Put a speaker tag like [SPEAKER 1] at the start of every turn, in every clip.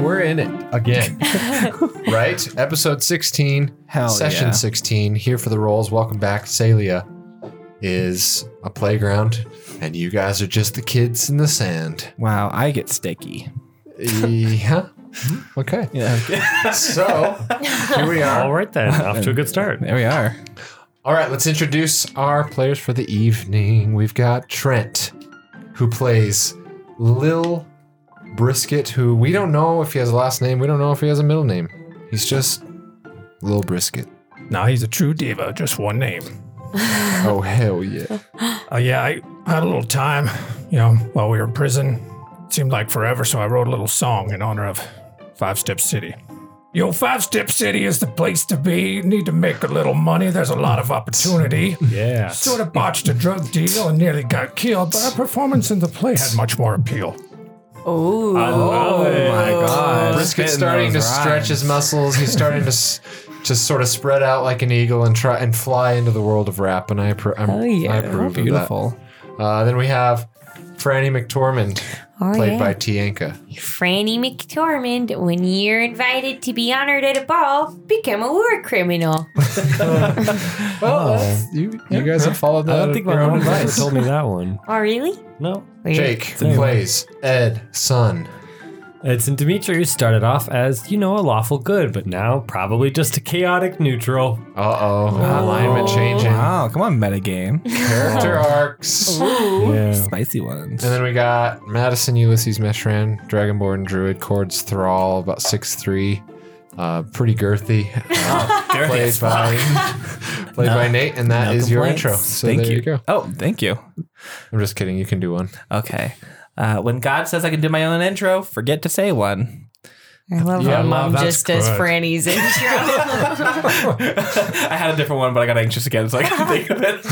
[SPEAKER 1] we're in it again, right? Episode 16,
[SPEAKER 2] Hell
[SPEAKER 1] session
[SPEAKER 2] yeah.
[SPEAKER 1] 16, here for the rolls. Welcome back. Salia is a playground, and you guys are just the kids in the sand.
[SPEAKER 2] Wow, I get sticky.
[SPEAKER 1] yeah. Okay.
[SPEAKER 2] Yeah.
[SPEAKER 1] So here we are.
[SPEAKER 3] All right then, off to a good start.
[SPEAKER 2] there we are.
[SPEAKER 1] All right, let's introduce our players for the evening. We've got Trent, who plays Lil Brisket, who we don't know if he has a last name. We don't know if he has a middle name. He's just Lil Brisket.
[SPEAKER 4] Nah, he's a true diva, just one name.
[SPEAKER 1] Oh, hell yeah.
[SPEAKER 4] Uh, yeah, I had a little time, you know, while we were in prison. It seemed like forever, so I wrote a little song in honor of Five Step City. Yo, Five Step City is the place to be. You need to make a little money. There's a lot of opportunity.
[SPEAKER 3] Yeah.
[SPEAKER 4] Sort of botched a drug deal and nearly got killed, but our performance in the play had much more appeal.
[SPEAKER 5] Oh,
[SPEAKER 3] I love it.
[SPEAKER 2] my god.
[SPEAKER 1] Brisket's
[SPEAKER 2] Spitting
[SPEAKER 1] starting to
[SPEAKER 2] those
[SPEAKER 1] stretch his
[SPEAKER 2] rhymes.
[SPEAKER 1] muscles. He's starting to s- just sort of spread out like an eagle and try and fly into the world of rap. And I, appro- I'm,
[SPEAKER 5] Oh, yeah.
[SPEAKER 1] I approve of
[SPEAKER 2] Beautiful.
[SPEAKER 1] that. Uh, then we have Franny McTormand,
[SPEAKER 5] Oh,
[SPEAKER 1] played
[SPEAKER 5] yeah.
[SPEAKER 1] by Tienka.
[SPEAKER 5] Franny McTormand, when you're invited to be honored at a ball, become a war criminal.
[SPEAKER 1] Well, that's- you, you guys have followed that.
[SPEAKER 3] I don't think
[SPEAKER 1] at
[SPEAKER 3] my
[SPEAKER 1] your own
[SPEAKER 3] mom ever
[SPEAKER 1] advice.
[SPEAKER 3] told me that one.
[SPEAKER 5] Oh, really?
[SPEAKER 3] No.
[SPEAKER 5] Weird.
[SPEAKER 1] Jake plays Ed Son.
[SPEAKER 3] It's in Dimitri who started off as, you know, a lawful good, but now probably just a chaotic neutral.
[SPEAKER 1] Uh oh, alignment changing.
[SPEAKER 2] Wow, come on, metagame.
[SPEAKER 1] Character arcs.
[SPEAKER 3] Yeah.
[SPEAKER 2] Spicy ones.
[SPEAKER 1] And then we got Madison Ulysses Meshran, Dragonborn Druid, Chords Thrall, about 6'3, uh, pretty girthy. Uh, played by, played by Nate, and that
[SPEAKER 2] No
[SPEAKER 1] is your
[SPEAKER 2] complaints.
[SPEAKER 1] intro. So
[SPEAKER 2] thank
[SPEAKER 1] there you. go.
[SPEAKER 2] Oh, thank you.
[SPEAKER 1] I'm just kidding, you can do one.
[SPEAKER 2] Okay. Uh, when God says I can do my own intro, forget to say one.
[SPEAKER 5] I love
[SPEAKER 1] Yeah,
[SPEAKER 5] how
[SPEAKER 1] wow,
[SPEAKER 5] mom
[SPEAKER 3] that's
[SPEAKER 5] just does
[SPEAKER 3] good.
[SPEAKER 5] Franny's intro.
[SPEAKER 2] I had a different one, but I got anxious again, so I couldn't think of it.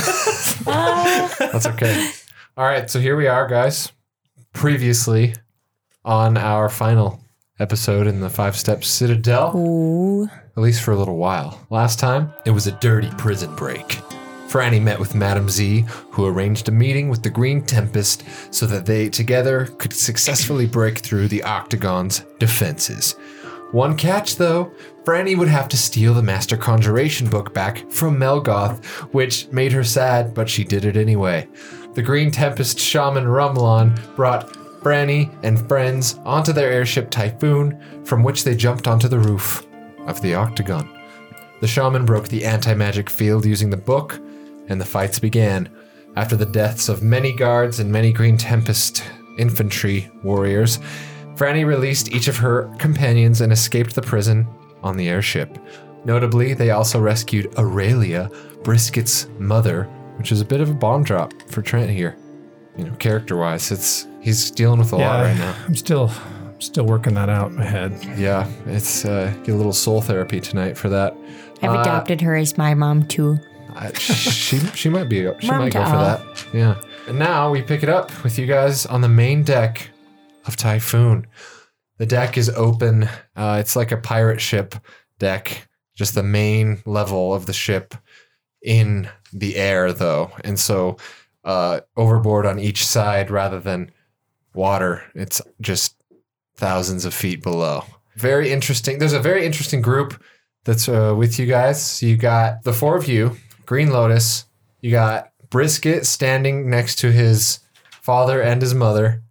[SPEAKER 1] That's okay. All right, so here we are, guys. Previously on our final episode in the Five Step Citadel.
[SPEAKER 5] Ooh.
[SPEAKER 1] at least for a little while. Last time, it was a dirty prison break. Franny met with Madame Z, who arranged a meeting with the Green Tempest so that they together could successfully break through the Octagon's defenses. One catch, though, Franny would have to steal the Master Conjuration book back from Melgoth, which made her sad, but she did it anyway. The Green Tempest Shaman Rumlon brought Franny and friends onto their airship Typhoon, from which they jumped onto the roof of the octagon. The shaman broke the anti magic field using the book, and the fights began. After the deaths of many guards and many Green Tempest infantry warriors, Franny released each of her companions and escaped the prison on the airship. Notably, they also rescued Aurelia, Brisket's mother, which is a bit of a bomb drop for Trent here. You know, character wise, it's he's dealing with a lot right now.
[SPEAKER 4] I'm still, I'm still working that out in my head.
[SPEAKER 1] Yeah, it's uh, get a little soul therapy tonight for that. Uh,
[SPEAKER 5] I've adopted her as my mom, too.
[SPEAKER 1] I- Uh, she she might be she
[SPEAKER 5] Mom
[SPEAKER 1] might go
[SPEAKER 5] to
[SPEAKER 1] for
[SPEAKER 5] all.
[SPEAKER 1] that. Yeah. And now we pick it up with you guys on the main deck of Typhoon. The deck is open. Uh, it's like a pirate ship deck, just the main level of the ship in the air, though, and so uh, overboard on each side rather than water. It's just thousands of feet below. Very interesting. There's a very interesting group that's uh, with you guys. So you got the four of you, Green Lotus. You got Brisket standing next to his father and his mother.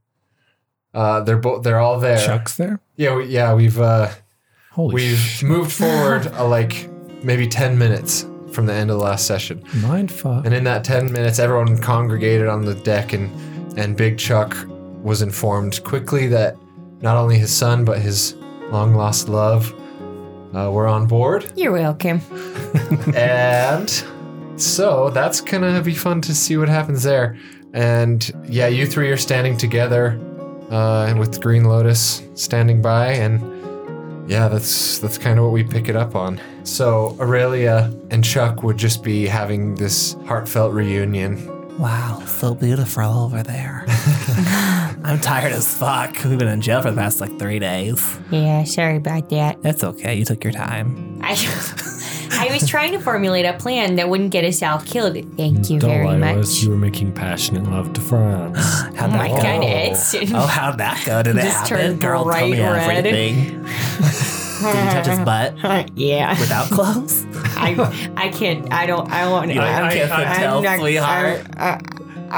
[SPEAKER 1] Uh, they're both. They're all there.
[SPEAKER 4] Chuck's there.
[SPEAKER 1] Yeah, we, yeah. We've uh,
[SPEAKER 4] Holy
[SPEAKER 1] we've moved forward uh, like maybe ten minutes from the end of the last session.
[SPEAKER 4] mind fuck.
[SPEAKER 1] And in that 10 minutes, everyone congregated on the deck, and, and Big Chuck was informed quickly that not only his son, but his long lost love uh, were on board.
[SPEAKER 5] You're welcome.
[SPEAKER 1] and so that's going to be fun to see what happens there. And yeah, you three are standing together uh, and with Green Lotus standing by. And yeah, that's that's kind of what we pick it up on. So Aurelia and Chuck would just be having this heartfelt reunion
[SPEAKER 2] Wow, so beautiful over there. I'm tired as fuck. We've been in jail for the past like three days.
[SPEAKER 5] Yeah, sorry about that.
[SPEAKER 2] That's okay. You took your time.
[SPEAKER 5] I, I was trying to formulate a plan that wouldn't get us all killed. Thank you
[SPEAKER 3] Don't lie
[SPEAKER 5] very
[SPEAKER 3] to us.
[SPEAKER 5] much.
[SPEAKER 3] You were making passionate love to Franz.
[SPEAKER 2] How'd
[SPEAKER 5] Oh my
[SPEAKER 2] that go?
[SPEAKER 5] god, Edson.
[SPEAKER 2] Oh, how'd that go? Did it
[SPEAKER 5] Just
[SPEAKER 2] happen?
[SPEAKER 5] turned
[SPEAKER 2] Girl, tell me
[SPEAKER 5] bright red.
[SPEAKER 2] everything. Did he touch his butt
[SPEAKER 5] yeah.
[SPEAKER 2] without gloves?
[SPEAKER 5] I I can't. I don't. I won't.
[SPEAKER 2] You
[SPEAKER 5] I,
[SPEAKER 2] don't
[SPEAKER 4] I-
[SPEAKER 2] kiss
[SPEAKER 4] I-
[SPEAKER 2] and
[SPEAKER 5] I'm
[SPEAKER 2] tell,
[SPEAKER 5] not-
[SPEAKER 2] sweetheart.
[SPEAKER 5] I, I-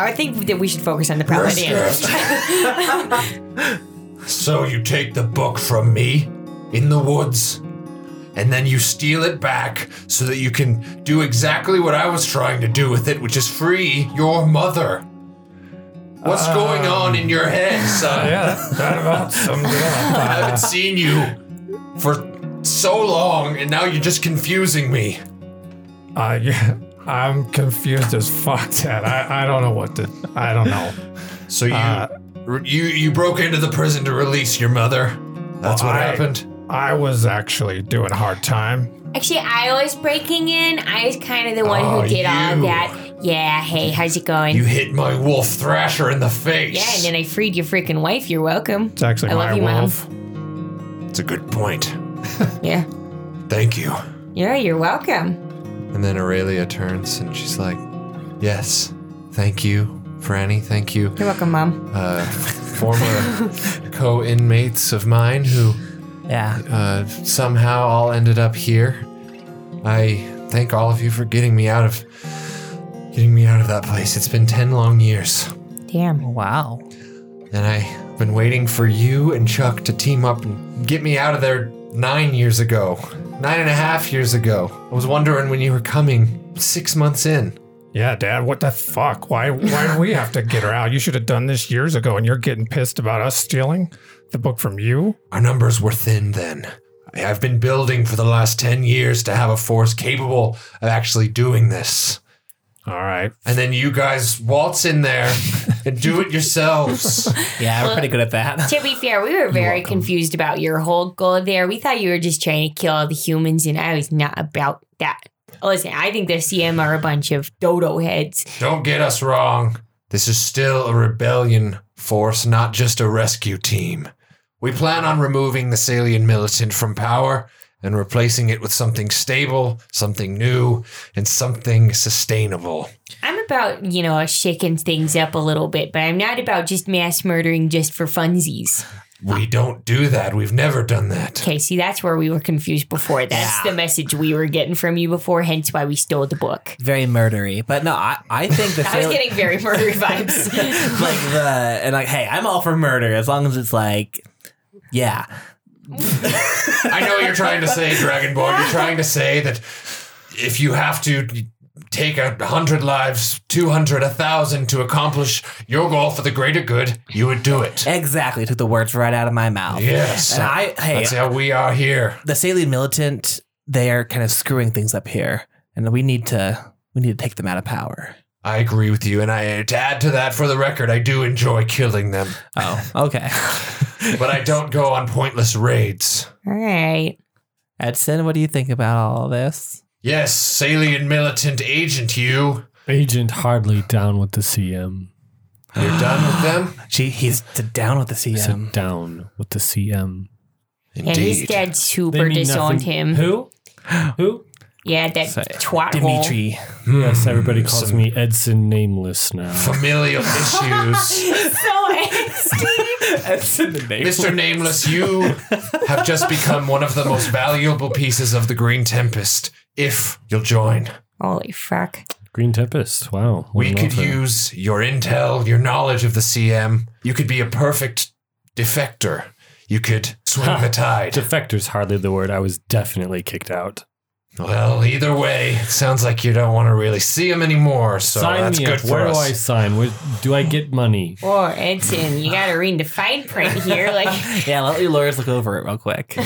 [SPEAKER 5] I think that we should focus on the problem at hand.
[SPEAKER 1] So you take the book from me in the woods, and then you steal it back so that you can do exactly what I was trying to do with it, which is free your mother. What's going on in your head, son?
[SPEAKER 4] Yeah, that about sums it up.
[SPEAKER 1] I haven't seen you for so long, and now you're just confusing me.
[SPEAKER 4] Uh, yeah, I'm confused as fuck, Dad. I, I don't know what to. I don't know.
[SPEAKER 1] So you
[SPEAKER 4] Uh,
[SPEAKER 1] you you broke into the prison to release your mother. That's
[SPEAKER 4] Well,
[SPEAKER 1] what
[SPEAKER 4] I-
[SPEAKER 1] happened.
[SPEAKER 4] I was actually doing a hard time.
[SPEAKER 5] Actually, I was breaking in. I was kind of the one
[SPEAKER 1] Oh,
[SPEAKER 5] who did all
[SPEAKER 1] you.
[SPEAKER 5] that. Yeah. Hey, how's it going?
[SPEAKER 1] You hit my wolf thrasher in the face.
[SPEAKER 5] yeah, and then I freed your freaking wife. You're welcome.
[SPEAKER 4] It's actually
[SPEAKER 5] I
[SPEAKER 4] my
[SPEAKER 5] love you, Mom.
[SPEAKER 4] wolf.
[SPEAKER 1] That's a good point.
[SPEAKER 5] Yeah.
[SPEAKER 1] Thank you.
[SPEAKER 5] Yeah, you're welcome.
[SPEAKER 1] And then Aurelia turns and she's like, "Yes, thank you, Franny. Thank you,
[SPEAKER 5] You're welcome, Mom.
[SPEAKER 1] uh, former co-inmates of mine who
[SPEAKER 2] Yeah.
[SPEAKER 1] uh, somehow all ended up here. I thank all of you for getting me out of getting me out of that place. It's been ten long years,
[SPEAKER 5] Damn.
[SPEAKER 2] Wow.
[SPEAKER 1] and I've been waiting for you and Chuck to team up and get me out of there nine years ago, nine and a half years ago. I was wondering when you were coming. Six months in."
[SPEAKER 4] Yeah, Dad. What the fuck? Why? Why do we have to get her out? You should have done this years ago, and you're getting pissed about us stealing the book from you.
[SPEAKER 1] Our numbers were thin then. I- I've been building for the last 10 years to have a force capable of actually doing this.
[SPEAKER 4] All right.
[SPEAKER 1] And then you guys waltz in there and do it yourselves.
[SPEAKER 2] Yeah, we're pretty good at that.
[SPEAKER 5] To be fair, we were very confused about your whole goal there. We thought you were just trying to kill all the humans, and I was not about that. Listen, I think the CM are a bunch of dodo heads.
[SPEAKER 1] Don't get us wrong. This is still a rebellion force, not just a rescue team. We plan on removing the Salian militant from power and replacing it with something stable, something new, and something sustainable.
[SPEAKER 5] I'm about, you know, shaking things up a little bit, but I'm not about just mass murdering just for funsies.
[SPEAKER 1] We don't do that. We've never done that.
[SPEAKER 5] Okay, see, that's where we were confused before. That's the message we were getting from you before, hence why we stole the book.
[SPEAKER 2] Very murdery. But no, I, I think the
[SPEAKER 5] I was
[SPEAKER 2] Sal-
[SPEAKER 5] getting very murder vibes.
[SPEAKER 2] like the and like, hey, I'm all for murder as long as it's like yeah.
[SPEAKER 1] I know what you're trying to say, Dragonborn. You're trying to say that if you have to take a hundred lives, two hundred, a thousand to accomplish your goal for the greater good, you would do it.
[SPEAKER 2] Exactly. Took the words right out of my mouth.
[SPEAKER 1] Yes.
[SPEAKER 2] And I hey
[SPEAKER 1] That's how we are here.
[SPEAKER 2] the Salient militant, they are kind of screwing things up here. And we need to we need to take them out of power.
[SPEAKER 1] I agree with you, and I to add to that for the record, I do enjoy killing them,
[SPEAKER 2] Oh, okay.
[SPEAKER 1] but I don't go on pointless raids.
[SPEAKER 5] All right.
[SPEAKER 2] Edson, what do you think about all this?
[SPEAKER 1] Yes, salient militant agent, you.
[SPEAKER 3] Agent hardly down with the CM.
[SPEAKER 1] You're done with them?
[SPEAKER 2] She he's d- down with the
[SPEAKER 3] I said
[SPEAKER 2] CM.
[SPEAKER 3] down with the CM.
[SPEAKER 5] Yeah, his dad
[SPEAKER 3] They
[SPEAKER 5] super
[SPEAKER 3] mean
[SPEAKER 5] disowned
[SPEAKER 3] nothing.
[SPEAKER 5] him.
[SPEAKER 3] Who? Who?
[SPEAKER 5] Yeah, that
[SPEAKER 2] Sorry.
[SPEAKER 5] twat hole.
[SPEAKER 2] Dimitri.
[SPEAKER 3] Yes, everybody calls me Edson Nameless now.
[SPEAKER 1] Familial issues.
[SPEAKER 5] So angsty.
[SPEAKER 2] Edson the name.
[SPEAKER 1] Mr. Nameless, you have just become one of the most valuable pieces of the Green Tempest. If you'll join,
[SPEAKER 5] Holy fuck.
[SPEAKER 3] Green Tempest. Wow. what
[SPEAKER 1] we
[SPEAKER 3] an
[SPEAKER 1] could
[SPEAKER 3] author.
[SPEAKER 1] use your intel, your knowledge of the CM. You could be a perfect defector. You could swim the tide.
[SPEAKER 3] Defector's hardly the word. I was definitely kicked out.
[SPEAKER 1] Well, either way, it sounds like you don't want to really see him anymore, so
[SPEAKER 3] sign
[SPEAKER 1] that's
[SPEAKER 3] me
[SPEAKER 1] good
[SPEAKER 3] up.
[SPEAKER 1] for
[SPEAKER 3] Where
[SPEAKER 1] us.
[SPEAKER 3] do I sign? Where, do I get money?
[SPEAKER 5] Or Edson, you gotta read the fine print here. Like
[SPEAKER 2] Yeah, let your lawyers look over it real quick.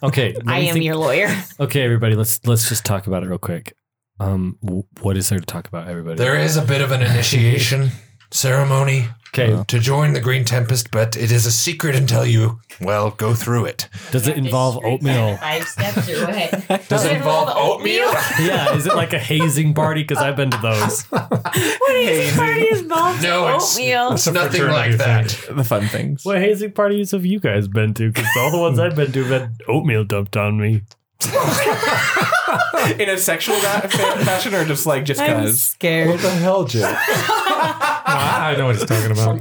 [SPEAKER 3] Okay. let
[SPEAKER 5] I
[SPEAKER 3] me
[SPEAKER 5] am
[SPEAKER 3] think-
[SPEAKER 5] your lawyer.
[SPEAKER 3] Okay, everybody. Let's let's just talk about it real quick. Um, w- what is there to talk about, everybody?
[SPEAKER 1] There is a bit of an initiation ceremony
[SPEAKER 3] okay.
[SPEAKER 1] to join the Green Tempest, but it is a secret until you, well, go through it.
[SPEAKER 3] Does it involve oatmeal?
[SPEAKER 5] Five steps or what?
[SPEAKER 1] Does it involve oatmeal?
[SPEAKER 3] yeah. Is it like a hazing party? Because I've been to those.
[SPEAKER 5] what is this party involved?
[SPEAKER 1] No, it's,
[SPEAKER 5] oatmeal.
[SPEAKER 1] it's nothing like
[SPEAKER 4] fraternity
[SPEAKER 1] that.
[SPEAKER 2] the fun things.
[SPEAKER 3] What hazing parties have you guys been to? Because all the ones I've been to have had oatmeal dumped on me.
[SPEAKER 6] in a sexual fa- fashion or just like just
[SPEAKER 5] I'm
[SPEAKER 6] cause?
[SPEAKER 5] scared.
[SPEAKER 1] What the hell, Jake?
[SPEAKER 4] I I know what he's talking about.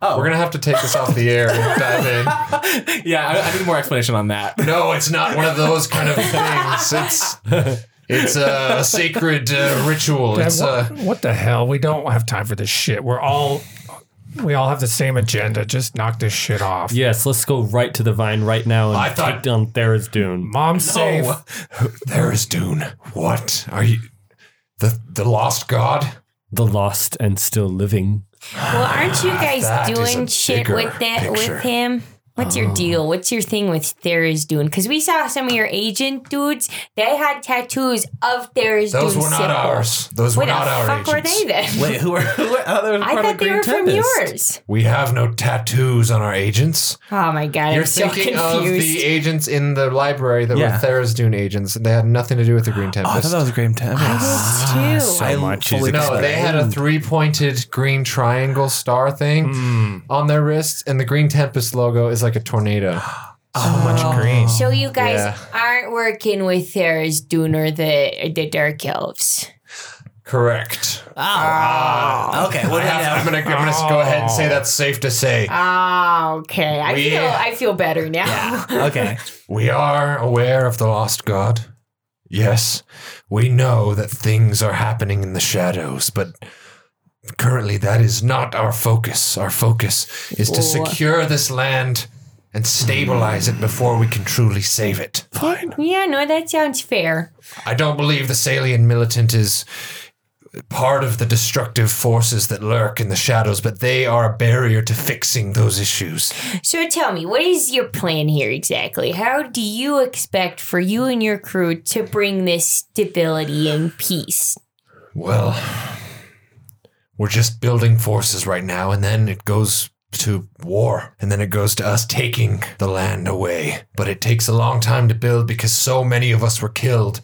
[SPEAKER 5] Oh.
[SPEAKER 1] We're gonna have to take this off the air and dive
[SPEAKER 6] Yeah, I, I need more explanation on that.
[SPEAKER 1] in. No, it's not one of those kind of things. It's it's a sacred uh, ritual.
[SPEAKER 4] Dad,
[SPEAKER 1] It's
[SPEAKER 4] what,
[SPEAKER 1] uh,
[SPEAKER 4] what the hell? We don't have time for this shit. We're all we all have the same agenda. Just knock this shit off.
[SPEAKER 3] Yes, let's go right to the vine right now and
[SPEAKER 1] I thought-
[SPEAKER 3] take down Thera's Dune.
[SPEAKER 4] Mom's safe.
[SPEAKER 1] oh, there is Dune. What are you? The the lost god.
[SPEAKER 3] The lost and still living.
[SPEAKER 5] Well, aren't you guys
[SPEAKER 1] That is a
[SPEAKER 5] doing shit
[SPEAKER 1] bigger
[SPEAKER 5] with that
[SPEAKER 1] picture. Um,
[SPEAKER 5] with him? What's your deal? What's your thing with Thera's Dune? Because we saw some of your agent dudes; they had tattoos of Thera's Dune.
[SPEAKER 1] Those were not
[SPEAKER 5] symbols.
[SPEAKER 1] ours. Those were
[SPEAKER 5] Where the
[SPEAKER 1] not our
[SPEAKER 5] fuck were
[SPEAKER 1] agents.
[SPEAKER 5] they then?
[SPEAKER 6] Wait, who are? Who are oh, they were
[SPEAKER 5] I
[SPEAKER 6] part of
[SPEAKER 5] thought
[SPEAKER 6] the
[SPEAKER 5] they were
[SPEAKER 6] Green
[SPEAKER 5] from
[SPEAKER 6] Tempest.
[SPEAKER 5] yours.
[SPEAKER 1] We have no tattoos on our agents.
[SPEAKER 5] Oh my god,
[SPEAKER 1] You're
[SPEAKER 5] I'm so
[SPEAKER 1] thinking of the
[SPEAKER 5] confused.
[SPEAKER 1] agents in the library that
[SPEAKER 2] Yeah.
[SPEAKER 1] were Thera's Dune agents, and they had nothing to do with the Green
[SPEAKER 2] Oh, I
[SPEAKER 1] Tempest.
[SPEAKER 2] thought that was Graham Tempest.
[SPEAKER 5] Oh.
[SPEAKER 1] Ah,
[SPEAKER 5] Two.
[SPEAKER 2] I
[SPEAKER 4] much
[SPEAKER 2] fully
[SPEAKER 4] is
[SPEAKER 1] no, they had a three-pointed green triangle star thing
[SPEAKER 4] Hmm.
[SPEAKER 1] on their wrists, and the Green Tempest logo is like a tornado.
[SPEAKER 4] So much green.
[SPEAKER 5] so you guys
[SPEAKER 1] Yeah.
[SPEAKER 5] aren't working with Thera's Dune or the the Dark Elves.
[SPEAKER 1] Correct.
[SPEAKER 5] Oh.
[SPEAKER 2] Okay, well,
[SPEAKER 1] I am gonna, I'm gonna s- go ahead and say that's safe to say.
[SPEAKER 5] Oh, okay. I
[SPEAKER 1] We-
[SPEAKER 5] feel I feel better now.
[SPEAKER 2] Oh, okay.
[SPEAKER 1] We are aware of the lost god. Yes, we know that things are happening in the shadows, but currently that is not our focus. Our focus is to
[SPEAKER 5] Wha-
[SPEAKER 1] secure this land and stabilize it before we can truly save it.
[SPEAKER 5] Yeah, no, that sounds fair.
[SPEAKER 1] I don't believe the Salian militant is part of the destructive forces that lurk in the shadows, but they are a barrier to fixing those issues.
[SPEAKER 5] So tell me, what is your plan here exactly? How do you expect for you and your crew to bring this stability and peace?
[SPEAKER 1] Well, we're just building forces right now, and then it goes to war, and then it goes to us taking the land away. But it takes a long time to build because so many of us were killed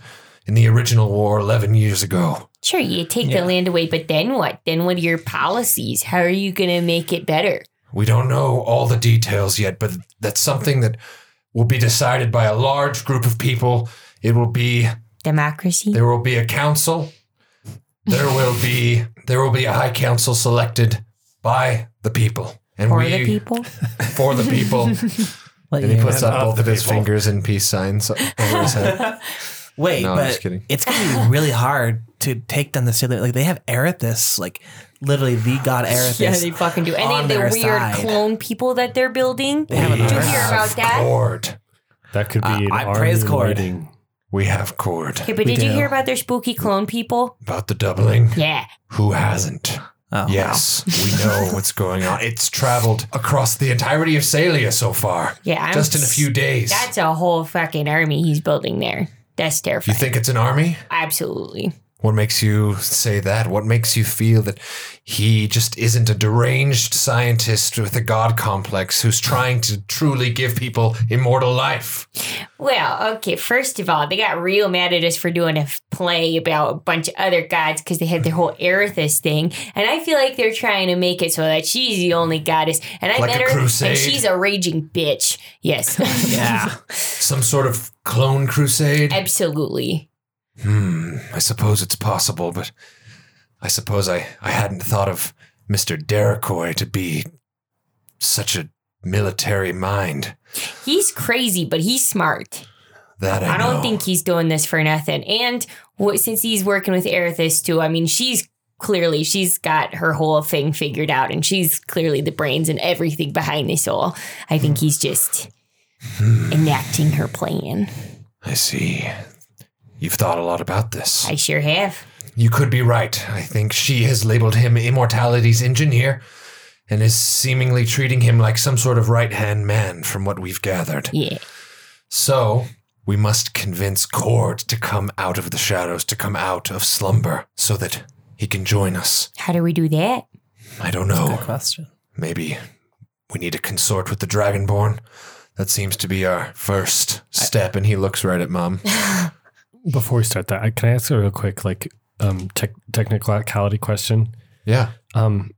[SPEAKER 1] in the original war 11 years ago.
[SPEAKER 5] Sure, you take the land away, but then what? Then what are your policies? How are you going to make it better?
[SPEAKER 1] We don't know all the details yet, but that's something that will be decided by a large group of people. It will be
[SPEAKER 5] Democracy?
[SPEAKER 1] There will be a council. There will be there will be a high council selected by the people. And
[SPEAKER 5] for
[SPEAKER 1] we
[SPEAKER 5] the people?
[SPEAKER 1] for the people.
[SPEAKER 2] Let
[SPEAKER 1] and he
[SPEAKER 2] you-
[SPEAKER 1] puts up
[SPEAKER 4] Of
[SPEAKER 1] both
[SPEAKER 4] the
[SPEAKER 1] of his
[SPEAKER 4] people.
[SPEAKER 1] fingers in peace signs over his head.
[SPEAKER 2] Wait,
[SPEAKER 1] No, I'm
[SPEAKER 2] but
[SPEAKER 1] just kidding.
[SPEAKER 2] it's gonna be really hard to take down the Scythian. Like they have Erithus, like literally the god Erithus.
[SPEAKER 5] Yeah, they fucking do.
[SPEAKER 2] on
[SPEAKER 5] And they
[SPEAKER 2] their
[SPEAKER 5] have the weird
[SPEAKER 2] side.
[SPEAKER 5] clone people that they're building. Did
[SPEAKER 2] have
[SPEAKER 5] you
[SPEAKER 2] another
[SPEAKER 5] hear about that?
[SPEAKER 1] Cord.
[SPEAKER 3] That could be
[SPEAKER 2] Uh,
[SPEAKER 3] an
[SPEAKER 2] I
[SPEAKER 3] army
[SPEAKER 2] praise Cord.
[SPEAKER 3] waiting.
[SPEAKER 1] We have Cord.
[SPEAKER 5] Okay, but
[SPEAKER 2] We
[SPEAKER 5] did you
[SPEAKER 2] do.
[SPEAKER 5] hear about their spooky clone people?
[SPEAKER 1] About the doubling.
[SPEAKER 5] Yeah.
[SPEAKER 1] Who hasn't?
[SPEAKER 2] Oh,
[SPEAKER 1] Yes, we know what's going on. It's traveled across the entirety of Salia so far.
[SPEAKER 5] Yeah. I'm
[SPEAKER 1] Just in a few days.
[SPEAKER 5] That's a whole fucking army he's building there. That's
[SPEAKER 1] You
[SPEAKER 5] terrifying.
[SPEAKER 1] think it's an army?
[SPEAKER 5] Absolutely.
[SPEAKER 1] What makes you say that? What makes you feel that he just isn't a deranged scientist with a god complex who's trying to truly give people immortal life?
[SPEAKER 5] Well, okay, first of all, they got real mad at us for doing a f- play about a bunch of other gods because they had their whole Erithus thing. And I feel like they're trying to make it so that she's the only goddess. And I
[SPEAKER 1] Like
[SPEAKER 5] met
[SPEAKER 1] a
[SPEAKER 5] her,
[SPEAKER 1] crusade?
[SPEAKER 5] and she's a raging bitch. Yes.
[SPEAKER 2] Yeah.
[SPEAKER 1] Some sort of clone crusade?
[SPEAKER 5] Absolutely.
[SPEAKER 1] Hmm, I suppose it's possible, but I suppose I, I hadn't thought of Mr. Derekoy to be such a military mind.
[SPEAKER 5] He's crazy, but he's smart.
[SPEAKER 1] That I,
[SPEAKER 5] I don't
[SPEAKER 1] know.
[SPEAKER 5] think he's doing this for nothing. And wh- since he's working with Erithus too, I mean, she's clearly she's got her whole thing figured out, and she's clearly the brains and everything behind this all. I think he's just enacting her plan.
[SPEAKER 1] I see. You've thought a lot about this.
[SPEAKER 5] I sure have.
[SPEAKER 1] You could be right. I think she has labeled him immortality's engineer and is seemingly treating him like some sort of right hand man from what we've gathered.
[SPEAKER 5] Yeah.
[SPEAKER 1] So, we must convince Cord to come out of the shadows, to come out of slumber, so that he can join us.
[SPEAKER 5] How do we do that?
[SPEAKER 1] I don't know.
[SPEAKER 2] Good question.
[SPEAKER 1] Maybe we need to consort with the Dragonborn. That seems to be our first step. And he looks right at Mom.
[SPEAKER 3] Before we start that, I- can I ask a real quick, like, um, tech technicality question?
[SPEAKER 1] Yeah.
[SPEAKER 3] Um,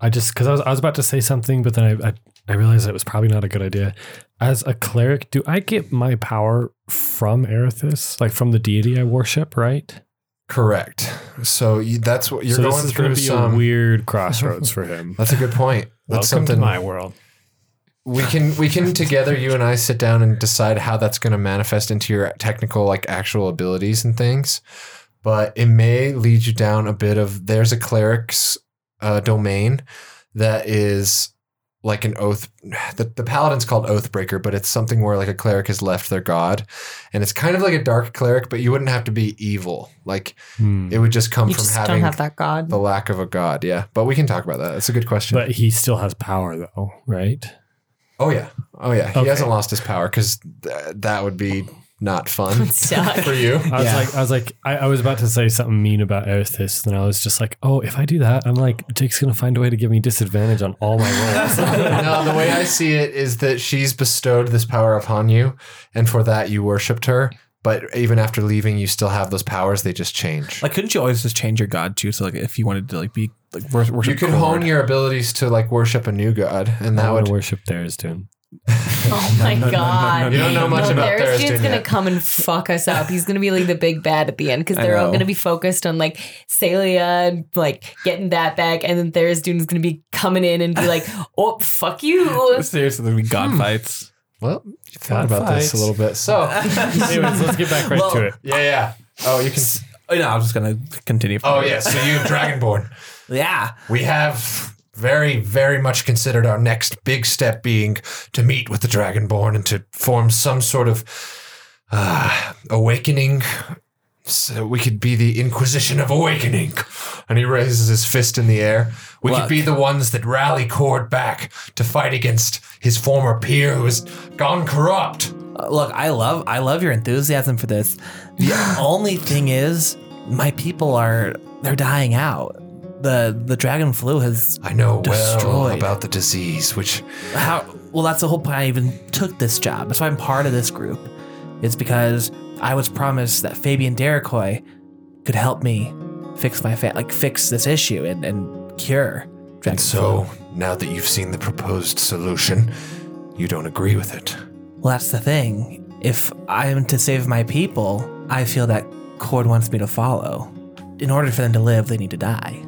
[SPEAKER 3] I just because I was, I was about to say something, but then I, I I realized it was probably not a good idea. As a cleric, do I get my power from Erithus, like from the deity I worship, right?
[SPEAKER 1] Correct. So you, that's what you're
[SPEAKER 3] so this
[SPEAKER 1] going
[SPEAKER 3] is
[SPEAKER 1] through.
[SPEAKER 3] gonna be
[SPEAKER 1] Some
[SPEAKER 3] a weird crossroads for him.
[SPEAKER 1] That's a good point. That's
[SPEAKER 4] Welcome to
[SPEAKER 1] something
[SPEAKER 4] my world.
[SPEAKER 1] we can we can together you and I sit down and decide how that's going to manifest into your technical like actual abilities and things. But it may lead you down a bit of there's a cleric's uh, domain that is like an oath the, the paladin's called oathbreaker but it's something where like a cleric has left their god and it's kind of like a dark cleric but you wouldn't have to be evil like
[SPEAKER 3] Hmm.
[SPEAKER 1] it would just come
[SPEAKER 5] You
[SPEAKER 1] from
[SPEAKER 5] just
[SPEAKER 1] having
[SPEAKER 5] don't have that god.
[SPEAKER 1] the lack of a god yeah but we can talk about that that's a good question
[SPEAKER 3] But he still has power, though, right?
[SPEAKER 1] Oh yeah, oh yeah. He
[SPEAKER 3] Okay.
[SPEAKER 1] hasn't lost his power because th- that would be not fun
[SPEAKER 5] suck.
[SPEAKER 1] for you.
[SPEAKER 3] I
[SPEAKER 2] Yeah.
[SPEAKER 3] was like, I was like, I, I was about to say something mean about Erithus, and I was just like, oh, if I do that, I'm like, Jake's gonna find a way to give me disadvantage on all my rolls.
[SPEAKER 1] no, the way I see it is that she's bestowed this power upon you, and for that you worshipped her. But even after leaving, you still have those powers. They just change.
[SPEAKER 2] Like, couldn't you always just change your god too? So, like, if you wanted to, like, be like wor- worship,
[SPEAKER 1] you could
[SPEAKER 2] Korn?
[SPEAKER 1] hone your abilities to like worship a new god, and that
[SPEAKER 3] I want
[SPEAKER 1] would.
[SPEAKER 3] to worship Therisdun.
[SPEAKER 5] Oh my
[SPEAKER 2] no, no,
[SPEAKER 5] god.
[SPEAKER 2] no,
[SPEAKER 1] You don't know much
[SPEAKER 5] No,
[SPEAKER 1] about
[SPEAKER 5] Therisdun's
[SPEAKER 1] Therisdun
[SPEAKER 5] gonna
[SPEAKER 1] yet.
[SPEAKER 5] come and fuck us up. He's gonna be like the big bad at the end because
[SPEAKER 2] I
[SPEAKER 5] they're all
[SPEAKER 2] know.
[SPEAKER 5] gonna be focused on like Celia and like getting that back, and then Therisdun's gonna be coming in and be like, "Oh fuck you."
[SPEAKER 6] Seriously, there'll be god
[SPEAKER 1] Hmm.
[SPEAKER 6] fights.
[SPEAKER 1] Well, you thought about this a
[SPEAKER 6] fights.
[SPEAKER 1] little bit. So
[SPEAKER 3] Anyways, let's get back right
[SPEAKER 2] Well-
[SPEAKER 3] to it.
[SPEAKER 1] yeah, yeah. Oh, you can.
[SPEAKER 2] Oh, no, I'm just gonna continue.
[SPEAKER 1] Oh yeah. So you dragonborn.
[SPEAKER 2] yeah.
[SPEAKER 1] We have very, very much considered our next big step being to meet with the Dragonborn and to form some sort of uh, awakening. So we could be the Inquisition of Awakening. And he raises his fist in the air. We could
[SPEAKER 2] Look.
[SPEAKER 1] be the ones that rally Cord back to fight against his former peer who has gone corrupt.
[SPEAKER 2] Uh, Look, I love, I love your enthusiasm for this. The only thing is, my people are they're dying out. the The dragon flu has
[SPEAKER 1] I know well
[SPEAKER 2] Destroyed.
[SPEAKER 1] about the disease, which
[SPEAKER 2] how well that's the whole point i even took this job that's why i'm part of this group it's because i was promised that fabian Derekoy could help me fix my fa- like fix this issue and, and cure dragon
[SPEAKER 1] And so, now that you've seen the proposed solution, you don't agree with it.
[SPEAKER 2] flu. well that's the thing if i am to save my people i feel that cord wants me to follow in order for them to live they need to die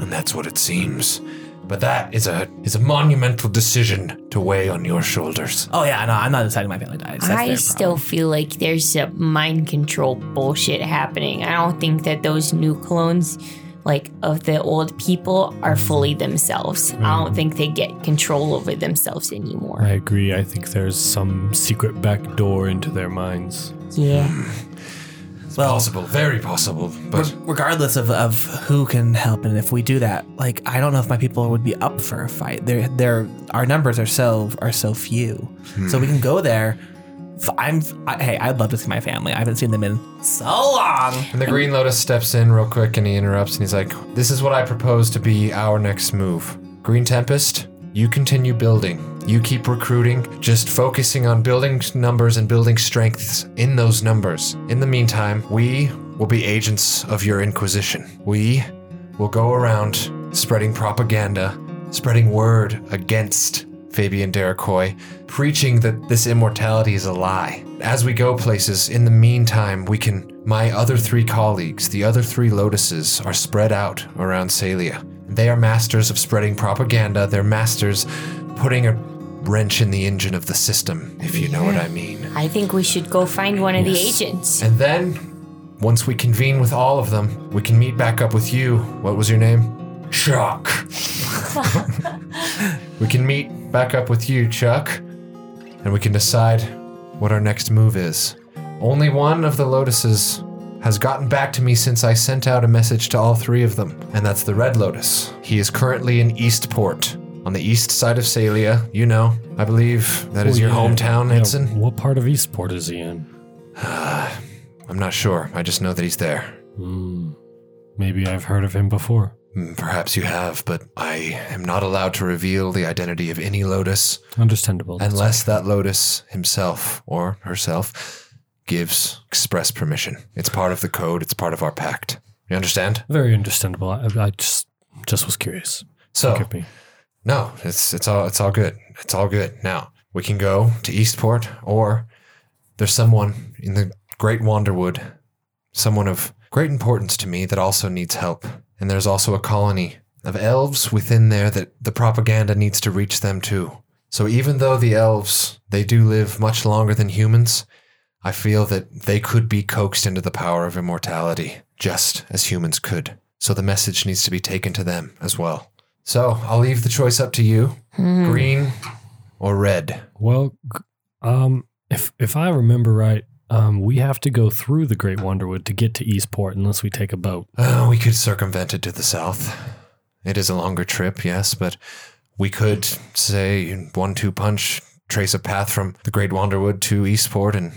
[SPEAKER 1] and that's what it seems. But that is a is a monumental decision to weigh on your shoulders.
[SPEAKER 2] oh yeah no i'm not deciding my family dies that's
[SPEAKER 5] I
[SPEAKER 2] their
[SPEAKER 5] still
[SPEAKER 2] problem.
[SPEAKER 5] feel like there's a mind control bullshit happening. I don't think that those new clones, like of the old people, are fully themselves. I don't think they get control over themselves anymore.
[SPEAKER 3] I agree. I think there's some secret back door into their minds.
[SPEAKER 5] Yeah.
[SPEAKER 2] well,
[SPEAKER 1] Possible, very possible. But
[SPEAKER 2] regardless of, of who can help and if we do that like i don't know if my people would be up for a fight they're, they're our numbers are so are so few so we can go there F- i'm I, hey i'd love to see my family i haven't seen them in so long
[SPEAKER 1] and the Green Lotus steps in real quick and he interrupts and he's like, "This is what I propose to be our next move. Green Tempest, you continue building. You keep recruiting, just focusing on building numbers and building strengths in those numbers. In the meantime, we will be agents of your Inquisition. We will go around spreading propaganda, spreading word against Fabian Deracoy, preaching that this immortality is a lie. As we go places, in the meantime, we can. My other three colleagues, the other three lotuses, are spread out around Salia. They are masters of spreading propaganda. They're masters putting a wrench in the engine of the system, if you know what I mean.
[SPEAKER 5] I think we should go find one of the agents.
[SPEAKER 1] And then, once we convene with all of them, we can meet back up with you. What was your name? Chuck. we can meet back up with you, Chuck, and we can decide what our next move is. Only one of the lotuses has gotten back to me since I sent out a message to all three of them, and that's the Red Lotus. He is currently in Eastport, on the east side of Salia. You know, I believe that is your
[SPEAKER 3] Oh, Yeah.
[SPEAKER 1] hometown,
[SPEAKER 3] Yeah,
[SPEAKER 1] Henson.
[SPEAKER 3] What part of Eastport is he in?
[SPEAKER 1] I'm not sure. I just know that he's there.
[SPEAKER 3] Maybe I've heard of him before.
[SPEAKER 1] Mm, Perhaps you have, but I am not allowed to reveal the identity of any Lotus
[SPEAKER 3] Understandable.
[SPEAKER 1] unless that Lotus himself or herself gives express permission. It's part of the code, it's part of our pact. You understand?
[SPEAKER 3] Very understandable. I, I just just was curious.
[SPEAKER 1] So,
[SPEAKER 3] Forgive me.
[SPEAKER 1] no, it's it's all it's all good. It's all good. Now, we can go to Eastport or There's someone in the Great Wanderwood, someone of great importance to me that also needs help. And there's also a colony of elves within there that the propaganda needs to reach them too. So even though the elves, they do live much longer than humans, I feel that they could be coaxed into the power of immortality, just as humans could. So the message needs to be taken to them as well. So I'll leave the choice up to you
[SPEAKER 5] Hmm. Mm-hmm.
[SPEAKER 1] green or red.
[SPEAKER 3] Well, g- um, if if I remember right, um, we have to go through the Great Wonderwood to get to Eastport unless we take a boat.
[SPEAKER 1] Uh, we could circumvent it to the south. It is a longer trip, yes, but we could, say, in one two punch, trace a path from the Great Wanderwood to Eastport and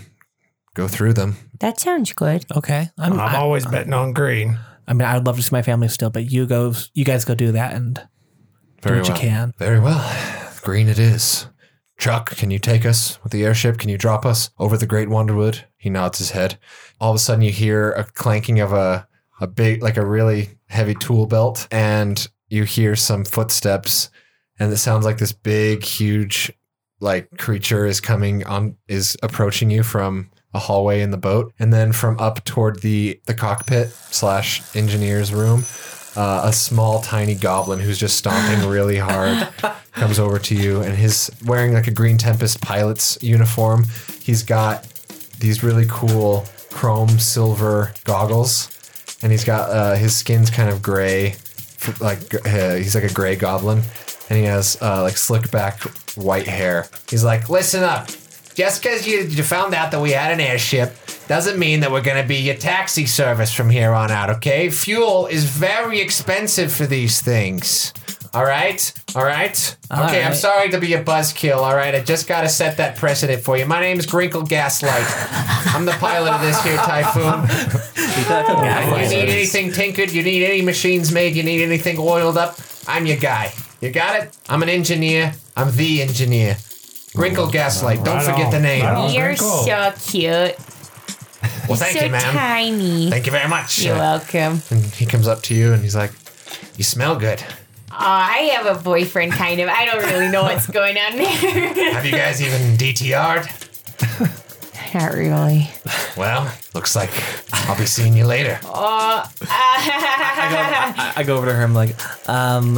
[SPEAKER 1] go through them.
[SPEAKER 5] That sounds good.
[SPEAKER 2] Okay. I'm,
[SPEAKER 4] I'm
[SPEAKER 2] I,
[SPEAKER 4] always betting on green.
[SPEAKER 2] I mean, I would love to see my family still, but you go, you guys go do that, and
[SPEAKER 1] Very
[SPEAKER 2] what you
[SPEAKER 1] well.
[SPEAKER 2] can.
[SPEAKER 1] Very well. Green it is. Chuck, can you take us with the airship? Can you drop us over the Great Wanderwood? He nods his head. All of a sudden, you hear a clanking of a, a big, like a really heavy tool belt, and you hear some footsteps, and it sounds like this big, huge, like creature is coming on, is approaching you from a hallway in the boat, and then from up toward the the cockpit slash engineer's room, uh, a small, tiny goblin who's just stomping really hard comes over to you, and he's wearing like a Green Tempest pilot's uniform. He's got these really cool chrome silver goggles, and he's got uh, his skin's kind of gray, f- like gr- uh, he's like a gray goblin, and he has uh, like slick back white hair. He's like, listen up. Just because you, you found out that we had an airship doesn't mean that we're going to be your taxi service from here on out, okay? Fuel is very expensive for these things. All right? All right? okay, I'm
[SPEAKER 2] right.
[SPEAKER 1] sorry to be a buzzkill, all right? I just got to set that precedent for you. My name is Grinkle Gaslight. I'm the pilot of this here typhoon. If you need anything tinkered, you need any machines made, you need anything oiled up, I'm your guy. You got it? I'm an engineer. I'm the engineer. Grinkle Gaslight. Don't
[SPEAKER 4] Right
[SPEAKER 1] forget
[SPEAKER 4] on.
[SPEAKER 1] the name.
[SPEAKER 4] Right on. Oh,
[SPEAKER 5] You're
[SPEAKER 4] very cool.
[SPEAKER 5] so cute.
[SPEAKER 1] Well, thank
[SPEAKER 5] so
[SPEAKER 1] you, ma'am.
[SPEAKER 5] tiny.
[SPEAKER 1] Thank you very much.
[SPEAKER 5] You're welcome.
[SPEAKER 1] And he comes up to you and he's like, "You smell good.
[SPEAKER 5] Aw, I have a boyfriend, kind of. I don't really know what's going on there.
[SPEAKER 1] Have you guys even DTR'd?
[SPEAKER 5] Not really.
[SPEAKER 1] Well, looks like I'll be seeing you later.
[SPEAKER 5] Uh,
[SPEAKER 2] I go, I, I go over to her. I'm like, um,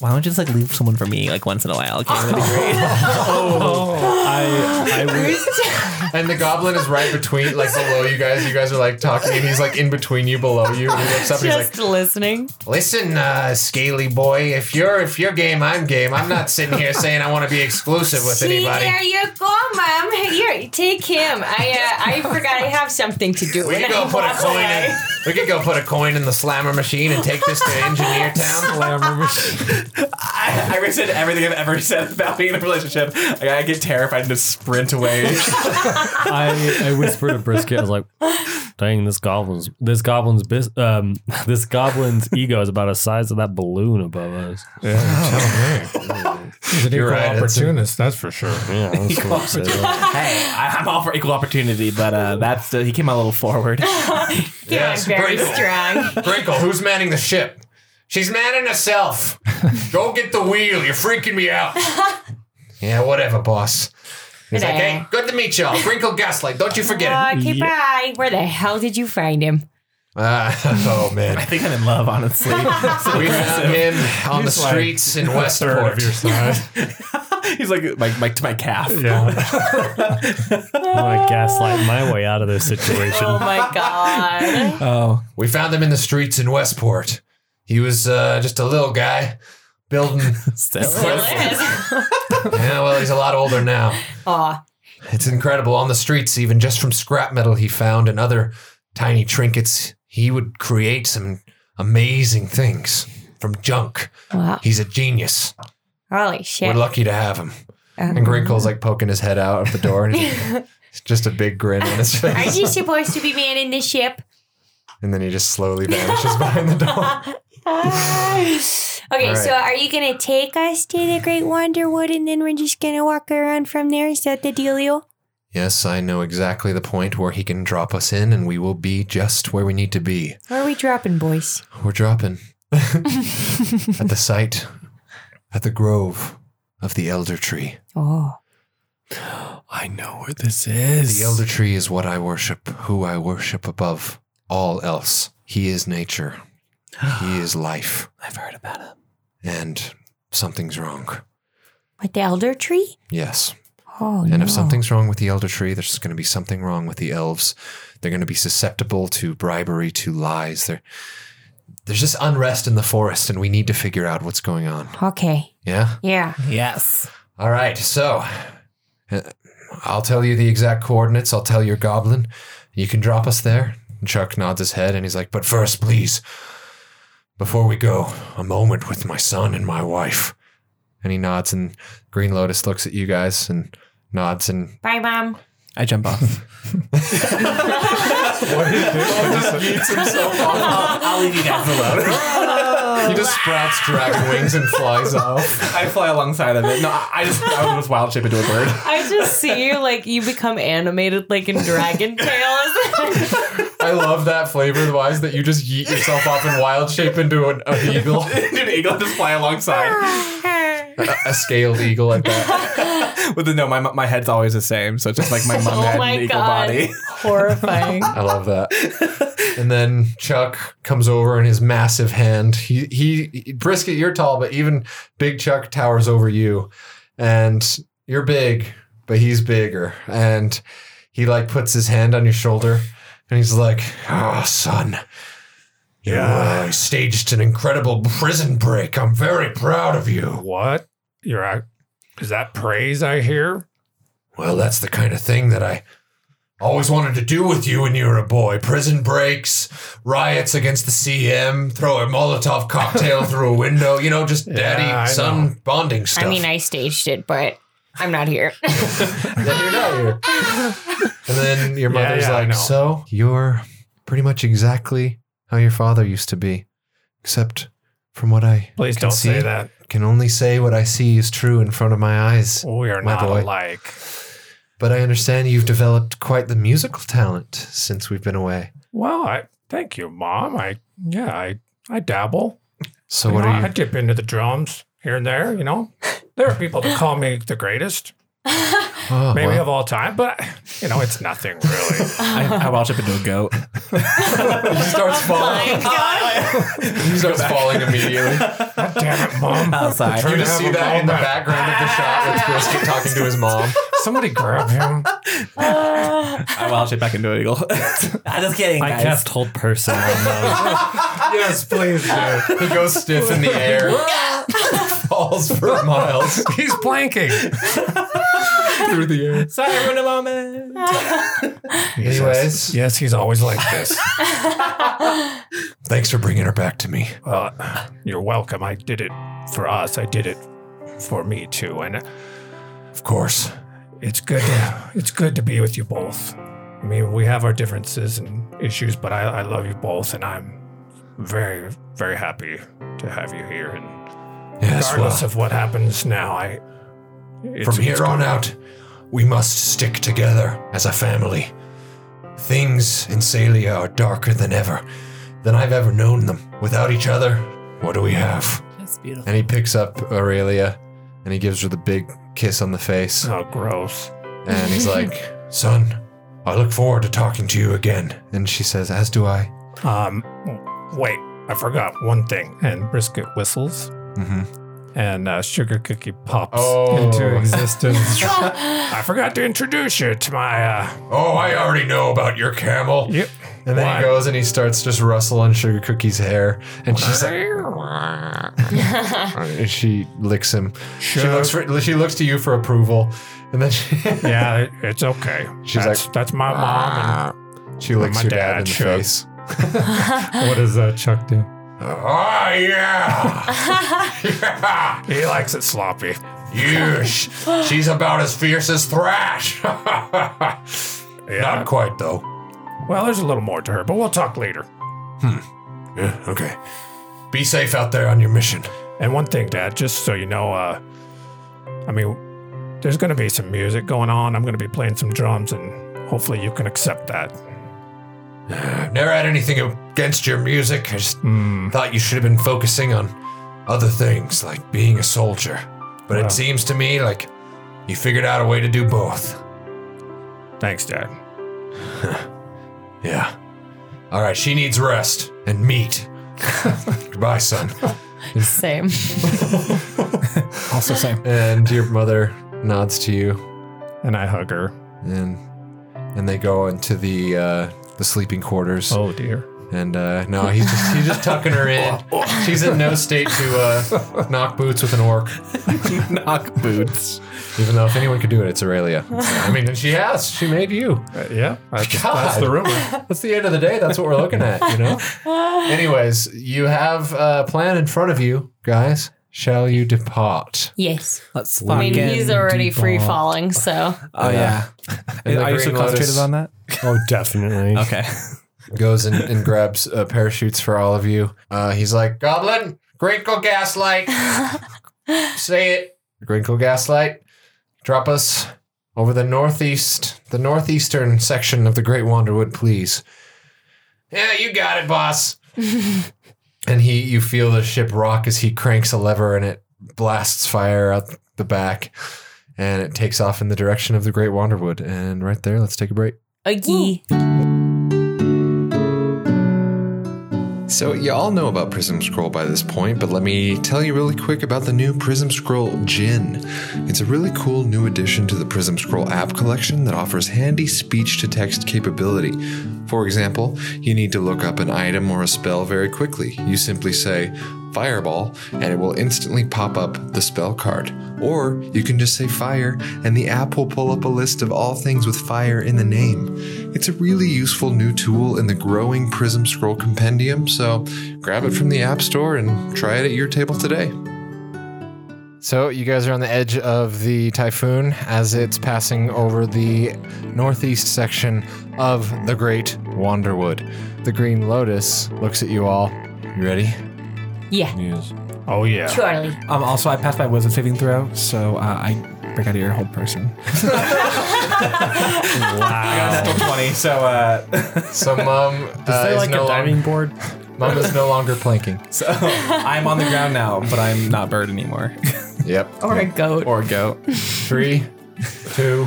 [SPEAKER 2] why don't you just like leave someone for me like once in a while? Okay, that'd be great.
[SPEAKER 6] Oh,
[SPEAKER 3] I, I would,
[SPEAKER 1] And the goblin is right between, like below you guys. You guys are like talking, and he's like in between you, below you. And he looks up and he's like,
[SPEAKER 5] just listening.
[SPEAKER 1] Listen, uh, scaly boy, if you're if you're game, I'm game. I'm not sitting here saying I want to be exclusive with
[SPEAKER 5] See, there
[SPEAKER 1] anybody.
[SPEAKER 5] you go, mom. Here, take him. I uh, I forgot I have something to do.
[SPEAKER 1] We
[SPEAKER 5] And
[SPEAKER 1] could go
[SPEAKER 5] I
[SPEAKER 1] put a
[SPEAKER 5] walk
[SPEAKER 1] coin
[SPEAKER 5] away.
[SPEAKER 1] in. We could go put a coin in the slammer machine and take this to Engineer Town.
[SPEAKER 6] I, I resent everything I've ever said about being in a relationship. Like, I get terrified and just sprint away.
[SPEAKER 3] I, I whispered to Brisket, I was like, "Dang, this goblin's this goblin's bis- um this goblin's ego is about the size of that balloon above us."
[SPEAKER 4] He's an equal
[SPEAKER 1] Oh, right, Edson.
[SPEAKER 4] opportunist, that's for sure.
[SPEAKER 3] Yeah, that's what I'm saying.
[SPEAKER 2] hey, I, I'm all for equal opportunity, but uh, that's uh, he came a little forward.
[SPEAKER 5] Yeah,
[SPEAKER 1] Yes,
[SPEAKER 5] I'm very
[SPEAKER 1] Brinkle.
[SPEAKER 5] strong.
[SPEAKER 1] Brinkle, who's manning the ship? She's manning herself. Go get the wheel. You're freaking me out. yeah, whatever, boss. He's like,
[SPEAKER 5] Whatever.
[SPEAKER 1] hey, good to meet y'all. Brinkle Gaslight, don't you forget it.
[SPEAKER 5] uh, Okay,
[SPEAKER 3] Yeah.
[SPEAKER 5] bye. Where the hell did you find him?
[SPEAKER 1] Uh, oh, man.
[SPEAKER 2] I think I'm in love, honestly.
[SPEAKER 1] We found him on the
[SPEAKER 6] He's like
[SPEAKER 1] streets in
[SPEAKER 4] Third of
[SPEAKER 1] Westport.
[SPEAKER 4] your size.
[SPEAKER 6] He's like my, my to my calf.
[SPEAKER 4] Yeah.
[SPEAKER 3] I'm gonna gaslight my way out of this
[SPEAKER 5] Oh
[SPEAKER 3] situation.
[SPEAKER 5] my god.
[SPEAKER 2] oh,
[SPEAKER 1] We found him in the streets in Westport. He was uh, just a little guy building.
[SPEAKER 2] still.
[SPEAKER 5] Still is.
[SPEAKER 1] yeah, well, he's a lot older now.
[SPEAKER 5] Aw.
[SPEAKER 1] It's incredible on the streets, even just from scrap metal he found and other tiny trinkets. He would create some amazing things from junk.
[SPEAKER 5] Wow.
[SPEAKER 1] He's a genius.
[SPEAKER 5] Holy
[SPEAKER 1] We're
[SPEAKER 5] shit.
[SPEAKER 1] lucky to have him.
[SPEAKER 5] Um,
[SPEAKER 1] And Grinkle's like poking his head out of the door, and he's like- it's just a big grin on his
[SPEAKER 5] Are
[SPEAKER 1] face.
[SPEAKER 5] you supposed to be manning the ship?
[SPEAKER 1] And then he just slowly vanishes behind the door.
[SPEAKER 5] okay,
[SPEAKER 1] Oh. All right.
[SPEAKER 5] so are you gonna take us to the Great Wanderwood and then we're just gonna walk around from there? Is that the dealio?
[SPEAKER 1] Yes, I know exactly the point where he can drop us in, and we will be just where we need to be.
[SPEAKER 5] Where are we dropping, boys?
[SPEAKER 1] We're dropping at the site, at the grove of the elder tree.
[SPEAKER 5] Oh.
[SPEAKER 3] I know where this is.
[SPEAKER 1] The elder tree is what I worship, who I worship above all else. He is nature. He is life.
[SPEAKER 2] I've heard about it.
[SPEAKER 1] And something's wrong.
[SPEAKER 5] With the elder tree?
[SPEAKER 1] Yes.
[SPEAKER 5] Oh,
[SPEAKER 1] And
[SPEAKER 5] no.
[SPEAKER 1] if something's wrong with the elder tree, there's going to be something wrong with the elves. They're going to be susceptible to bribery, to lies. There, there's just unrest in the forest, and we need to figure out what's going on.
[SPEAKER 5] Okay.
[SPEAKER 1] Yeah.
[SPEAKER 5] Yeah.
[SPEAKER 2] Yes.
[SPEAKER 1] All right. So, uh, I'll tell you the exact coordinates. I'll tell your goblin. You can drop us there. And Chuck nods his head, and he's like, "But first, please, before we go, a moment with my son and my wife." And he nods, and Green Lotus looks at you guys and nods and
[SPEAKER 5] Bye, mom.
[SPEAKER 2] I jump off.
[SPEAKER 6] I'll leave you guys alone.
[SPEAKER 1] He just sprouts dragon wings and flies off.
[SPEAKER 6] I fly alongside of it. No, I I just I was wild shape into a bird.
[SPEAKER 5] I just see you like you become animated like in Dragon Tales.
[SPEAKER 1] I love that flavor wise that you just yeet yourself off in wild shape into an, an eagle,
[SPEAKER 6] An eagle just fly alongside.
[SPEAKER 1] a, a scaled eagle at that.
[SPEAKER 6] With the no, my my head's always the same, so it's just like my mum
[SPEAKER 5] oh
[SPEAKER 6] had
[SPEAKER 5] my
[SPEAKER 6] an eagle
[SPEAKER 5] god.
[SPEAKER 6] body.
[SPEAKER 5] Horrifying.
[SPEAKER 1] I love that. And then Chuck comes over in his massive hand. He, he, Brisket, you're tall, but even Big Chuck towers over you. And you're big, but he's bigger. And he like puts his hand on your shoulder and he's like, "Ah, son. You uh, staged an incredible prison break. I'm very proud of you."
[SPEAKER 4] What? You're out. Is that praise I hear?
[SPEAKER 1] Well, that's the kind of thing that I always wanted to do with you when you were a boy. Prison breaks, riots against the CM, throw a Molotov cocktail through a window, you know, just
[SPEAKER 4] I
[SPEAKER 1] daddy son bonding stuff.
[SPEAKER 5] I mean, I staged it, but I'm not here.
[SPEAKER 1] then you're not here. and then your
[SPEAKER 4] Yeah,
[SPEAKER 1] mother's
[SPEAKER 4] yeah, I
[SPEAKER 1] like,
[SPEAKER 4] know.
[SPEAKER 1] So you're pretty much exactly how your father used to be. Except from what I
[SPEAKER 4] Please
[SPEAKER 1] can
[SPEAKER 4] don't
[SPEAKER 1] see,
[SPEAKER 4] say that.
[SPEAKER 1] Can only say what I see is true in front of my eyes.
[SPEAKER 4] We are
[SPEAKER 1] My
[SPEAKER 4] not
[SPEAKER 1] boy.
[SPEAKER 4] alike.
[SPEAKER 1] But I understand you've developed quite the musical talent since we've been away.
[SPEAKER 4] Well, I thank you, Mom. I yeah, I I dabble.
[SPEAKER 1] So what
[SPEAKER 4] know,
[SPEAKER 1] are
[SPEAKER 4] I
[SPEAKER 1] you?
[SPEAKER 4] dip into the drums here and there. You know, there are people that call me the greatest,
[SPEAKER 1] Oh,
[SPEAKER 4] maybe
[SPEAKER 1] well,
[SPEAKER 4] of all time, but you know, it's nothing really.
[SPEAKER 2] I, I walk up into a goat.
[SPEAKER 1] he starts falling. he starts falling immediately.
[SPEAKER 4] God damn it, Mom!
[SPEAKER 2] Outside.
[SPEAKER 1] You
[SPEAKER 4] Trying to
[SPEAKER 1] just see
[SPEAKER 4] have a
[SPEAKER 1] that in the
[SPEAKER 4] moment.
[SPEAKER 1] background of the shot with Brisket talking to his mom.
[SPEAKER 4] Somebody grab him.
[SPEAKER 6] I wild shape back into an eagle.
[SPEAKER 2] I'm just kidding,
[SPEAKER 3] I
[SPEAKER 2] guys.
[SPEAKER 3] cast hold person on those.
[SPEAKER 1] Yes, please do. He goes stiff in the air, falls for miles
[SPEAKER 4] He's planking.
[SPEAKER 1] through the air.
[SPEAKER 6] Sorry, I ruined a moment.
[SPEAKER 1] Anyways,
[SPEAKER 4] yes, he's always like this.
[SPEAKER 1] thanks for bringing her back to me.
[SPEAKER 4] Uh, you're welcome. I did it for us. I did it for me too, and uh,
[SPEAKER 1] Of course.
[SPEAKER 4] it's good to, it's good to be with you both. I mean, we have our differences and issues, but I, I love you both, and I'm very, very happy to have you here. And
[SPEAKER 1] Yes,
[SPEAKER 4] regardless
[SPEAKER 1] well,
[SPEAKER 4] of what happens now, I it's,
[SPEAKER 1] from
[SPEAKER 4] it's
[SPEAKER 1] here on
[SPEAKER 4] good.
[SPEAKER 1] out, we must stick together as a family. Things in Salia are darker than ever, than I've ever known them. Without each other, what do we have?
[SPEAKER 2] That's beautiful.
[SPEAKER 1] And he picks up Aurelia and he gives her the big kiss on the face.
[SPEAKER 4] Oh, gross!
[SPEAKER 1] And he's like, Son, I look forward to talking to you again. And she says, As do I.
[SPEAKER 4] Um, wait, I forgot one thing. And brisket whistles,
[SPEAKER 1] Mm-hmm.
[SPEAKER 4] and uh, sugar cookie pops
[SPEAKER 1] Oh.
[SPEAKER 4] into existence. I forgot to introduce you to my. Uh,
[SPEAKER 1] Oh, I already know about your camel.
[SPEAKER 4] Yep.
[SPEAKER 1] And then
[SPEAKER 4] Why?
[SPEAKER 1] he goes and he starts just rustling Sugar Cookie's hair. And she's like, and she licks him. She
[SPEAKER 4] Sugar-
[SPEAKER 1] looks, for, she looks to you for approval. And then she,
[SPEAKER 4] yeah, it- it's okay.
[SPEAKER 1] She's
[SPEAKER 4] that's, that's my mom.
[SPEAKER 1] she licks
[SPEAKER 4] My
[SPEAKER 1] your
[SPEAKER 4] dad
[SPEAKER 1] dad in the
[SPEAKER 4] shook.
[SPEAKER 1] face.
[SPEAKER 4] And what does uh, Chuck do?
[SPEAKER 1] Oh, yeah. yeah.
[SPEAKER 4] He likes it sloppy.
[SPEAKER 1] You, sh- she's about as fierce as Thrash. Not quite though.
[SPEAKER 4] Well, there's a little more to her, but we'll talk later.
[SPEAKER 1] Hmm. Yeah, okay. Be safe out there on your mission.
[SPEAKER 4] And one thing, Dad, just so you know, uh, I mean, there's going to be some music going on. I'm going to be playing some drums, and hopefully you can accept that.
[SPEAKER 1] I've never had anything against your music. I just thought you should have been focusing on other things, like being a soldier. But
[SPEAKER 4] Wow.
[SPEAKER 1] it seems to me like You figured out a way to do both.
[SPEAKER 4] Thanks, Dad.
[SPEAKER 1] Yeah. All right, she needs rest and meat. Goodbye, son.
[SPEAKER 5] Same.
[SPEAKER 2] Also same.
[SPEAKER 1] And your mother nods to you,
[SPEAKER 4] And I hug her.
[SPEAKER 1] and and they go into the uh, the sleeping quarters.
[SPEAKER 4] Oh dear.
[SPEAKER 1] And uh, no, he's just he's just tucking her in. She's in no state to uh, knock boots with an orc.
[SPEAKER 6] Knock boots.
[SPEAKER 1] Even though if anyone could do it, it's Aurelia. I mean, and she has. She made you.
[SPEAKER 4] Uh, yeah, that's,
[SPEAKER 1] God.
[SPEAKER 4] that's the rumor.
[SPEAKER 1] That's the end of the day. That's what we're looking at, you know? Anyways, you have a plan in front of you, guys. Shall you depart?
[SPEAKER 5] Yes.
[SPEAKER 2] Let's
[SPEAKER 5] I mean, he's already free falling, so
[SPEAKER 2] Oh yeah.
[SPEAKER 1] And the
[SPEAKER 2] Are you
[SPEAKER 1] Green
[SPEAKER 2] still
[SPEAKER 1] Lotus
[SPEAKER 2] concentrated on that?
[SPEAKER 3] Oh, definitely.
[SPEAKER 2] Okay.
[SPEAKER 1] Goes and, and grabs uh, parachutes for all of you. Uh, he's like, Goblin, Grinkle Gaslight. Say it. Grinkle Gaslight. Drop us over the northeast, the northeastern section of the Great Wanderwood, please. Yeah, you got it, boss. and he you feel the ship rock as he cranks a lever and it blasts fire out the back and it takes off in the direction of the great wanderwood and right there let's take a break
[SPEAKER 5] Oogie.
[SPEAKER 1] so you all know about prism scroll by this point but let me tell you really quick about the new prism scroll gin it's a really cool new addition to the prism scroll app collection that offers handy speech to text capability for example you need to look up an item or a spell very quickly you simply say Fireball, and it will instantly pop up the spell card. Or you can just say Fire, and the app will pull up a list of all things with fire in the name. It's a really useful new tool in the growing Prism Scroll Compendium, so grab it from the App Store and try it at your table today. So, you guys are on the edge of the typhoon as it's passing over the northeast section of the Great Wanderwood. The Green Lotus looks at you all. You ready?
[SPEAKER 5] Yeah.
[SPEAKER 3] Yes.
[SPEAKER 4] Oh yeah.
[SPEAKER 5] Charlie.
[SPEAKER 2] Um. Also, I passed my wisdom saving throw, so uh, I break out of your hold person.
[SPEAKER 6] I got a natural 20, so uh,
[SPEAKER 1] So mom uh, is no long,
[SPEAKER 3] board?
[SPEAKER 1] mom is no longer planking.
[SPEAKER 2] So I'm on the ground now, but I'm not bird anymore
[SPEAKER 1] Yep.
[SPEAKER 5] Or a goat.
[SPEAKER 2] or goat.
[SPEAKER 1] Three, two,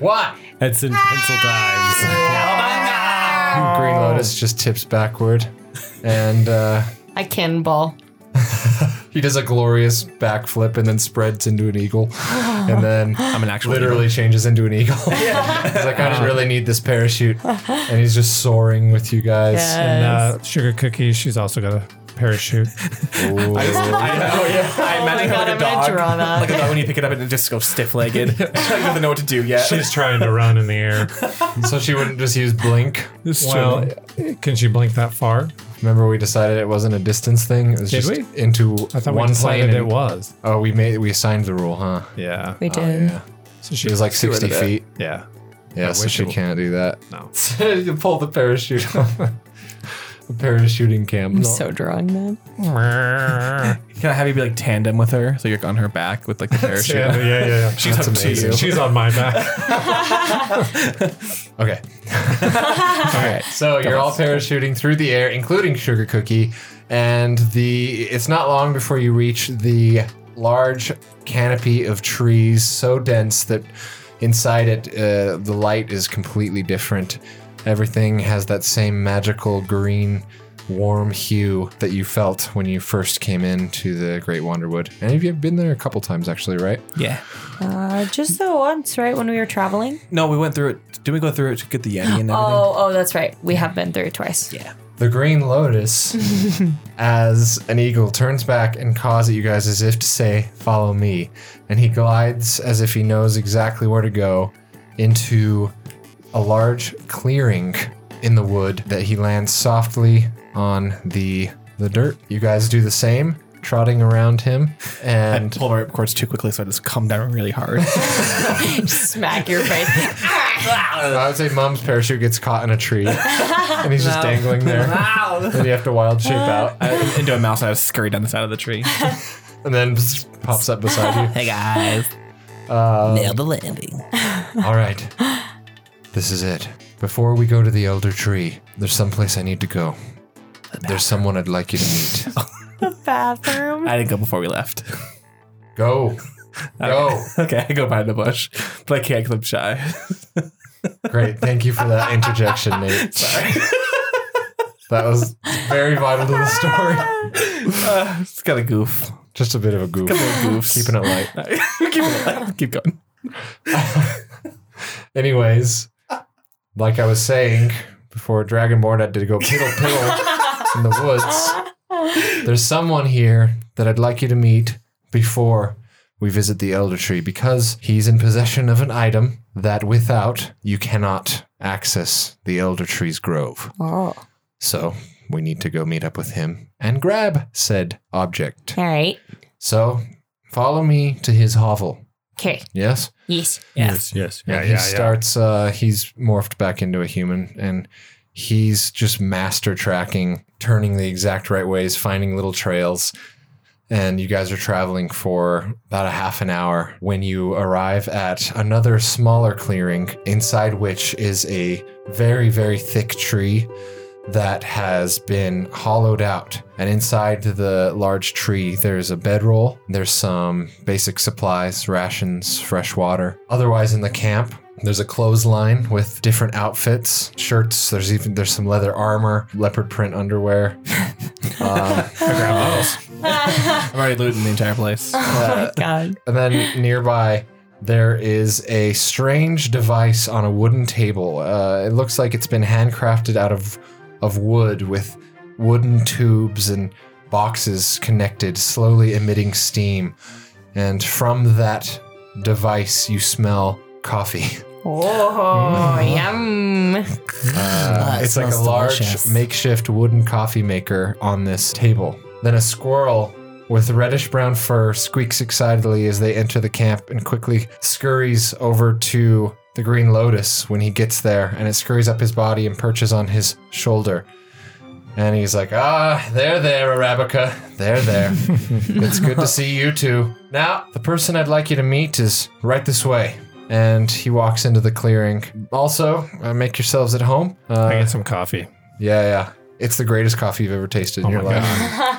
[SPEAKER 1] one.
[SPEAKER 3] That's in pencil dives.
[SPEAKER 1] Green Lotus just tips backward, and uh,
[SPEAKER 5] I can ball.
[SPEAKER 1] he does a glorious backflip and then spreads into an eagle, and then
[SPEAKER 2] I'm an actual
[SPEAKER 1] literally changes into an eagle. he's like, I
[SPEAKER 4] Uh-huh.
[SPEAKER 1] don't really need this parachute, and he's just soaring with you guys.
[SPEAKER 4] And uh, sugar cookie. She's also got a parachute.
[SPEAKER 1] Ooh.
[SPEAKER 6] oh, yeah. I
[SPEAKER 5] God, I'm
[SPEAKER 6] imagine like a
[SPEAKER 5] gonna
[SPEAKER 6] dog.
[SPEAKER 5] draw that.
[SPEAKER 6] Like a dog when you pick it up and it just goes stiff legged. like doesn't know what to do yet.
[SPEAKER 4] She's trying to run in the air.
[SPEAKER 1] so she wouldn't just use blink.
[SPEAKER 4] well, can she blink that far?
[SPEAKER 1] Remember, we decided it wasn't a distance thing. It was
[SPEAKER 4] Did
[SPEAKER 1] just
[SPEAKER 4] we?
[SPEAKER 1] into
[SPEAKER 4] I thought
[SPEAKER 1] one
[SPEAKER 4] we
[SPEAKER 1] plane.
[SPEAKER 4] decided it
[SPEAKER 1] and-
[SPEAKER 4] was.
[SPEAKER 1] Oh, we made we assigned the rule, huh?
[SPEAKER 4] Yeah.
[SPEAKER 5] We did.
[SPEAKER 1] Yeah.
[SPEAKER 4] So
[SPEAKER 1] She was like
[SPEAKER 6] rid of
[SPEAKER 1] 60
[SPEAKER 6] that.
[SPEAKER 1] feet.
[SPEAKER 4] yeah.
[SPEAKER 1] Yeah, so
[SPEAKER 4] wish
[SPEAKER 1] she
[SPEAKER 4] it-
[SPEAKER 1] can't do that.
[SPEAKER 4] No.
[SPEAKER 1] you pull the parachute off. a parachuting cam.
[SPEAKER 5] I'm so drawing that.
[SPEAKER 4] yeah,
[SPEAKER 2] Can I have you be like tandem with her, so you're on her back with like the parachute?
[SPEAKER 4] yeah, yeah, yeah. She's,
[SPEAKER 1] That's
[SPEAKER 4] on,
[SPEAKER 1] amazing.
[SPEAKER 4] she's, she's on my back.
[SPEAKER 1] Okay.
[SPEAKER 2] All right.
[SPEAKER 1] So you're all parachuting through the air, including Sugar Cookie, and the it's not long before you reach the large canopy of trees, so dense that inside it uh, the light is completely different. Everything has that same magical green, warm hue that you felt when you first came into the Great Wanderwood. And you have been there a couple times, actually, right?
[SPEAKER 2] Yeah.
[SPEAKER 5] Uh, just the once, right? When we were traveling.
[SPEAKER 2] No, we went through it. Did we go through it to get the Yeti and everything?
[SPEAKER 5] Oh, oh, that's right. We have been through it twice. Yeah.
[SPEAKER 1] The Green Lotus, as an eagle, turns back and caws at you guys as if to say, Follow me. And he glides as if he knows exactly where to go into a large clearing in the wood that he lands softly on the the dirt. You guys do the same, trotting around him. And
[SPEAKER 2] Pull my ripcords too quickly, so I just come down really hard.
[SPEAKER 5] Smack your face.
[SPEAKER 1] I would say mom's parachute gets caught in a tree and he's just dangling there.
[SPEAKER 2] Ow!
[SPEAKER 1] And you have to wild shape out.
[SPEAKER 2] into a mouse, and I was scurried down the side of the tree.
[SPEAKER 1] And then pops up beside you.
[SPEAKER 2] Hey guys,
[SPEAKER 6] Um,
[SPEAKER 2] nail the landing.
[SPEAKER 1] All right. This is it. Before we go to the elder tree, there's someplace I need to go. There's someone I'd like you to meet.
[SPEAKER 5] Bathroom.
[SPEAKER 2] I didn't go before we left.
[SPEAKER 1] go. Go.
[SPEAKER 6] Okay, I go behind the bush, but I can't because I'm shy.
[SPEAKER 1] Great. Thank you for that interjection, Nate. Sorry. That was very vital to the story.
[SPEAKER 6] Uh, it's got a goof.
[SPEAKER 1] Just a bit of a goof.
[SPEAKER 6] goofs.
[SPEAKER 1] Keeping it light.
[SPEAKER 6] keep, it- keep going.
[SPEAKER 1] Anyways, like I was saying before Dragonborn had to go piddle piddle in the woods, there's someone here that I'd like you to meet before we visit the Elder Tree because he's in possession of an item that without you cannot access the Elder Tree's grove.
[SPEAKER 5] Oh.
[SPEAKER 1] So we need to go meet up with him and grab said object.
[SPEAKER 5] All right.
[SPEAKER 1] So follow me to his hovel.
[SPEAKER 5] Okay.
[SPEAKER 1] Yes?
[SPEAKER 5] Yes.
[SPEAKER 3] Yes, yes.
[SPEAKER 1] Yeah, he starts. Uh, he's morphed back into a human, and he's just master tracking, turning the exact right ways, finding little trails. And you guys are traveling for about a half an hour when you arrive at another smaller clearing, inside which is a very, very thick tree that has been hollowed out. And inside the large tree, there's a bedroll, there's some basic supplies, rations, fresh water. Otherwise, in the camp, there's a clothesline with different outfits, shirts. There's even there's some leather armor, leopard print underwear. um,
[SPEAKER 6] I'm already looting the entire place.
[SPEAKER 5] Oh my god.
[SPEAKER 1] and then nearby, there is a strange device on a wooden table. Uh, it looks like it's been handcrafted out of of wood with wooden tubes and boxes connected, slowly emitting steam. And from that device, you smell coffee.
[SPEAKER 5] Oh, yum.
[SPEAKER 1] Uh,
[SPEAKER 2] it
[SPEAKER 1] it's like a
[SPEAKER 2] smells
[SPEAKER 1] large
[SPEAKER 2] delicious.
[SPEAKER 1] makeshift wooden coffee maker on this table. Then a squirrel with reddish brown fur squeaks excitedly as they enter the camp and quickly scurries over to the green lotus when he gets there and it scurries up his body and perches on his shoulder. And he's like, ah, there, there, Arabica. There, there. it's good to see you two. Now, the person I'd like you to meet is right this way. And he walks into the clearing. Also, uh, make yourselves at home. Uh,
[SPEAKER 4] I get some coffee.
[SPEAKER 1] yeah, yeah. It's the greatest coffee you've ever tasted in your
[SPEAKER 4] my
[SPEAKER 1] life. uh,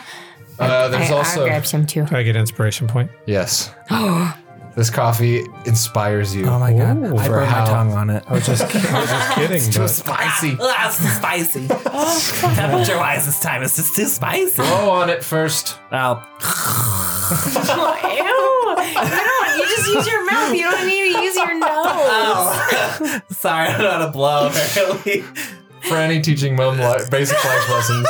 [SPEAKER 5] I,
[SPEAKER 1] there's
[SPEAKER 5] I'll
[SPEAKER 1] also
[SPEAKER 5] grab some too.
[SPEAKER 4] Do I get inspiration point?
[SPEAKER 1] yes. this coffee inspires you.
[SPEAKER 2] Oh my god! I
[SPEAKER 1] for
[SPEAKER 2] burned
[SPEAKER 1] how-
[SPEAKER 2] my tongue on it.
[SPEAKER 4] Kidding,
[SPEAKER 1] Too
[SPEAKER 4] but
[SPEAKER 1] spicy.
[SPEAKER 2] That's Ah, spicy. Temperature wise, this time it's just too spicy.
[SPEAKER 1] Blow on it first.
[SPEAKER 2] Well,
[SPEAKER 5] Oh, Ew. You don't. You just use your mouth. You don't need to use your nose.
[SPEAKER 2] sorry, I don't know how to blow.
[SPEAKER 6] Apparently.
[SPEAKER 1] Franny teaching mom li- basic life lessons.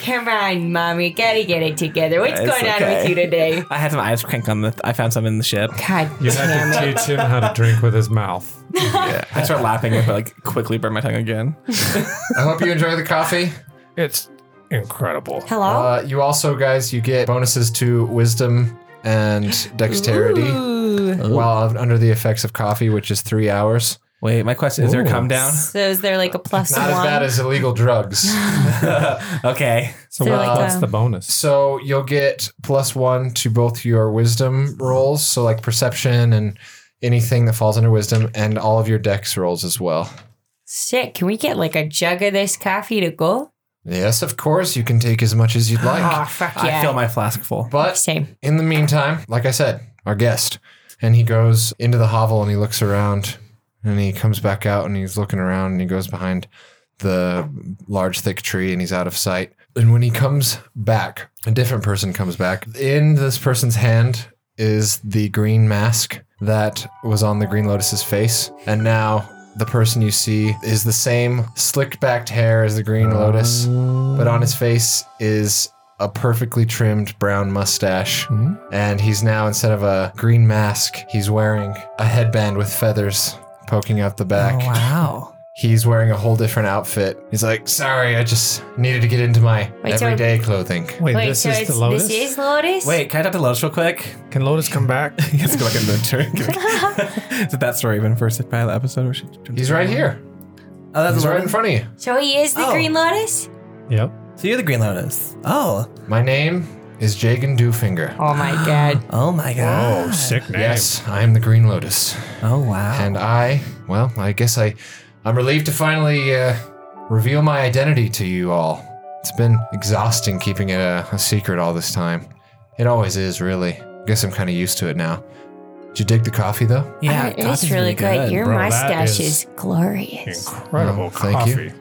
[SPEAKER 5] Come on, mommy. Gotta get it together. What's
[SPEAKER 6] It's
[SPEAKER 5] going on
[SPEAKER 6] okay.
[SPEAKER 5] with you today?
[SPEAKER 6] I had some ice crank on the. I found some in the ship.
[SPEAKER 5] God
[SPEAKER 4] you
[SPEAKER 5] damn
[SPEAKER 4] had
[SPEAKER 5] it.
[SPEAKER 4] to teach him how to drink with his mouth.
[SPEAKER 6] Yeah. I start laughing and like quickly burn my tongue again.
[SPEAKER 1] I hope you enjoy the coffee.
[SPEAKER 4] It's incredible.
[SPEAKER 5] Hello.
[SPEAKER 1] Uh, you also, guys, you get bonuses to wisdom and
[SPEAKER 6] Uh,
[SPEAKER 1] dexterity
[SPEAKER 5] Ooh.
[SPEAKER 1] while under the effects of coffee, which is three hours.
[SPEAKER 6] Wait, my question is there a come down?
[SPEAKER 5] So is there like a plus
[SPEAKER 1] Not as
[SPEAKER 5] one?
[SPEAKER 1] bad as illegal drugs.
[SPEAKER 6] okay.
[SPEAKER 4] So
[SPEAKER 5] So
[SPEAKER 4] what,
[SPEAKER 5] like
[SPEAKER 4] what's
[SPEAKER 5] a-
[SPEAKER 4] the bonus?
[SPEAKER 1] So you'll get plus one to both your wisdom rolls, so like perception and anything that falls under wisdom, and all of your dex rolls as well.
[SPEAKER 5] Sick. Can we get like a jug of this coffee to go?
[SPEAKER 1] Yes, of course, you can take as much as you'd
[SPEAKER 5] Oh
[SPEAKER 1] like.
[SPEAKER 5] fuck yeah.
[SPEAKER 6] I fill my flask full.
[SPEAKER 1] But
[SPEAKER 5] Same.
[SPEAKER 1] in the meantime, like I said, our guest, and he goes into the hovel and he looks around and he comes back out and he's looking around and he goes behind the large thick tree and he's out of sight. And when he comes back, a different person comes back. In this person's hand is the green mask that was on the Green Lotus's face. And now the person you see is the same slicked backed hair as the Green Lotus, but on his face is a perfectly trimmed brown mustache. And he's now, instead of a green mask, he's wearing a headband with feathers poking out the back
[SPEAKER 2] Oh, Wow.
[SPEAKER 1] he's wearing a whole different outfit. He's like, sorry, I just needed to get into my
[SPEAKER 5] Wait, so-
[SPEAKER 1] everyday clothing.
[SPEAKER 4] Wait,
[SPEAKER 5] Wait,
[SPEAKER 4] this
[SPEAKER 5] so
[SPEAKER 4] is
[SPEAKER 5] it's,
[SPEAKER 4] the Lotus?
[SPEAKER 5] this is Lotus?
[SPEAKER 2] Wait, can I talk to Lotus real quick?
[SPEAKER 4] Can Lotus come back?
[SPEAKER 6] Let's go back in the turn. Is it that story even for a sick pilot episode? Or should
[SPEAKER 1] He's right here.
[SPEAKER 2] Oh, that's
[SPEAKER 1] He's right in
[SPEAKER 2] Lotus.
[SPEAKER 1] front of you.
[SPEAKER 5] So he is the
[SPEAKER 2] Oh.
[SPEAKER 5] Green Lotus?
[SPEAKER 4] yep.
[SPEAKER 2] So you're the Green Lotus. Oh,
[SPEAKER 1] My name is Jagan Dewfinger.
[SPEAKER 5] Oh my god.
[SPEAKER 2] oh my god.
[SPEAKER 4] Oh, sick name.
[SPEAKER 1] Yes, I am the Green Lotus.
[SPEAKER 2] Oh wow.
[SPEAKER 1] And I, well, I guess I, I'm relieved to finally uh, reveal my identity to you all. It's been exhausting keeping it a, a secret all this time. It always is, really. guess I'm kind of used to it now. Did you dig the coffee though?
[SPEAKER 2] Yeah,
[SPEAKER 5] it
[SPEAKER 2] coffee's
[SPEAKER 5] is really good. Your
[SPEAKER 4] Bro, that
[SPEAKER 5] mustache
[SPEAKER 4] is-
[SPEAKER 5] is glorious.
[SPEAKER 4] Incredible
[SPEAKER 1] Oh, thank
[SPEAKER 4] coffee.
[SPEAKER 1] you.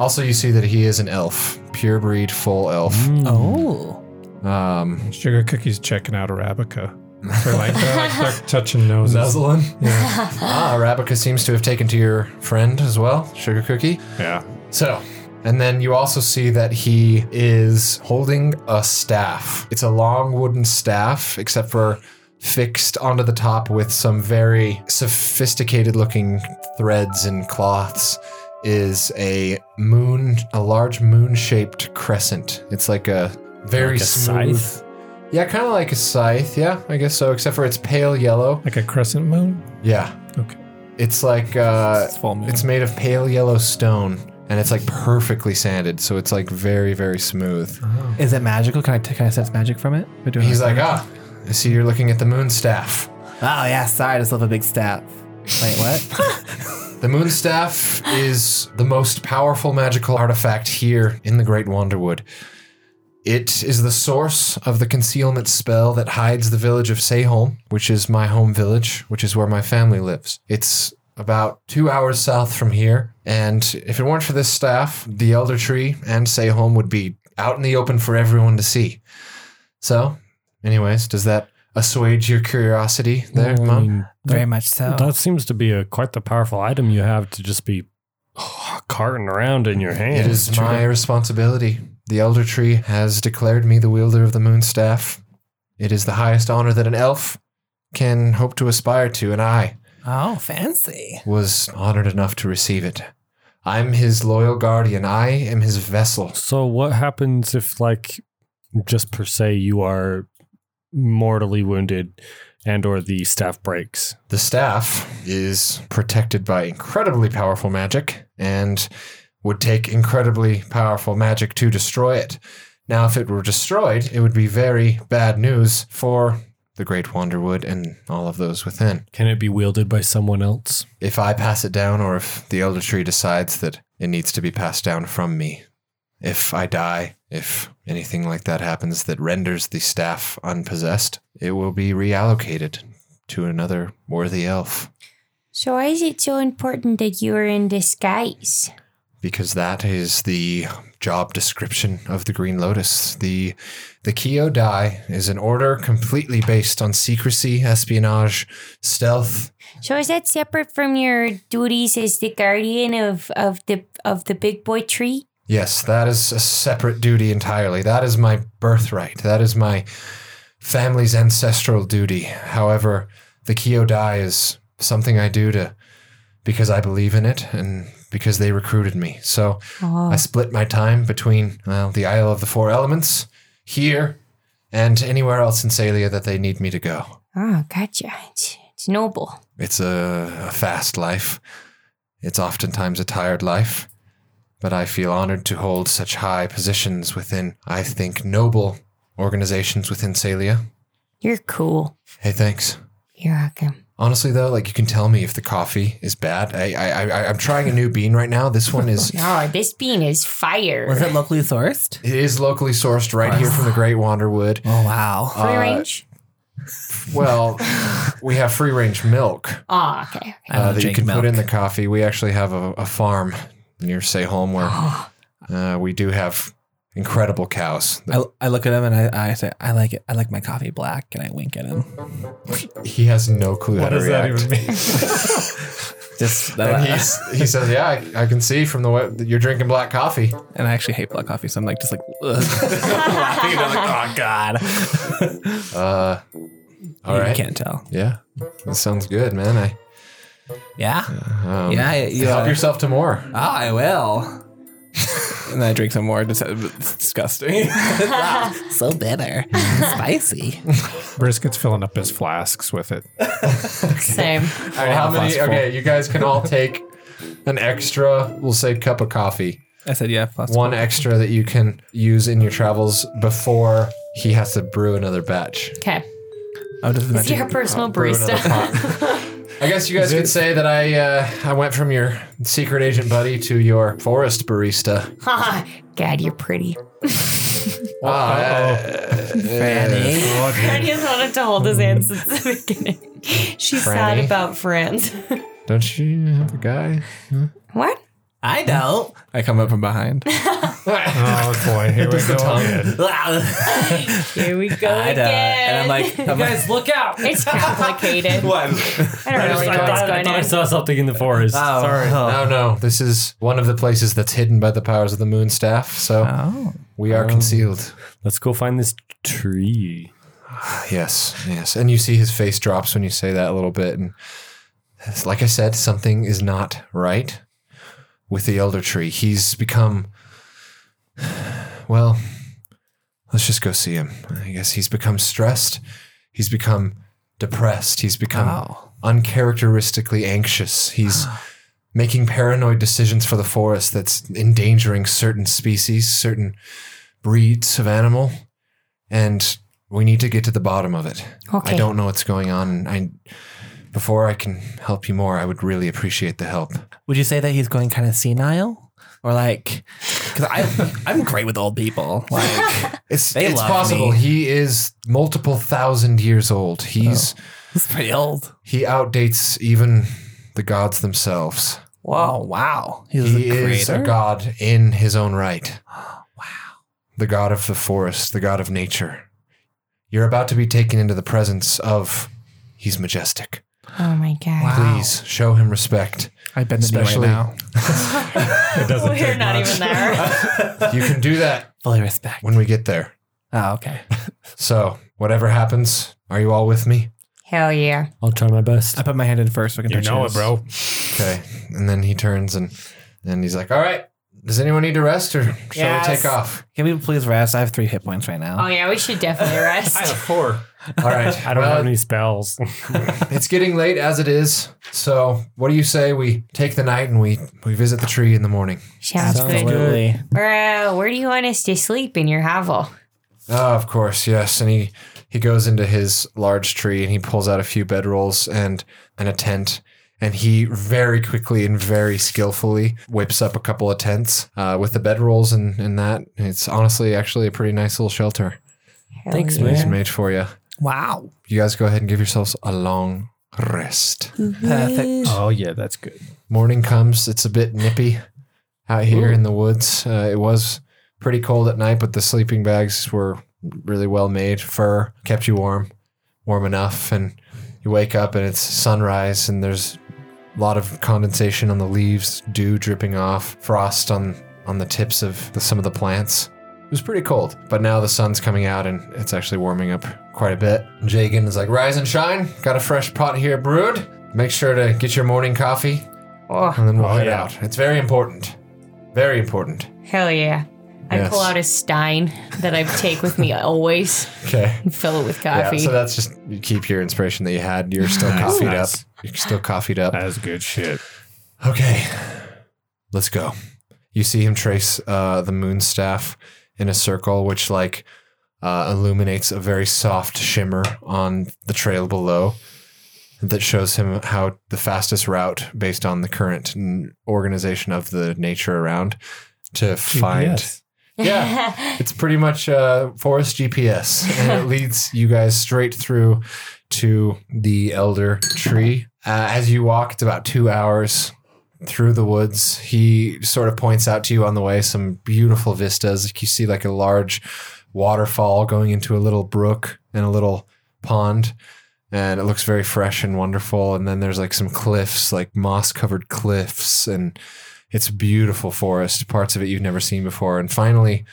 [SPEAKER 1] Also, you see that he is an elf, pure breed, full elf.
[SPEAKER 3] Mm-hmm. Mm.
[SPEAKER 2] oh,
[SPEAKER 1] Um,
[SPEAKER 4] Sugar cookies checking out Arabica. They're like, they're like they're touching noses.
[SPEAKER 1] Nuzzling. ah, Arabica seems to have taken to your friend as well, Sugar Cookie.
[SPEAKER 4] Yeah.
[SPEAKER 1] So, and then you also see that he is holding a staff. It's a long wooden staff, except for fixed onto the top with some very sophisticated looking threads and cloths is a moon, a large moon shaped crescent. It's like a very
[SPEAKER 3] Like a
[SPEAKER 1] smooth.
[SPEAKER 3] scythe?
[SPEAKER 1] Yeah, kind of like a scythe. Yeah, I guess so, except for it's pale yellow.
[SPEAKER 4] Like a crescent moon?
[SPEAKER 1] Yeah.
[SPEAKER 4] Okay.
[SPEAKER 1] It's like uh,
[SPEAKER 2] it's full moon.
[SPEAKER 1] it's made of pale yellow stone, and it's like perfectly sanded, so it's like very, very smooth.
[SPEAKER 2] is it magical? Can I t- can I sense magic from it? We're doing
[SPEAKER 1] He's like,
[SPEAKER 2] that.
[SPEAKER 1] ah, I see you're looking at the moon staff.
[SPEAKER 2] oh yeah, sorry, I just love a big staff. Wait, what?
[SPEAKER 1] The moon staff is the most powerful magical artifact here in the Great Wanderwood. It is the source of the concealment spell that hides the village of Sayholm, which is my home village, which is where my family lives. It's about two hours south from here, and if it weren't for this staff, the Elder Tree and Sayholm would be out in the open for everyone to see. So, anyways, does that assuage your curiosity there,
[SPEAKER 3] Well, I
[SPEAKER 1] Mom?
[SPEAKER 3] mean,
[SPEAKER 2] Very much so.
[SPEAKER 3] That seems to be a quite the powerful item you have to just be oh, carting around in your hand.
[SPEAKER 1] It is my responsibility. The Elder Tree has declared me the wielder of the Moonstaff. It is the highest honor that an elf can hope to aspire to, and I
[SPEAKER 2] oh, fancy.
[SPEAKER 1] was honored enough to receive it. I'm his loyal guardian. I am his vessel.
[SPEAKER 3] So what happens if like just per se you are mortally wounded and or the staff breaks?
[SPEAKER 1] The staff is protected by incredibly powerful magic and would take incredibly powerful magic to destroy it. Now, if it were destroyed, it would be very bad news for the Great Wanderwood and all of those within.
[SPEAKER 3] Can it be wielded by someone else?
[SPEAKER 1] if I pass it down or if the elder tree decides that it needs to be passed down from me. If I die, if anything like that happens that renders the staff unpossessed, it will be reallocated to another worthy elf
[SPEAKER 5] So why is it so important that you are in disguise?
[SPEAKER 1] because that is the job description of the Green Lotus. The the Kyo Dai is an order completely based on secrecy, espionage, stealth,
[SPEAKER 5] So is that separate from your duties as the guardian of, of the of the big boy tree?
[SPEAKER 1] Yes, that is a separate duty entirely. That is my birthright. That is my family's ancestral duty. However, the Kyodai is something I do to because I believe in it and because they recruited me. So
[SPEAKER 5] Oh,
[SPEAKER 1] I split my time between well, the Isle of the Four Elements here and anywhere else in Salia that they need me to go.
[SPEAKER 5] Oh, gotcha. It's, it's noble.
[SPEAKER 1] It's a, a fast life. It's oftentimes a tired life. But I feel honored to hold such high positions within, I think, noble organizations within Salia.
[SPEAKER 5] You're cool.
[SPEAKER 1] Hey, thanks.
[SPEAKER 5] You're welcome.
[SPEAKER 1] Honestly, though, like you can tell me if the coffee is bad. I, I, I I'm trying a new bean right now. This one is
[SPEAKER 5] Oh, this bean is fire.
[SPEAKER 2] Was it locally sourced?
[SPEAKER 1] it is locally sourced right here from the Great Wanderwood.
[SPEAKER 2] Oh wow.
[SPEAKER 1] Uh,
[SPEAKER 5] Free range?
[SPEAKER 1] Well, we have free range milk,
[SPEAKER 5] Oh, okay. okay.
[SPEAKER 2] I don't
[SPEAKER 1] uh, that you
[SPEAKER 2] drink
[SPEAKER 1] can
[SPEAKER 2] milk.
[SPEAKER 1] put in the coffee. We actually have a, a farm near Sayholm where uh, we do have incredible cows.
[SPEAKER 2] I, I look at him and I, I say, I like it. I like my coffee black, and I wink at him.
[SPEAKER 1] He has no clue how to react.
[SPEAKER 4] mean?
[SPEAKER 2] Just
[SPEAKER 1] And
[SPEAKER 2] that, and,
[SPEAKER 1] he's, he says, "Yeah, I, I can see from the way that you're drinking black coffee."
[SPEAKER 2] I actually hate black coffee, so I'm like, just like, ugh.
[SPEAKER 4] Laughing, I'm like, oh, God.
[SPEAKER 1] Uh, all
[SPEAKER 2] you
[SPEAKER 1] right,
[SPEAKER 2] can't tell.
[SPEAKER 1] yeah, that sounds good, man. I
[SPEAKER 2] Yeah,
[SPEAKER 1] um,
[SPEAKER 2] yeah, yeah.
[SPEAKER 1] help yourself to more.
[SPEAKER 2] Oh, I will. and then I drink some more. Just, it's disgusting. Wow, so bitter, spicy.
[SPEAKER 4] Brisket's filling up his flasks with it.
[SPEAKER 5] Same.
[SPEAKER 1] All right, how many?
[SPEAKER 4] glassful.
[SPEAKER 1] Okay, you guys can all take an extra, we'll say, cup of coffee.
[SPEAKER 2] I said, yeah, plus
[SPEAKER 1] One extra that you can use in your travels before he has to brew another batch.
[SPEAKER 5] Okay.
[SPEAKER 2] Oh, just
[SPEAKER 5] It's your
[SPEAKER 2] imagine.
[SPEAKER 5] personal
[SPEAKER 1] Brew another
[SPEAKER 5] barista.
[SPEAKER 1] pot. I guess you guys could say that I uh, I went from your secret agent buddy to your forest barista.
[SPEAKER 5] God, you're pretty.
[SPEAKER 2] Fanny.
[SPEAKER 5] Franny has wanted to hold his hand since the beginning. She's sad
[SPEAKER 1] Franny?
[SPEAKER 5] about friends.
[SPEAKER 1] Don't she have a guy?
[SPEAKER 5] what?
[SPEAKER 2] I don't. I come up from behind.
[SPEAKER 4] Oh boy, here we go. again.
[SPEAKER 2] I
[SPEAKER 5] Here we go
[SPEAKER 2] don't. And I'm
[SPEAKER 5] again.
[SPEAKER 2] like, I'm like,
[SPEAKER 3] look out!
[SPEAKER 5] it's complicated.
[SPEAKER 6] What?
[SPEAKER 5] I don't really know what's going
[SPEAKER 3] I
[SPEAKER 5] on.
[SPEAKER 3] saw something in the forest.
[SPEAKER 2] oh,
[SPEAKER 3] Sorry.
[SPEAKER 2] oh,
[SPEAKER 1] No, no. This is one of the places that's hidden by the powers of the moon staff, so
[SPEAKER 2] oh.
[SPEAKER 1] we are concealed.
[SPEAKER 3] Let's go find this tree.
[SPEAKER 1] Yes, yes. And you see his face drops when you say that a little bit. And it's- like I said, something is not right with the elder tree. He's become, well, let's just go see him. I guess he's become stressed. He's become depressed. He's become
[SPEAKER 2] Oh.
[SPEAKER 1] uncharacteristically anxious. He's
[SPEAKER 2] Ah.
[SPEAKER 1] making paranoid decisions for the forest that's endangering certain species, certain breeds of animal. And we need to get to the bottom of it.
[SPEAKER 5] Okay.
[SPEAKER 1] I don't know what's going on. I before I can help you more, I would really appreciate the help.
[SPEAKER 2] Would you say that he's going kind of senile? Or like, because I I'm great with old people. Like,
[SPEAKER 1] It's
[SPEAKER 2] They
[SPEAKER 1] it's
[SPEAKER 2] love
[SPEAKER 1] possible.
[SPEAKER 2] me.
[SPEAKER 1] He is multiple thousand years old.
[SPEAKER 2] Oh.
[SPEAKER 1] He's
[SPEAKER 2] it's pretty old.
[SPEAKER 1] he outdates even the gods themselves.
[SPEAKER 2] Whoa, wow. He's
[SPEAKER 1] He
[SPEAKER 2] a
[SPEAKER 1] is a
[SPEAKER 2] creator.
[SPEAKER 1] god in his own right. Wow. The god of the forest, the god of nature. You're about to be taken into the presence of he's majestic.
[SPEAKER 5] Oh my god.
[SPEAKER 2] Wow.
[SPEAKER 1] Please show him respect.
[SPEAKER 2] I bend the knee right
[SPEAKER 1] Especially-
[SPEAKER 2] now.
[SPEAKER 5] We're not even there.
[SPEAKER 1] You can do that
[SPEAKER 2] Fully respect.
[SPEAKER 1] when we get there.
[SPEAKER 2] Oh, okay.
[SPEAKER 1] So, whatever happens, are you all with me?
[SPEAKER 5] Hell yeah.
[SPEAKER 3] I'll try my best.
[SPEAKER 2] I put my hand in first. We can
[SPEAKER 4] You
[SPEAKER 2] touch
[SPEAKER 4] know it,
[SPEAKER 2] his.
[SPEAKER 4] bro.
[SPEAKER 1] Okay. And then he turns and and he's like, "All right, does anyone need to rest or shall
[SPEAKER 5] Yes.
[SPEAKER 1] we take off?"
[SPEAKER 2] Can we please rest? I have three hit points right
[SPEAKER 5] Oh
[SPEAKER 2] now.
[SPEAKER 5] yeah, we should definitely rest.
[SPEAKER 4] four.
[SPEAKER 1] All right.
[SPEAKER 3] I don't
[SPEAKER 1] Well,
[SPEAKER 3] have any spells.
[SPEAKER 1] It's getting late as it is. So, what do you say we take the night and we we visit the tree in the morning?
[SPEAKER 5] Sounds good.
[SPEAKER 2] Absolutely.
[SPEAKER 5] Bro, where do you want us to sleep in your hovel?
[SPEAKER 1] Ah, of course, yes. And he he goes into his large tree and he pulls out a few bedrolls and and a tent. And he very quickly and very skillfully whips up a couple of tents uh, with the bedrolls and, and that. And it's honestly actually a pretty nice little shelter.
[SPEAKER 5] Hell
[SPEAKER 2] Thanks,
[SPEAKER 5] yeah.
[SPEAKER 2] man.
[SPEAKER 1] It's made for you.
[SPEAKER 2] Wow.
[SPEAKER 1] You guys go ahead and give yourselves a long rest.
[SPEAKER 2] Perfect.
[SPEAKER 4] Oh yeah, that's good.
[SPEAKER 1] Morning comes. It's a bit nippy out here in the woods. Uh, it was pretty cold at night, but the sleeping bags were really well made. Fur kept you warm, warm enough. And you wake up and it's sunrise, and there's a lot of condensation on the leaves, dew dripping off, frost on on the tips of the, some of the plants. It was pretty cold, but now the sun's coming out and it's actually warming up quite a bit. Jagan is like, "Rise and shine. Got a fresh pot here brewed. Make sure to get your morning coffee."
[SPEAKER 5] Oh,
[SPEAKER 1] and then we'll
[SPEAKER 4] Oh,
[SPEAKER 1] head
[SPEAKER 4] yeah.
[SPEAKER 1] out. It's very important. Very important.
[SPEAKER 5] hell yeah. I
[SPEAKER 1] Yes.
[SPEAKER 5] pull out a stein that I take with me always
[SPEAKER 1] Okay.
[SPEAKER 5] and fill it with
[SPEAKER 1] Yeah,
[SPEAKER 5] coffee.
[SPEAKER 1] so that's just you keep your inspiration that you had. You're still coffeed
[SPEAKER 4] nice.
[SPEAKER 1] up. You're still coffeed up.
[SPEAKER 4] That's good shit.
[SPEAKER 1] Okay. Let's go. You see him trace uh, the moon staff in a circle, which like uh, illuminates a very soft shimmer on the trail below that shows him how the fastest route based on the current n- organization of the nature around to find Yeah. It's pretty much uh, forest GPS, and it leads you guys straight through to the elder tree. Uh, as you walk, it's about two hours through the woods. He sort of points out to you on the way some beautiful vistas. You see like a large waterfall going into a little brook and a little pond. And it looks very fresh and wonderful. And then there's like some cliffs, like moss covered cliffs. And it's a beautiful forest, parts of it you've never seen before. And finally,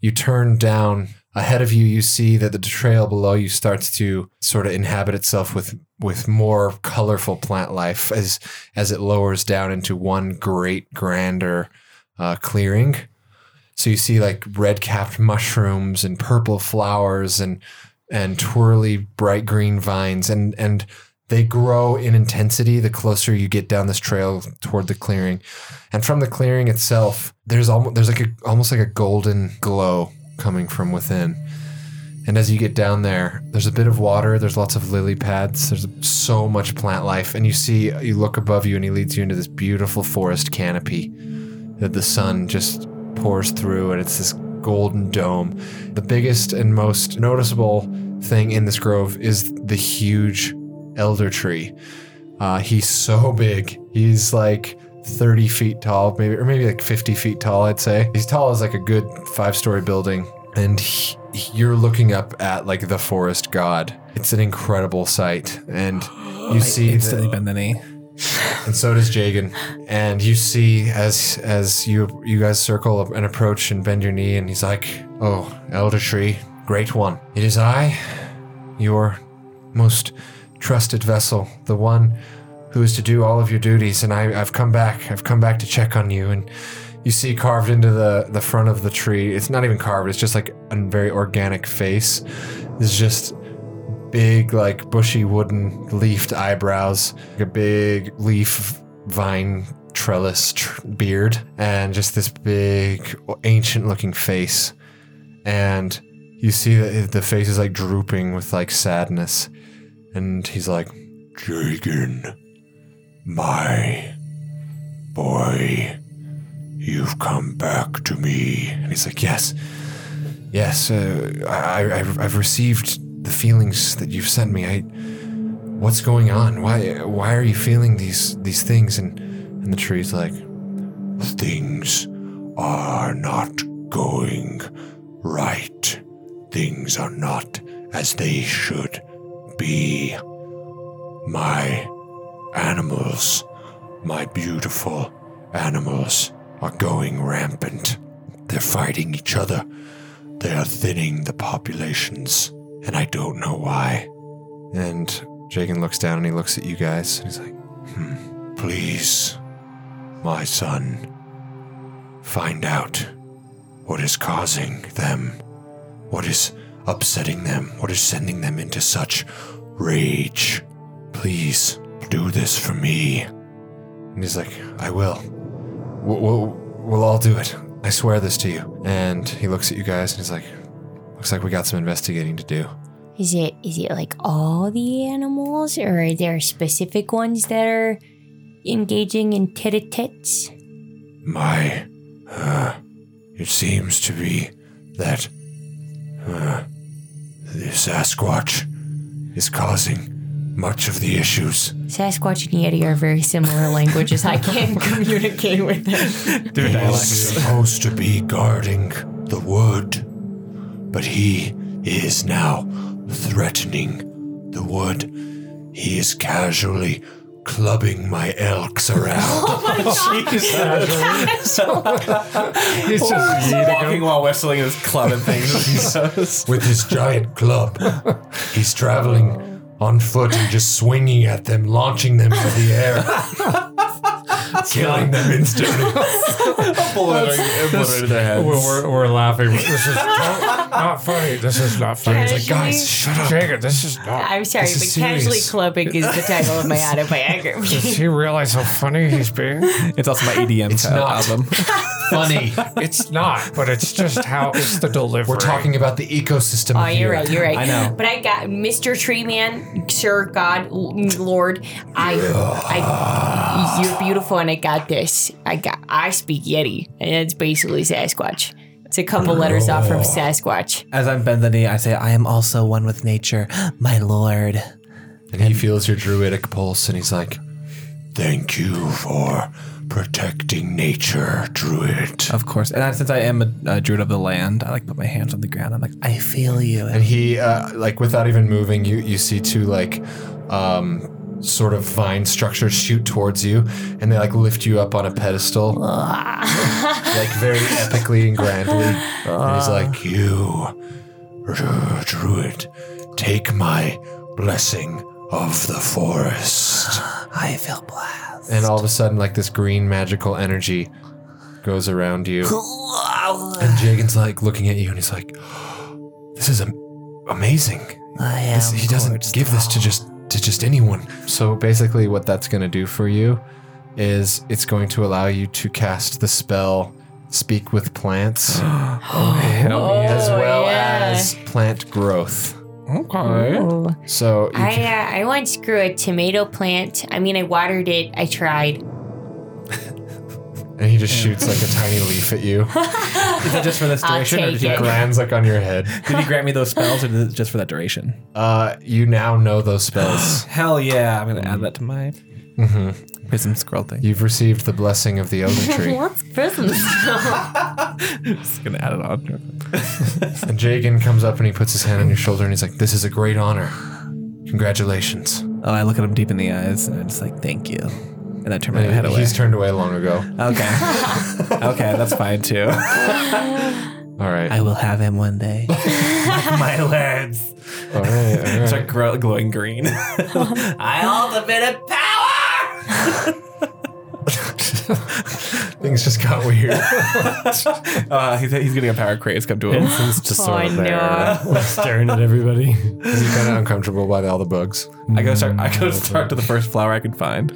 [SPEAKER 1] you turn down ahead of you you see that the trail below you starts to sort of inhabit itself with with more colorful plant life as as it lowers down into one great grander uh, clearing so you see like red capped mushrooms and purple flowers and and twirly bright green vines and and they grow in intensity the closer you get down this trail toward the clearing and from the clearing itself there's almost there's like a almost like a golden glow coming from within and as you get down there there's a bit of water there's lots of lily pads there's so much plant life and you see you look above you and he leads you into this beautiful forest canopy that the sun just pours through and it's this golden dome. The biggest and most noticeable thing in this grove is the huge elder tree. Uh, he's so big. He's like 30 feet tall, maybe, or maybe like 50 feet tall, I'd say. He's tall as like a good five story building. And he, you're looking up at like the forest god. It's an incredible sight. And you see. the-
[SPEAKER 2] instantly bend the knee.
[SPEAKER 1] and so does Jagan. And you see as as you you guys circle up and approach and bend your knee, and he's like, "Oh, Elder Tree, great one, it is I, your most trusted vessel, the one who is to do all of your duties, and I, I've come back. I've come back to check on you." And you see carved into the the front of the tree. It's not even carved. It's just like a very organic face. It's just big, like bushy wooden leafed eyebrows, like a big leaf vine trellis tr- beard, and just this big ancient looking face. And you see that the face is like drooping with like sadness. And he's like, Jagan, my boy, you've come back to me. And he's like, Yes. Yes, uh, I, I, I've I've received the feelings that you've sent me. I, what's going on? Why, why are you feeling these these things? And and the tree's like, things are not going right. Things are not as they should be. My animals, my beautiful animals, are going rampant. They're fighting each other. They are thinning the populations, and I don't know why. And Jagan looks down and he looks at you guys. And he's like, hmm, please, my son, find out what is causing them, what is upsetting them, what is sending them into such rage. Please, do this for me. And he's like, I will. We'll, we'll, we'll all do it. I swear this to you. And he looks at you guys and he's like, looks like we got some investigating to do.
[SPEAKER 5] Is it is it like all the animals, or are there specific ones that are engaging in tit-a-tits?
[SPEAKER 1] My, uh, it seems to be that, uh, the Sasquatch is causing much of the issues.
[SPEAKER 5] Sasquatch and Yeti are very similar languages. I can't communicate with them.
[SPEAKER 1] He's supposed to be guarding the wood, but he is now threatening the wood. He is casually clubbing my elks around.
[SPEAKER 4] He's just
[SPEAKER 6] Walking while whistling his club and things.
[SPEAKER 1] with his giant club. He's traveling on foot and just swinging at them, launching them into the air, killing them instantly.
[SPEAKER 3] Obliterated their
[SPEAKER 4] we're,
[SPEAKER 3] heads.
[SPEAKER 4] we're, we're laughing. This is not, not funny. This is not funny.
[SPEAKER 1] Like, guys, shut up.
[SPEAKER 4] Jacob, this is not.
[SPEAKER 5] I'm sorry,
[SPEAKER 1] This
[SPEAKER 5] but
[SPEAKER 1] is
[SPEAKER 5] casually
[SPEAKER 1] serious.
[SPEAKER 5] clubbing is the title of my autobiography.
[SPEAKER 4] Does he realize how funny he's being?
[SPEAKER 2] It's also my E EDM
[SPEAKER 1] It's not.
[SPEAKER 2] album.
[SPEAKER 1] Funny.
[SPEAKER 4] It's not, but it's just how it's the delivery.
[SPEAKER 1] We're talking about the ecosystem.
[SPEAKER 5] Oh,
[SPEAKER 1] of
[SPEAKER 5] you're
[SPEAKER 1] the
[SPEAKER 5] right.
[SPEAKER 1] earth.
[SPEAKER 5] You're right.
[SPEAKER 2] I know.
[SPEAKER 5] But I got Mr. Tree Man, Sir God, L- Lord. I, I, you're beautiful, and I got this. I got. I speak Yeti, and it's basically Sasquatch. It's a couple letters off from Sasquatch.
[SPEAKER 2] As I bend the knee, I say, I am also one with nature, my lord.
[SPEAKER 1] And he feels your druidic pulse and he's like, Thank you for protecting nature, druid.
[SPEAKER 2] Of course. And I, since I am a, a druid of the land, I like put my hands on the ground. I'm like, I feel you.
[SPEAKER 1] And he, uh, like, without even moving, you, you see two, like, um, sort of vine structures shoot towards you and they, like, lift you up on a pedestal. like, very epically and grandly. And he's like, You, uh, druid, take my blessing of the forest.
[SPEAKER 2] I feel blessed.
[SPEAKER 1] And all of a sudden, like, this green magical energy goes around you.
[SPEAKER 2] I
[SPEAKER 1] And Jagan's like looking at you, and he's like, "This is am- amazing.
[SPEAKER 2] am.
[SPEAKER 1] This- he doesn't
[SPEAKER 2] gorgeous.
[SPEAKER 1] give this to just to just anyone." So basically, what that's going to do for you is it's going to allow you to cast the spell "Speak with Plants" as well
[SPEAKER 5] Oh, yeah.
[SPEAKER 1] as plant growth.
[SPEAKER 4] Okay.
[SPEAKER 5] Oh.
[SPEAKER 1] So you
[SPEAKER 5] I
[SPEAKER 1] can-
[SPEAKER 5] uh, I once grew a tomato plant. I mean, I watered it. I tried.
[SPEAKER 1] and he just shoots like a tiny leaf at you.
[SPEAKER 2] Is that just for this
[SPEAKER 5] I'll
[SPEAKER 2] duration, or
[SPEAKER 5] take
[SPEAKER 2] did he,
[SPEAKER 5] it.
[SPEAKER 2] grant,
[SPEAKER 1] Lands like on your head.
[SPEAKER 2] did he grant me those spells, or did it just for that duration?
[SPEAKER 1] Uh, you now know those spells.
[SPEAKER 2] Hell yeah! I'm gonna add that to my prism Mm-hmm. scroll thing.
[SPEAKER 1] You've received the blessing of the elder tree.
[SPEAKER 5] What's prisms?
[SPEAKER 2] Just gonna add it on.
[SPEAKER 1] And Jagan comes up and he puts his hand on your shoulder and he's like, This is a great honor. Congratulations.
[SPEAKER 2] Oh, I look at him deep in the eyes, and I'm just like, "Thank you," and I turn my head away.
[SPEAKER 1] He's turned away long ago.
[SPEAKER 2] Okay, okay, that's fine too.
[SPEAKER 1] All
[SPEAKER 2] I
[SPEAKER 1] right.
[SPEAKER 2] will have him one day. my words.
[SPEAKER 1] All right. All right.
[SPEAKER 2] Start grow- glowing green. I hold the bit of power.
[SPEAKER 1] Things just got weird.
[SPEAKER 2] Uh, he's, he's getting a power craze come to him.
[SPEAKER 3] It's just sort
[SPEAKER 5] Oh,
[SPEAKER 3] of there, uh, staring at everybody.
[SPEAKER 1] Is he kind of uncomfortable by all the bugs?
[SPEAKER 2] I gotta start. I gotta start to the first flower I could find.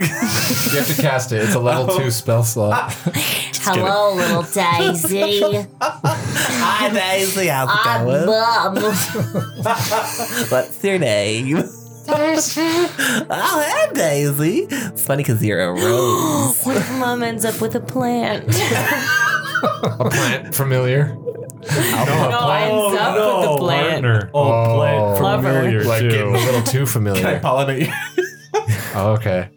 [SPEAKER 1] You have to cast it. It's a level two spell slot.
[SPEAKER 5] Hello, little Daisy.
[SPEAKER 2] Hi, Daisy. How's
[SPEAKER 6] Ah,
[SPEAKER 5] I'm Mum.
[SPEAKER 2] What's your name? Oh, hey, Daisy. It's funny because you're a rose.
[SPEAKER 5] What if Mum ends up with a plant?
[SPEAKER 1] A plant familiar.
[SPEAKER 5] no, ends up with a plant.
[SPEAKER 3] Oh, Partner.
[SPEAKER 1] Oh.
[SPEAKER 3] Oh, plant
[SPEAKER 5] Lover.
[SPEAKER 3] familiar
[SPEAKER 1] Like getting a
[SPEAKER 3] too.
[SPEAKER 1] little too familiar.
[SPEAKER 6] pollinate.
[SPEAKER 1] Oh, okay.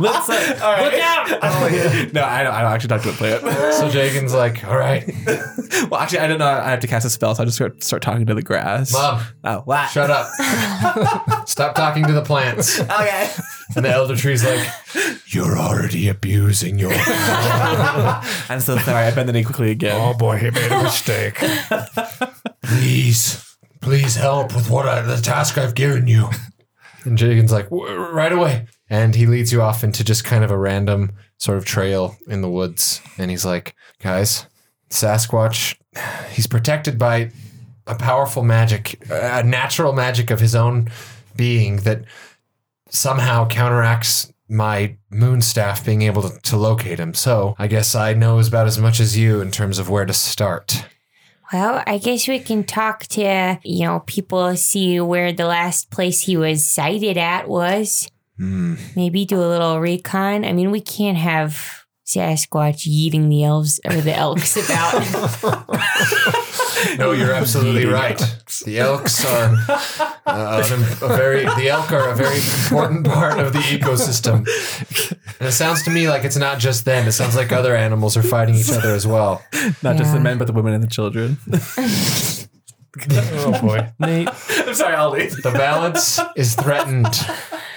[SPEAKER 2] Let's, uh,
[SPEAKER 6] Look out!
[SPEAKER 2] Oh, no, I don't, I don't actually talk to a plant.
[SPEAKER 1] So Jagan's like, all right,
[SPEAKER 2] well, actually, I don't know. I have to cast a spell, so I just start, start talking to the grass.
[SPEAKER 1] Mom,
[SPEAKER 2] Oh, what?
[SPEAKER 1] shut up. Stop talking to the plants.
[SPEAKER 2] Okay.
[SPEAKER 1] And the elder tree's like, you're already abusing your.
[SPEAKER 2] I'm so sorry. I bend the knee quickly again.
[SPEAKER 4] Oh boy, he made a mistake.
[SPEAKER 1] Please, please help with what I, the task I've given you. And Jagan's like, "W- right away. And he leads you off into just kind of a random sort of trail in the woods. And he's like, guys, Sasquatch, he's protected by a powerful magic, a natural magic of his own being that somehow counteracts my moon staff being able to, to locate him. So I guess I know about as much as you in terms of where to start.
[SPEAKER 5] Well, I guess we can talk to, you know, people, see where the last place he was sighted at was. Maybe do a little recon. I mean, we can't have Sasquatch yeeting the elves or the elks about.
[SPEAKER 1] No, you're absolutely right. The elks are uh, an- a very the elk are a very important part of the ecosystem. And it sounds to me like it's not just them. It sounds like other animals are fighting each other as well.
[SPEAKER 2] Not just the
[SPEAKER 5] Yeah.
[SPEAKER 2] men, but the women and the children.
[SPEAKER 4] Oh boy.
[SPEAKER 3] Nate,
[SPEAKER 6] I'm sorry, Ollie.
[SPEAKER 1] The balance is threatened.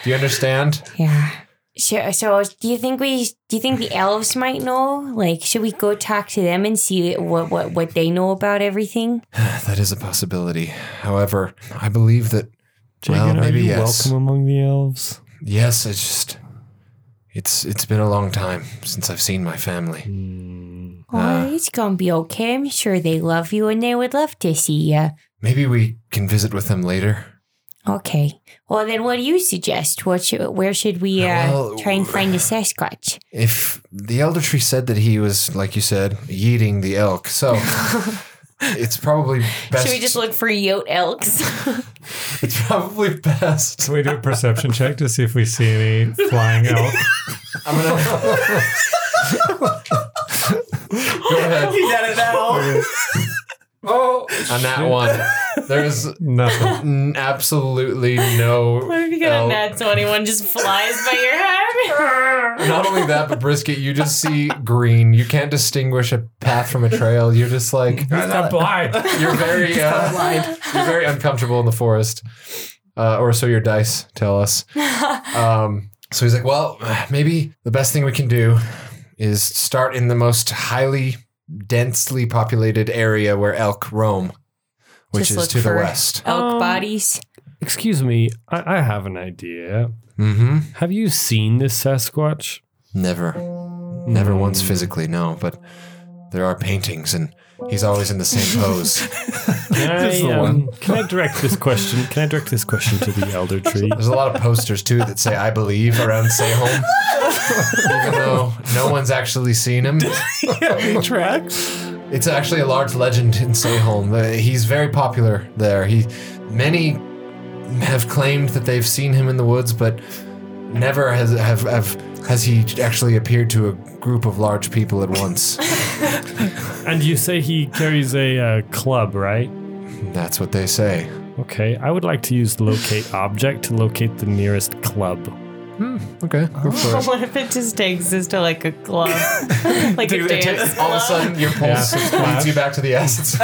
[SPEAKER 1] Do you understand?
[SPEAKER 5] yeah. Sure. So, do you think we? Do you think the elves might know? Like, should we go talk to them and see what what what they know about everything?
[SPEAKER 1] That is a possibility. However, I believe that
[SPEAKER 3] Jacob, are
[SPEAKER 1] maybe
[SPEAKER 3] you
[SPEAKER 1] yes.
[SPEAKER 3] welcome among the elves?
[SPEAKER 1] yes, it's just it's it's been a long time since I've seen my family.
[SPEAKER 3] Uh.
[SPEAKER 5] oh, it's gonna be okay. I'm sure they love you and they would love to see you.
[SPEAKER 1] Maybe we can visit with them later.
[SPEAKER 5] Okay. Well, then, what do you suggest? What should, where should we uh,
[SPEAKER 1] Well,
[SPEAKER 5] try and find a Sasquatch?
[SPEAKER 1] If the elder tree said that he was, like you said, yeeting the elk, so it's probably best.
[SPEAKER 5] Should we just look for yote elks?
[SPEAKER 1] It's probably best.
[SPEAKER 4] Can we do a perception check to see if we see any flying elk?
[SPEAKER 1] I'm gonna. Go ahead.
[SPEAKER 6] He's at it now.
[SPEAKER 1] Oh, on that one, there's
[SPEAKER 4] Nothing.
[SPEAKER 1] n- absolutely no.
[SPEAKER 5] if you
[SPEAKER 1] got a Elk.
[SPEAKER 5] nat 21 just flies by your head?
[SPEAKER 1] Not only that, but brisket, you just see green. You can't distinguish a path from a trail. You're just like
[SPEAKER 4] I'm not blind.
[SPEAKER 1] you're very uh, you're very uncomfortable in the forest, uh, or so your dice tell us. Um, so he's like, well, maybe the best thing we can do is start in the most highly densely populated area where elk roam, which
[SPEAKER 5] Just
[SPEAKER 1] is
[SPEAKER 5] look
[SPEAKER 1] to the
[SPEAKER 5] for-
[SPEAKER 1] west.
[SPEAKER 5] Elk
[SPEAKER 3] Um,
[SPEAKER 5] bodies.
[SPEAKER 3] Excuse me, I, I have an idea.
[SPEAKER 1] Mm-hmm.
[SPEAKER 3] Have you seen this Sasquatch?
[SPEAKER 1] Never, never once physically, no. But there are paintings, and he's always in the same pose.
[SPEAKER 3] Can I,
[SPEAKER 2] Just the
[SPEAKER 3] um, can I direct this question? Can I direct this question to the elder tree?
[SPEAKER 1] There's a lot of posters too that say "I believe" around Say Home, even though no one's actually seen him.
[SPEAKER 2] Tracks.
[SPEAKER 1] It's actually a large legend in Sayholm. Uh, He's very popular there. He many have claimed that they've seen him in the woods, but never has have, have has he actually appeared to a group of large people at once.
[SPEAKER 3] And you say he carries a uh, club, right?
[SPEAKER 1] That's what they say.
[SPEAKER 3] Okay, I would like to use locate object to locate the nearest club.
[SPEAKER 1] Okay, go for it.
[SPEAKER 7] What if it just takes us to like a club, like a
[SPEAKER 6] Dude, it
[SPEAKER 7] dance?
[SPEAKER 6] takes-
[SPEAKER 1] All of a sudden, your pulse leads you back to the essence.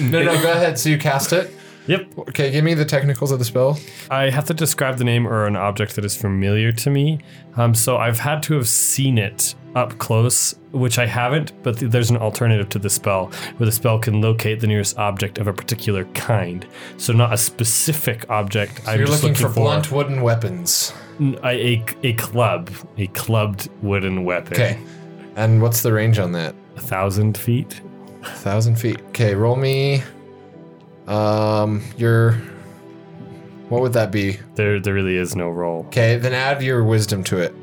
[SPEAKER 1] no, no, go ahead. So you cast it.
[SPEAKER 3] Yep.
[SPEAKER 1] Okay, give me the technicals of the spell.
[SPEAKER 3] I have to describe the name or an object that is familiar to me. Um, so I've had to have seen it up close, which I haven't, but th- there's an alternative to the spell where the spell can locate the nearest object of a particular kind. So not a specific object. I'm
[SPEAKER 1] You're
[SPEAKER 3] just
[SPEAKER 1] looking, for blunt wooden weapons.
[SPEAKER 3] n- a, a, a club, a clubbed wooden weapon.
[SPEAKER 1] Okay. And what's the range on that?
[SPEAKER 3] A thousand feet.
[SPEAKER 1] A thousand feet. Okay, roll me. Um, your. What would that be?
[SPEAKER 3] There, there really is no roll.
[SPEAKER 1] Okay, then add your wisdom to it.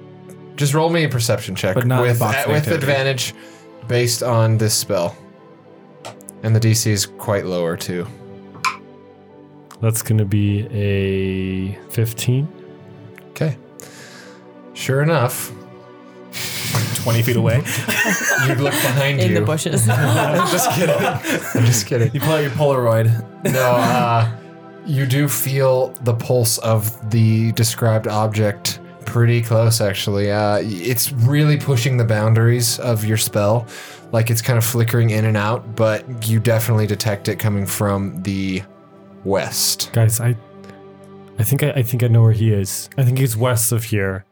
[SPEAKER 1] Just roll me a perception check
[SPEAKER 2] But not
[SPEAKER 1] with
[SPEAKER 2] box
[SPEAKER 1] at- with
[SPEAKER 2] activity.
[SPEAKER 1] advantage, based on this spell. And the DC is quite lower too.
[SPEAKER 3] That's going to be a 15.
[SPEAKER 1] Okay. Sure enough,
[SPEAKER 6] 20 feet away.
[SPEAKER 1] you look behind
[SPEAKER 7] in
[SPEAKER 1] you.
[SPEAKER 7] the bushes.
[SPEAKER 1] just kidding. I'm just kidding.
[SPEAKER 2] You pull out your Polaroid.
[SPEAKER 1] No, uh, you do feel the pulse of the described object pretty close, actually. Uh, it's really pushing the boundaries of your spell. Like it's kind of flickering in and out, but you definitely detect it coming from the west.
[SPEAKER 3] Guys, I I think I, I think I know where he is. I think he's west of here.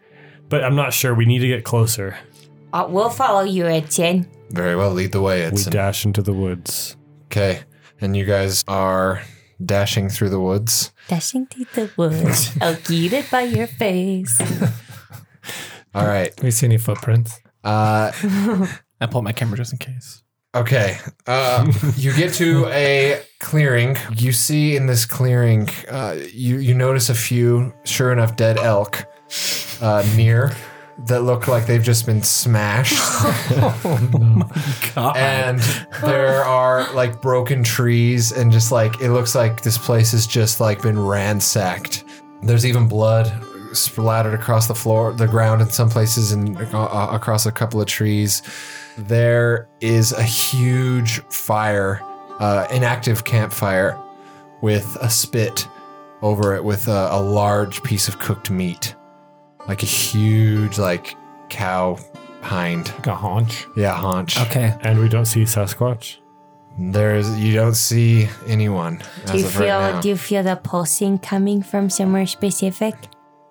[SPEAKER 3] But I'm not sure. We need to get closer.
[SPEAKER 5] Uh, we'll follow you, Etienne.
[SPEAKER 1] Very well, lead the way,
[SPEAKER 3] We
[SPEAKER 1] Edson.
[SPEAKER 3] dash into the woods.
[SPEAKER 1] okay, and you guys are dashing throrough the woods.
[SPEAKER 5] Dashing through the woods. I'll get it by your face.
[SPEAKER 1] All right.
[SPEAKER 4] Do we see any footprints?
[SPEAKER 1] Uh,
[SPEAKER 2] I pull out my camera just in case.
[SPEAKER 1] Okay. Uh, you get to a clearing. You see in this clearing, uh, you you notice a few, sure enough, dead elk uh, near that look like they've just been smashed, and there are like broken trees and just like it looks like this place has just like been ransacked. There's even blood splattered across the floor, the ground in some places, and uh, across a couple of trees there is a huge fire, uh, inactive campfire, with a spit over it with a, a large piece of cooked meat, like a huge like cow hind,
[SPEAKER 4] Like a haunch?
[SPEAKER 1] yeah haunch.
[SPEAKER 2] Okay.
[SPEAKER 3] And we don't see Sasquatch.
[SPEAKER 1] There's you don't see anyone as
[SPEAKER 5] Do you
[SPEAKER 1] of
[SPEAKER 5] feel?
[SPEAKER 1] right now.
[SPEAKER 5] Do you feel the pulsing coming from somewhere specific?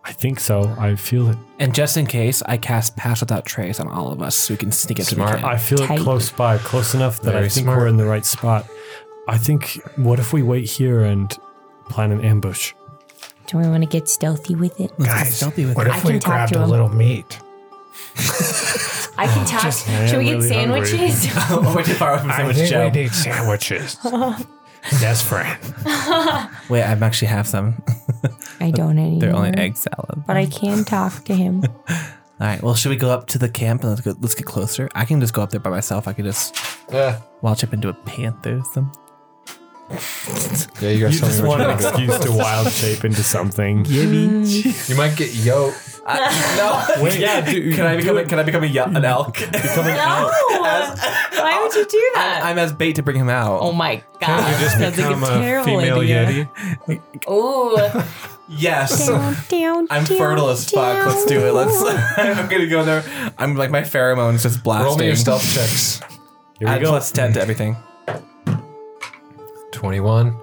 [SPEAKER 3] I think so. I feel it.
[SPEAKER 2] And just in case, I cast Pass Without Trace on all of us so we can sneak up to the
[SPEAKER 1] Smart.
[SPEAKER 2] camp.
[SPEAKER 3] I feel
[SPEAKER 5] Tight.
[SPEAKER 3] it close by, close enough that
[SPEAKER 1] Very
[SPEAKER 3] I think
[SPEAKER 1] smart.
[SPEAKER 3] we're in the right spot. I think. What if we wait here and plan an ambush?
[SPEAKER 5] Do we want to get stealthy with it?
[SPEAKER 2] Guys, don't be with
[SPEAKER 4] What
[SPEAKER 2] me.
[SPEAKER 5] I
[SPEAKER 4] if
[SPEAKER 5] can
[SPEAKER 4] we
[SPEAKER 5] talk
[SPEAKER 4] grabbed
[SPEAKER 5] to
[SPEAKER 4] a
[SPEAKER 5] him.
[SPEAKER 4] little meat?
[SPEAKER 5] I
[SPEAKER 6] Oh,
[SPEAKER 5] can talk.
[SPEAKER 3] I
[SPEAKER 5] Should we get
[SPEAKER 3] am really hungry.
[SPEAKER 5] sandwiches?
[SPEAKER 6] Way too far away from so
[SPEAKER 4] I
[SPEAKER 6] much
[SPEAKER 4] think
[SPEAKER 6] Joe.
[SPEAKER 4] we need sandwiches. yes, friend.
[SPEAKER 2] Wait, I actually have some.
[SPEAKER 5] I don't anymore.
[SPEAKER 2] They're only egg salad.
[SPEAKER 5] But I can talk to him.
[SPEAKER 2] All right. Well, should we go up to the camp and let's go, let's get closer? I can just go up there by myself. I could just
[SPEAKER 1] Yeah.
[SPEAKER 2] watch up into a panther or something.
[SPEAKER 1] yeah, you guys
[SPEAKER 3] You
[SPEAKER 1] tell
[SPEAKER 3] just
[SPEAKER 1] me what
[SPEAKER 3] want
[SPEAKER 1] you
[SPEAKER 3] an
[SPEAKER 1] want to
[SPEAKER 3] excuse to wild shape into something.
[SPEAKER 1] do. You might get yo.
[SPEAKER 6] No. yeah, dude. Can I become, a, can I become a, y- an elk? Become an
[SPEAKER 7] No, why would you do that?
[SPEAKER 2] I'm as bait to bring him out.
[SPEAKER 7] oh my god, that's like a terrible idea.
[SPEAKER 5] Ooh.
[SPEAKER 6] Yes.
[SPEAKER 5] down, down,
[SPEAKER 6] I'm
[SPEAKER 5] down,
[SPEAKER 6] fertile as fuck. Let's do it. Let's. I'm gonna go there.
[SPEAKER 2] I'm like my pheromones just blasting.
[SPEAKER 1] Roll me your stealth checks.
[SPEAKER 3] Here we
[SPEAKER 2] Add
[SPEAKER 3] go.
[SPEAKER 2] plus ten to everything.
[SPEAKER 1] Twenty-one.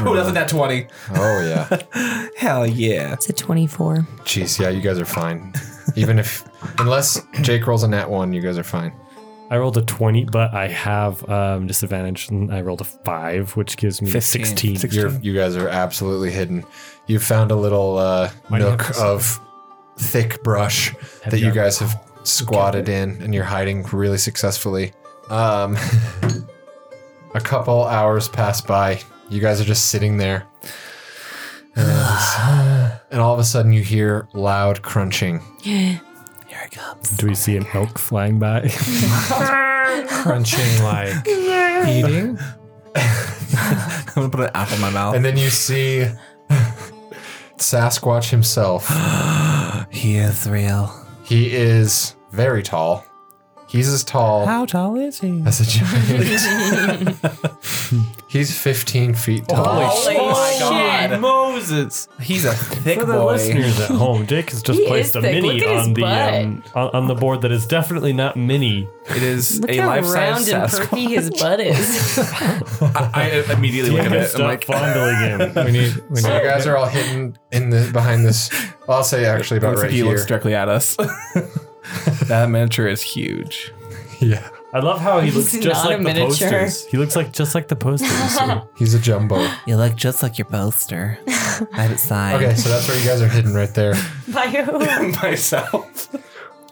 [SPEAKER 6] Who doesn't that twenty?
[SPEAKER 1] Oh yeah.
[SPEAKER 2] Hell yeah!
[SPEAKER 5] It's a 24.
[SPEAKER 1] Jeez, yeah, you guys are fine. Even if, unless Jake rolls a nat one, you guys are fine.
[SPEAKER 3] I rolled a 20, but I have um, disadvantage, and I rolled a 5, which gives me
[SPEAKER 2] 15.
[SPEAKER 3] 16.
[SPEAKER 1] You're, you guys are absolutely hidden. You found a little uh, nook of thick brush that you guys have squatted in, and you're hiding really successfully. Um, a couple hours pass by. You guys are just sitting there, and, and all of a sudden you hear loud crunching.
[SPEAKER 2] Here it comes.
[SPEAKER 3] Do we see an elk flying by?
[SPEAKER 4] Crunching like eating?
[SPEAKER 2] I'm gonna put an apple in my mouth.
[SPEAKER 1] And then you see Sasquatch himself
[SPEAKER 2] he is real.
[SPEAKER 1] He is very tall. He's as tall
[SPEAKER 2] How tall is he?
[SPEAKER 1] as a giant. He's 15 feet tall.
[SPEAKER 6] Holy
[SPEAKER 5] my God.
[SPEAKER 6] shit. Moses.
[SPEAKER 1] He's a thick
[SPEAKER 3] For the
[SPEAKER 1] boy.
[SPEAKER 3] listeners at home, Jake has just
[SPEAKER 5] He
[SPEAKER 3] placed
[SPEAKER 5] is
[SPEAKER 3] a
[SPEAKER 5] thick.
[SPEAKER 3] mini
[SPEAKER 5] Look at his
[SPEAKER 3] on the
[SPEAKER 5] butt.
[SPEAKER 3] um, on, on the board that is definitely not mini.
[SPEAKER 6] It is
[SPEAKER 5] Look
[SPEAKER 6] a
[SPEAKER 5] how
[SPEAKER 6] life
[SPEAKER 5] round
[SPEAKER 6] size
[SPEAKER 5] and
[SPEAKER 6] Sasquatch.
[SPEAKER 5] perky his butt is.
[SPEAKER 6] I immediately look at
[SPEAKER 3] Gotta
[SPEAKER 6] it. I'm
[SPEAKER 3] Stop
[SPEAKER 6] like,
[SPEAKER 3] fondling him.
[SPEAKER 4] We need. We
[SPEAKER 1] So you
[SPEAKER 4] need.
[SPEAKER 1] guys are all hidden in the behind this. I'll say actually about
[SPEAKER 6] looks
[SPEAKER 1] right
[SPEAKER 6] like he
[SPEAKER 1] here.
[SPEAKER 6] looks directly at us. that miniature is huge.
[SPEAKER 1] yeah,
[SPEAKER 3] I love how he looks
[SPEAKER 5] He's
[SPEAKER 3] just
[SPEAKER 5] not
[SPEAKER 3] like
[SPEAKER 5] a
[SPEAKER 3] the
[SPEAKER 5] miniature.
[SPEAKER 3] posters. He looks like just like the posters. So
[SPEAKER 1] he's a jumbo.
[SPEAKER 2] You look just like your poster. I have it signed.
[SPEAKER 1] Okay, so that's where you guys are hidden right there.
[SPEAKER 7] By who?
[SPEAKER 6] Myself.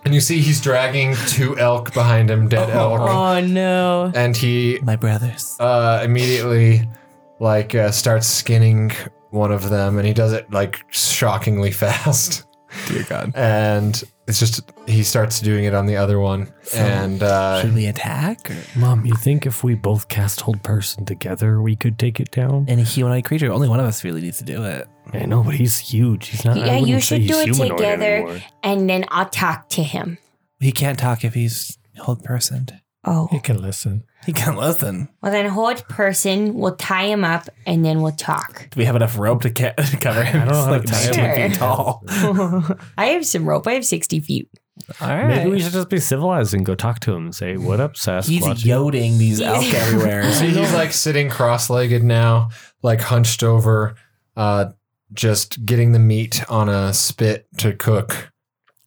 [SPEAKER 1] And you see he's dragging two elk behind him, dead elk,
[SPEAKER 7] Oh no.
[SPEAKER 1] and he
[SPEAKER 2] My brothers.
[SPEAKER 1] uh, immediately like uh, starts skinning one of them, and he does it like shockingly fast.
[SPEAKER 6] Dear God.
[SPEAKER 1] And it's just he starts doing it on the other one, and uh,
[SPEAKER 2] Should we attack? Or
[SPEAKER 3] Mom, you think if we both cast hold person together, we could take it down?
[SPEAKER 2] any humanoid creature? Only one of us really needs to do it.
[SPEAKER 3] I know, but he's huge. He's not. I
[SPEAKER 5] Yeah, you
[SPEAKER 3] wouldn't say
[SPEAKER 5] should
[SPEAKER 3] he's
[SPEAKER 5] do it
[SPEAKER 3] humanoid
[SPEAKER 5] together.
[SPEAKER 3] anymore.
[SPEAKER 5] and then I'll talk to him.
[SPEAKER 2] He can't talk if he's hold person.
[SPEAKER 5] Oh.
[SPEAKER 4] You can listen.
[SPEAKER 2] He can't listen.
[SPEAKER 5] Well, then hold person. We'll tie him up and then we'll talk.
[SPEAKER 2] Do we have enough rope to, ca- to cover him?
[SPEAKER 3] I don't know
[SPEAKER 2] Just
[SPEAKER 3] how to tie
[SPEAKER 5] him.
[SPEAKER 2] 19 feet tall.
[SPEAKER 5] I have some rope. I have 60 feet.
[SPEAKER 2] All right.
[SPEAKER 3] Maybe we should just be civilized and go talk to him and say, "What up, Sasquatch?"
[SPEAKER 2] He's yoding these elk everywhere.
[SPEAKER 1] see he's like sitting cross-legged now, like hunched over, uh, just getting the meat on a spit to cook.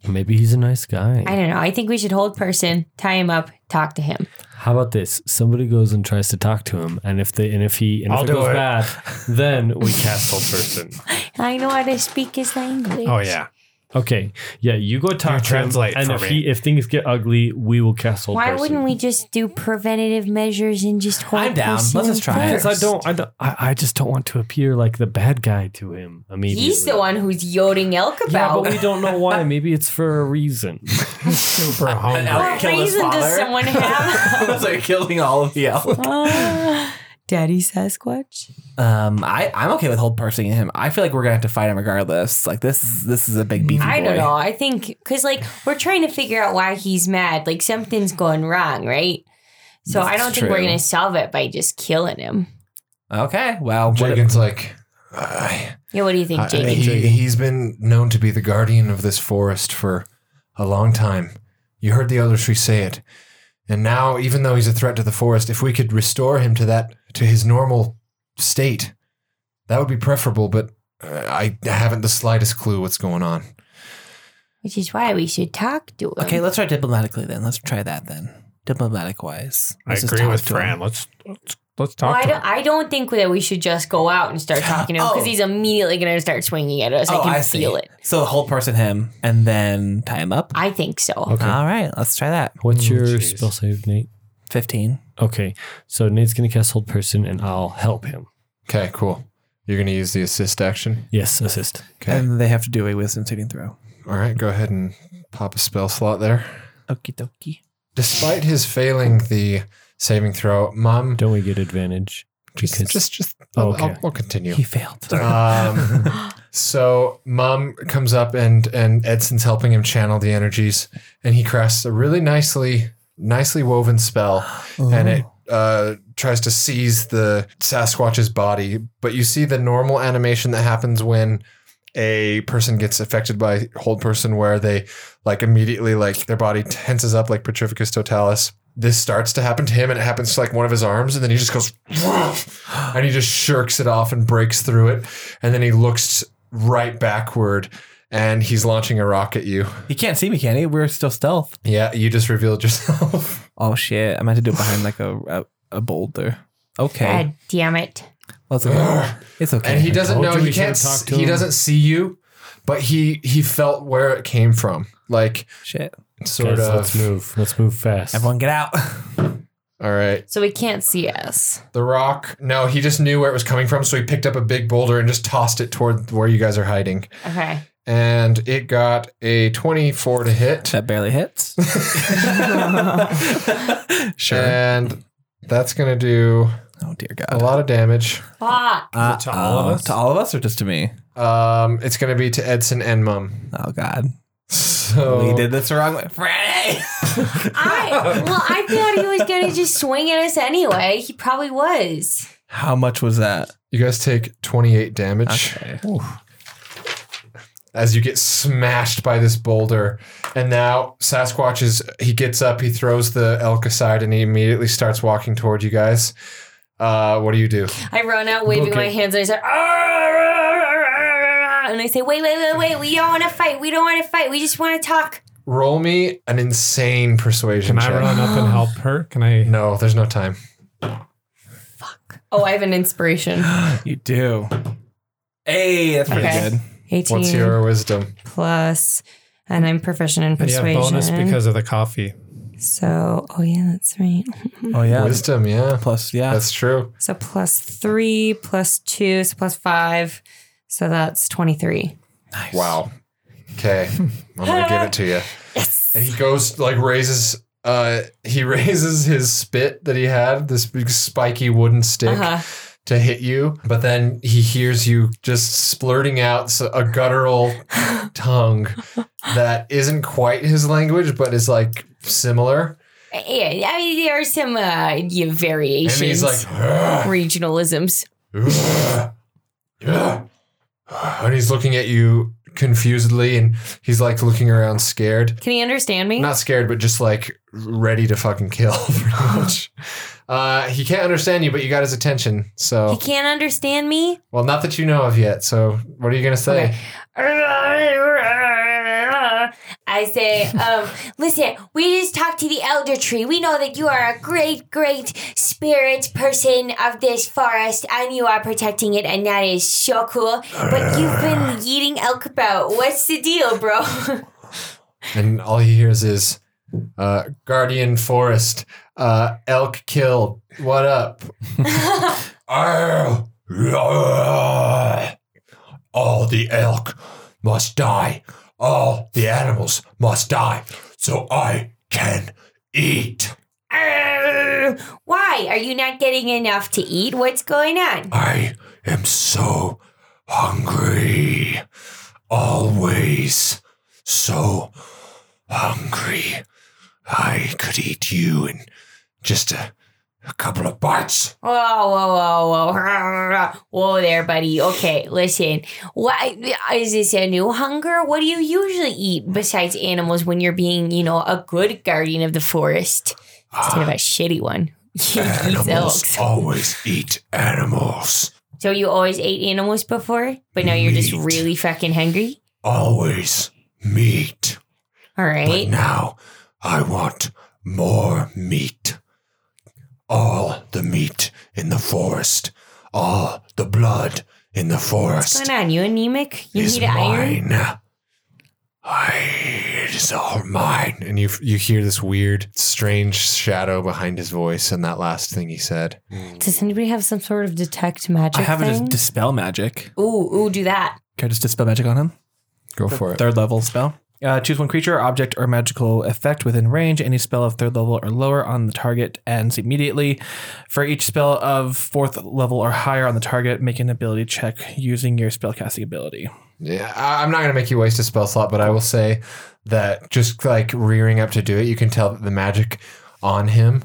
[SPEAKER 3] Maybe he's a nice guy.
[SPEAKER 5] I don't know. I think we should hold person, tie him up, talk to him.
[SPEAKER 3] How about this? Somebody goes and tries to talk to him, and if they and if he and if
[SPEAKER 4] I'll
[SPEAKER 3] it
[SPEAKER 4] do
[SPEAKER 3] goes
[SPEAKER 4] it.
[SPEAKER 3] bad, then we cast hold person.
[SPEAKER 5] I know how to speak his language.
[SPEAKER 4] Oh yeah.
[SPEAKER 3] Okay, yeah, you go talk to
[SPEAKER 4] translate
[SPEAKER 3] him, and
[SPEAKER 4] for
[SPEAKER 3] if
[SPEAKER 4] me.
[SPEAKER 3] he if things get ugly, we will cast hold
[SPEAKER 5] Why
[SPEAKER 3] person.
[SPEAKER 5] wouldn't we just do preventative measures and just hold
[SPEAKER 2] I'm down.
[SPEAKER 5] person
[SPEAKER 2] Let's just try it.
[SPEAKER 5] first?
[SPEAKER 3] Because I don't, I don't, I, I just don't want to appear like the bad guy to him. I mean,
[SPEAKER 5] He's the one who's yoding elk
[SPEAKER 3] Yeah,
[SPEAKER 5] about.
[SPEAKER 3] but we don't know why. Maybe it's for a reason.
[SPEAKER 4] Super
[SPEAKER 2] Uh,
[SPEAKER 4] hungry.
[SPEAKER 5] what
[SPEAKER 6] Kill his
[SPEAKER 5] reason does
[SPEAKER 6] father.
[SPEAKER 5] someone have?
[SPEAKER 6] I was like killing all of the elk.
[SPEAKER 5] Ah, Daddy Sasquatch.
[SPEAKER 2] Um, I I'm okay with hold parsing him. I feel like we're gonna have to fight him regardless. Like this is this is a big beefy
[SPEAKER 5] I
[SPEAKER 2] boy.
[SPEAKER 5] don't know. I think because like we're trying to figure out why he's mad. Like something's going wrong, right? So I don't think we're
[SPEAKER 2] true.
[SPEAKER 5] gonna solve it by just killing him.
[SPEAKER 2] Okay, well, what-
[SPEAKER 1] Jenkins like. "I-
[SPEAKER 5] Yeah, what do you think,
[SPEAKER 1] I-
[SPEAKER 5] Jake?
[SPEAKER 1] he, he's been known to be the guardian of this forest for a long time. You heard the other tree say it. And now, even though he's a threat to the forest, if we could restore him to that to his normal state, that would be preferable. But uh, I haven't the slightest clue what's going on.
[SPEAKER 5] Which is why we should talk to him.
[SPEAKER 2] okay, let's try diplomatically then. Let's try that then, diplomatic wise.
[SPEAKER 4] I agree with Fran. Let's let's let's
[SPEAKER 5] Well,
[SPEAKER 4] talk.
[SPEAKER 5] I
[SPEAKER 4] to him.
[SPEAKER 5] don't, I don't think that we should just go out and start talking to him because
[SPEAKER 2] Oh.
[SPEAKER 5] he's immediately going to start swinging at us. Oh, I can feel it.
[SPEAKER 2] So hold person him and then tie him up.
[SPEAKER 5] I think so.
[SPEAKER 2] All right, let's try that.
[SPEAKER 3] What's your
[SPEAKER 4] jeez.
[SPEAKER 3] spell save, Nate?
[SPEAKER 2] Fifteen.
[SPEAKER 3] Okay, so Nate's gonna cast hold person, and I'll help him.
[SPEAKER 1] Okay, cool. You're going to use the assist action.
[SPEAKER 3] Yes, assist.
[SPEAKER 1] Okay.
[SPEAKER 2] And they have to do a wisdom saving throw.
[SPEAKER 1] All right, go ahead and pop a spell slot there.
[SPEAKER 2] Okie dokie.
[SPEAKER 1] Despite his failing the saving throw, Mom,
[SPEAKER 3] Don't we get advantage?
[SPEAKER 1] just,
[SPEAKER 3] because-
[SPEAKER 1] just, just,
[SPEAKER 3] Oh,
[SPEAKER 1] I'll- I'll-
[SPEAKER 3] okay.
[SPEAKER 1] we'll continue.
[SPEAKER 2] He failed.
[SPEAKER 1] Um, so mom comes up and and Edson's helping him channel the energies, and he crafts a really nicely nicely woven spell, and it uh, tries to seize the Sasquatch's body. But you see the normal animation that happens when a person gets affected by hold person, where they like immediately like their body tenses up like Petrificus totalis. This starts to happen to him, and it happens to like one of his arms, and then he just goes, and he just shirks it off and breaks through it, and then he looks right backward, and he's launching a rock at you.
[SPEAKER 2] He can't see me, can he? We're still stealth.
[SPEAKER 1] Yeah, you just revealed yourself.
[SPEAKER 2] Oh shit! I'm going to do it behind like a a, a boulder. Okay.
[SPEAKER 5] God damn it.
[SPEAKER 2] Well, it's okay. It's okay.
[SPEAKER 1] and he doesn't
[SPEAKER 3] told
[SPEAKER 1] know
[SPEAKER 3] you
[SPEAKER 1] he
[SPEAKER 3] we
[SPEAKER 1] can't
[SPEAKER 3] should've
[SPEAKER 1] s-
[SPEAKER 3] talked to
[SPEAKER 1] he
[SPEAKER 3] him.
[SPEAKER 1] doesn't see you but he he felt where it came from like
[SPEAKER 2] shit.
[SPEAKER 1] sort
[SPEAKER 3] Guys,
[SPEAKER 1] of
[SPEAKER 3] Let's move. Let's move fast.
[SPEAKER 2] Everyone, get out.
[SPEAKER 1] all right
[SPEAKER 5] So he can't see us.
[SPEAKER 1] the rock no he just knew where it was coming from so he picked up a big boulder and just tossed it toward where you guys are hiding
[SPEAKER 5] Okay.
[SPEAKER 1] and it got a 24 to hit
[SPEAKER 2] that barely hits. sure.
[SPEAKER 1] and that's going to do
[SPEAKER 2] Oh dear
[SPEAKER 1] a
[SPEAKER 2] God.
[SPEAKER 1] lot of damage
[SPEAKER 5] Fuck.
[SPEAKER 2] Uh,
[SPEAKER 4] to all of
[SPEAKER 2] oh,
[SPEAKER 4] us?
[SPEAKER 2] To all of us, or just to me?
[SPEAKER 1] um, it's going to be to edson and mum
[SPEAKER 2] Oh God.
[SPEAKER 1] So
[SPEAKER 2] We did this the wrong way. Friday!
[SPEAKER 5] I well, I thought he was gonna just swing at us anyway. He probably was.
[SPEAKER 2] How much was that?
[SPEAKER 1] You guys take 28 damage as you get smashed by this boulder. And now Sasquatch is, he gets up, he throws the elk aside, and he immediately starts walking toward you guys. Uh, what do you do?
[SPEAKER 5] I run out waving
[SPEAKER 3] Okay.
[SPEAKER 5] my hands and I start "Arr, arr, arr, arr, arr," and I say, wait, wait, wait, wait, we don't wanna fight. We don't wanna fight. We just wanna talk.
[SPEAKER 1] Roll me an insane persuasion
[SPEAKER 4] Can I
[SPEAKER 1] check.
[SPEAKER 4] run up and help her? Can I?
[SPEAKER 1] No, there's no time.
[SPEAKER 5] Oh, I have an inspiration.
[SPEAKER 2] You do.
[SPEAKER 6] Hey, that's pretty
[SPEAKER 5] Okay.
[SPEAKER 6] good.
[SPEAKER 5] 18
[SPEAKER 1] What's your wisdom?
[SPEAKER 5] plus, and I'm proficient in
[SPEAKER 4] And you have
[SPEAKER 5] persuasion.
[SPEAKER 4] bonus because of the coffee.
[SPEAKER 5] so, oh yeah, that's right.
[SPEAKER 2] Oh, yeah.
[SPEAKER 1] Wisdom, yeah.
[SPEAKER 2] Plus, yeah.
[SPEAKER 1] That's true.
[SPEAKER 5] So plus three, plus two, so plus five. So that's 23.
[SPEAKER 1] Wow. Okay. I'm gonna give it to you.
[SPEAKER 5] Yes.
[SPEAKER 1] and he goes like raises uh he raises his spit that he had this big spiky wooden stick
[SPEAKER 5] Uh-huh.
[SPEAKER 1] to hit you but then he hears you just splurting out s- a guttural tongue that isn't quite his language but is like similar
[SPEAKER 5] Yeah, I mean, there are some uh, yeah, variations.
[SPEAKER 1] and he's like "Ugh,
[SPEAKER 5] regionalisms.
[SPEAKER 1] ugh, ugh." and he's looking at you confusedly and he's like looking around scared
[SPEAKER 5] Can he understand me?
[SPEAKER 1] not scared, but just like ready to fucking kill, pretty much. Uh, he can't understand you, but you got his attention.
[SPEAKER 5] He
[SPEAKER 1] So,
[SPEAKER 5] can't understand me?
[SPEAKER 1] well, not that you know of yet. So, what are you gonna say?
[SPEAKER 5] Okay. I say, um, listen, we just talked to the elder tree. We know that you are a great, great spirit person of this forest and you are protecting it, and that is so cool. But you've been eating elk about. What's the deal, bro?
[SPEAKER 1] And all he hears is, uh, "Guardian Forest, uh, elk killed. What up?" Arr! Roar! All the elk must die. All the animals must die. So I can eat.
[SPEAKER 5] Arr, Why? Are you not getting enough to eat? What's going on?
[SPEAKER 1] I am so hungry. Always so hungry. I could eat you in just a, a couple of bites.
[SPEAKER 5] Whoa, whoa, whoa, whoa. Whoa there, buddy. Okay, listen. What is this a new hunger? What do you usually eat besides animals when you're being, you know, a good guardian of the forest? Instead
[SPEAKER 2] Ah.
[SPEAKER 5] of a shitty one. He eats elks.
[SPEAKER 1] Ah, always eat animals.
[SPEAKER 5] So you always ate animals before, but now you're just
[SPEAKER 1] Meat.
[SPEAKER 5] really fucking hungry?
[SPEAKER 1] Always meat.
[SPEAKER 5] All right.
[SPEAKER 1] now I want more meat. All the meat in the forest. All the blood in the forest.
[SPEAKER 5] What's going on? You anemic? You
[SPEAKER 1] is
[SPEAKER 5] need iron?
[SPEAKER 1] mine. I, it is all mine. And you you hear this weird, strange shadow behind his voice and that last thing he said.
[SPEAKER 5] Does anybody have some sort of detect magic
[SPEAKER 2] I have a
[SPEAKER 5] thing?
[SPEAKER 2] dis- dispel magic.
[SPEAKER 5] ooh, ooh, do that.
[SPEAKER 2] Can I just dispel magic on him?
[SPEAKER 1] Go for it.
[SPEAKER 2] Third level spell. Uh, choose one creature, object, or magical effect within range. Any spell of third level or lower on the target ends immediately. For each spell of fourth level or higher on the target, make an ability check using your spellcasting ability.
[SPEAKER 1] Yeah, I, I'm not gonna make you waste a spell slot, but I will say that just like rearing up to do it, you can tell that the magic on him.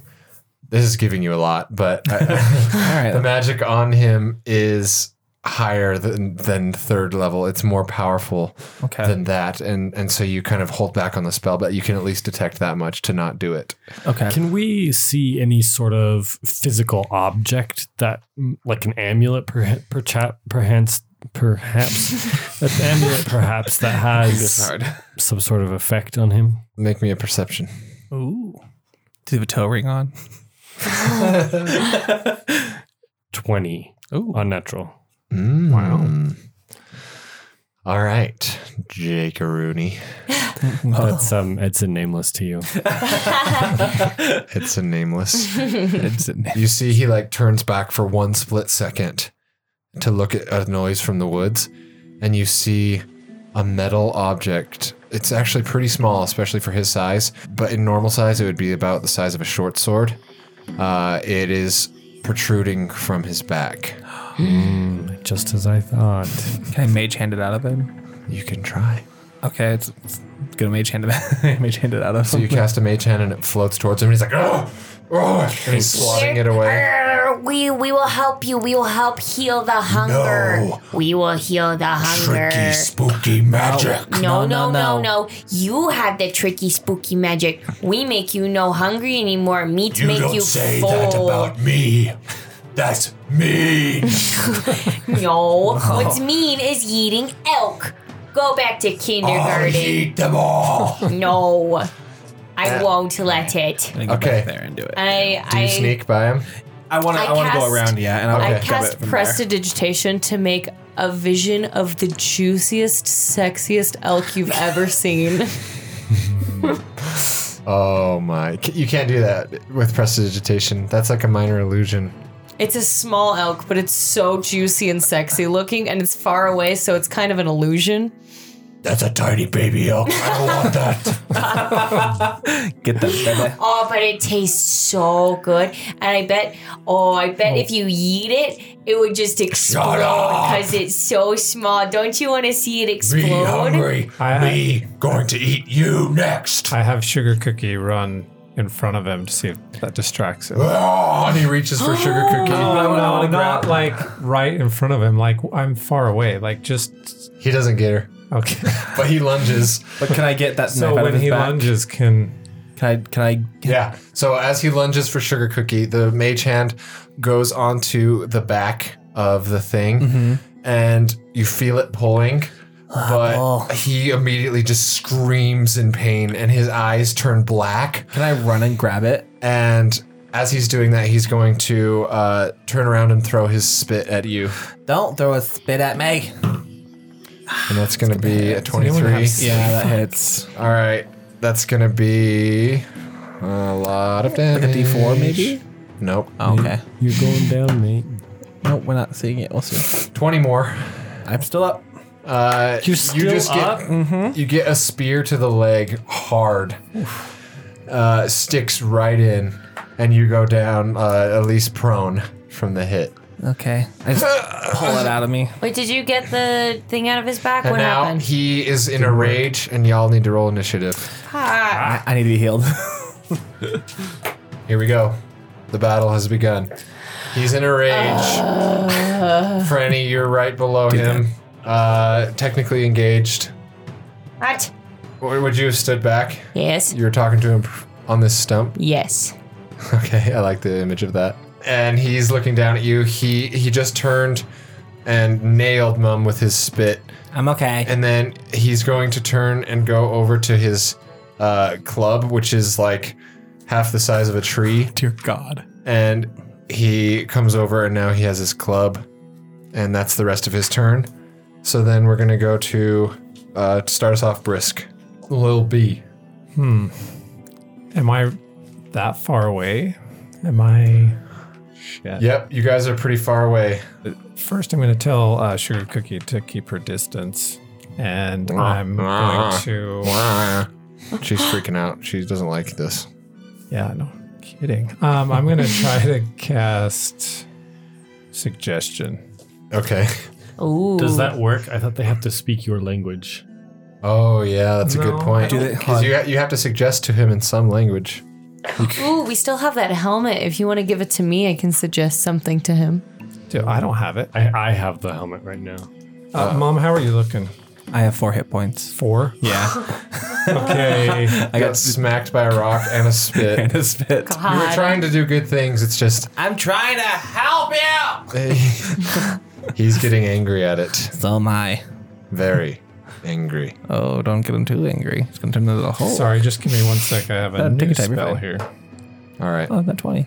[SPEAKER 1] This is giving you a lot, but
[SPEAKER 2] All right.
[SPEAKER 1] the magic on him is higher than than third level. It's more powerful
[SPEAKER 2] Okay.
[SPEAKER 1] than that, and and so you kind of hold back on the spell, but you can at least detect that much to not do it.
[SPEAKER 2] okay.
[SPEAKER 3] Can we see any sort of physical object that, mm, like an amulet, perha- percha- perhaps, perhaps, an amulet, perhaps that has some sort of effect on him?
[SPEAKER 1] Make me a perception.
[SPEAKER 2] Ooh. Do you have a toe ring on?
[SPEAKER 3] Twenty,
[SPEAKER 2] Ooh.
[SPEAKER 3] unnatural.
[SPEAKER 1] Wow. All right, Jake Rooney.
[SPEAKER 3] That's um, it's a nameless to you.
[SPEAKER 1] It's a nameless.
[SPEAKER 2] It's in-
[SPEAKER 1] you see, he like turns back for one split second to look at a noise from the woods, and you see a metal object. It's actually pretty small, especially for his size, but in normal size, it would be about the size of a short sword. Uh, it is protruding from his back.
[SPEAKER 3] Just as I thought.
[SPEAKER 2] Can I mage hand it out of him?
[SPEAKER 1] You can try.
[SPEAKER 2] Okay, it's, it's gonna mage hand it. mage hand it out of.
[SPEAKER 6] So you cast a mage hand and it floats towards him, and he's like, oh, oh, and he's swatting it away.
[SPEAKER 5] Err, We we will help you. We will help heal the hunger.
[SPEAKER 6] No.
[SPEAKER 5] We will heal the hunger.
[SPEAKER 6] Tricky, spooky magic.
[SPEAKER 5] No,
[SPEAKER 2] No, no,
[SPEAKER 5] no, no, no. You have the tricky, spooky magic. We make you no hungry anymore. Meats
[SPEAKER 6] You
[SPEAKER 5] make
[SPEAKER 6] don't
[SPEAKER 5] you
[SPEAKER 6] say
[SPEAKER 5] full.
[SPEAKER 6] that about me. That's mean.
[SPEAKER 5] no. What's mean is eating elk. Go back to
[SPEAKER 6] I'll
[SPEAKER 5] kindergarten.
[SPEAKER 6] eat them all.
[SPEAKER 5] No. I won't let it.
[SPEAKER 2] Go
[SPEAKER 6] Okay.
[SPEAKER 2] back there and do it.
[SPEAKER 5] I
[SPEAKER 6] Do
[SPEAKER 5] I
[SPEAKER 6] you sneak by him?
[SPEAKER 2] I want to.
[SPEAKER 5] I
[SPEAKER 2] I want to go
[SPEAKER 5] cast-
[SPEAKER 2] around. Yeah, and I'll
[SPEAKER 5] I
[SPEAKER 2] pick up
[SPEAKER 5] cast
[SPEAKER 2] it from there.
[SPEAKER 7] prestidigitation to make a vision of the juiciest, sexiest elk you've ever seen.
[SPEAKER 6] Oh my! C- You can't do that with prestidigitation. That's like a minor illusion.
[SPEAKER 7] It's a small elk, but it's so juicy and sexy looking, and it's far away, so it's kind of an illusion.
[SPEAKER 6] That's a tiny baby elk. I don't want that.
[SPEAKER 2] Get them. baby.
[SPEAKER 5] Oh, but it tastes so good. And I bet, oh, I bet if you eat it, it would just explode
[SPEAKER 6] up.
[SPEAKER 5] because it's so small. Don't you want to see it explode?
[SPEAKER 4] I-
[SPEAKER 6] Me going to eat you next.
[SPEAKER 4] I have Sugar Cookie run in front of him to see if that distracts him.
[SPEAKER 6] Oh, and he reaches for sugar cookie.
[SPEAKER 4] no, not like right in front of him. Like I'm far away. Like just
[SPEAKER 6] He doesn't get her,
[SPEAKER 4] okay.
[SPEAKER 6] but he lunges.
[SPEAKER 2] But can I get that?
[SPEAKER 4] So
[SPEAKER 2] knife out of
[SPEAKER 4] when
[SPEAKER 2] his
[SPEAKER 4] he
[SPEAKER 2] back?
[SPEAKER 4] lunges, can
[SPEAKER 2] can I? Can I?
[SPEAKER 6] Yeah. So as he lunges for Sugar Cookie, the mage hand goes onto the back of the thing, and you feel it pulling. But he immediately just screams in pain, and his eyes turn black.
[SPEAKER 2] Can I run and grab it?
[SPEAKER 6] And as he's doing that, he's going to uh, turn around and throw his spit at you,
[SPEAKER 2] Don't throw a spit at me.
[SPEAKER 6] and that's going to be a
[SPEAKER 4] anyone
[SPEAKER 6] twenty-three.
[SPEAKER 4] have-
[SPEAKER 2] Yeah, that hits.
[SPEAKER 6] All right, that's going to be a lot of damage. Uh,
[SPEAKER 2] Like a D4 maybe. Oh,
[SPEAKER 6] Nope.
[SPEAKER 2] Okay.
[SPEAKER 3] You're going down, mate.
[SPEAKER 2] No, we're not seeing it. We'll see.
[SPEAKER 6] Twenty more.
[SPEAKER 2] I'm still up.
[SPEAKER 6] Uh,
[SPEAKER 3] You're still up?
[SPEAKER 6] Get, You get a spear to the leg, hard, uh, sticks right in, and you go down uh, at least prone from the hit.
[SPEAKER 2] Okay. I just pull it out of me.
[SPEAKER 5] Wait, did you get the thing out of his back?
[SPEAKER 6] And
[SPEAKER 5] what
[SPEAKER 6] now
[SPEAKER 5] happened?
[SPEAKER 6] he is in a rage, and y'all need to roll initiative.
[SPEAKER 5] Ah,
[SPEAKER 2] I, I need to be healed.
[SPEAKER 6] Here we go. The battle has begun. He's in a rage. Franny, you're right below him. Uh, technically engaged.
[SPEAKER 5] What?
[SPEAKER 6] Or Would you have stood back?
[SPEAKER 5] Yes.
[SPEAKER 6] You were talking to him on this stump.
[SPEAKER 5] Yes.
[SPEAKER 6] Okay, I like the image of that. And he's looking down at you. He he just turned and nailed Mum with his spit,
[SPEAKER 2] I'm okay.
[SPEAKER 6] and then he's going to turn and go over to his uh, club, which is like half the size of a tree.
[SPEAKER 2] Dear God.
[SPEAKER 6] And he comes over, and now he has his club, and that's the rest of his turn. So then we're gonna go to uh, to start us off brisk. Lil B.
[SPEAKER 4] am I that far away? Am I?
[SPEAKER 6] Yep, you guys are pretty far away.
[SPEAKER 4] First, I'm going to tell uh, Sugar Cookie to keep her distance, and I'm going to.
[SPEAKER 6] She's freaking out. She doesn't like this.
[SPEAKER 4] Yeah, no kidding. Um, I'm going to try to cast suggestion.
[SPEAKER 6] Okay.
[SPEAKER 5] Ooh.
[SPEAKER 3] Does that work? I thought they have to speak your language.
[SPEAKER 6] Oh yeah, that's a good point.
[SPEAKER 2] Do they-
[SPEAKER 6] Because you ha- you have to suggest to him in some language.
[SPEAKER 7] Ooh, we still have that helmet. If you want to give it to me, I can suggest something to him.
[SPEAKER 4] Dude, I don't have it.
[SPEAKER 3] I, I have the helmet right now.
[SPEAKER 4] Uh, Mom, how are you looking?
[SPEAKER 2] I have four hit points.
[SPEAKER 4] Four.
[SPEAKER 2] Yeah.
[SPEAKER 4] Okay.
[SPEAKER 6] I got smacked by a rock and a spit.
[SPEAKER 2] and a spit.
[SPEAKER 6] We were trying to do good things. It's just
[SPEAKER 2] I'm trying to help you.
[SPEAKER 6] he's getting angry at it.
[SPEAKER 2] So am I.
[SPEAKER 6] Very angry.
[SPEAKER 2] Oh, don't get him too angry. It's gonna turn into a hole.
[SPEAKER 4] Sorry, just give me one sec. I have a
[SPEAKER 2] Uh, take
[SPEAKER 4] new
[SPEAKER 2] your time, you're
[SPEAKER 4] spell
[SPEAKER 2] fine.
[SPEAKER 4] here.
[SPEAKER 6] All right.
[SPEAKER 2] Oh, that twenty.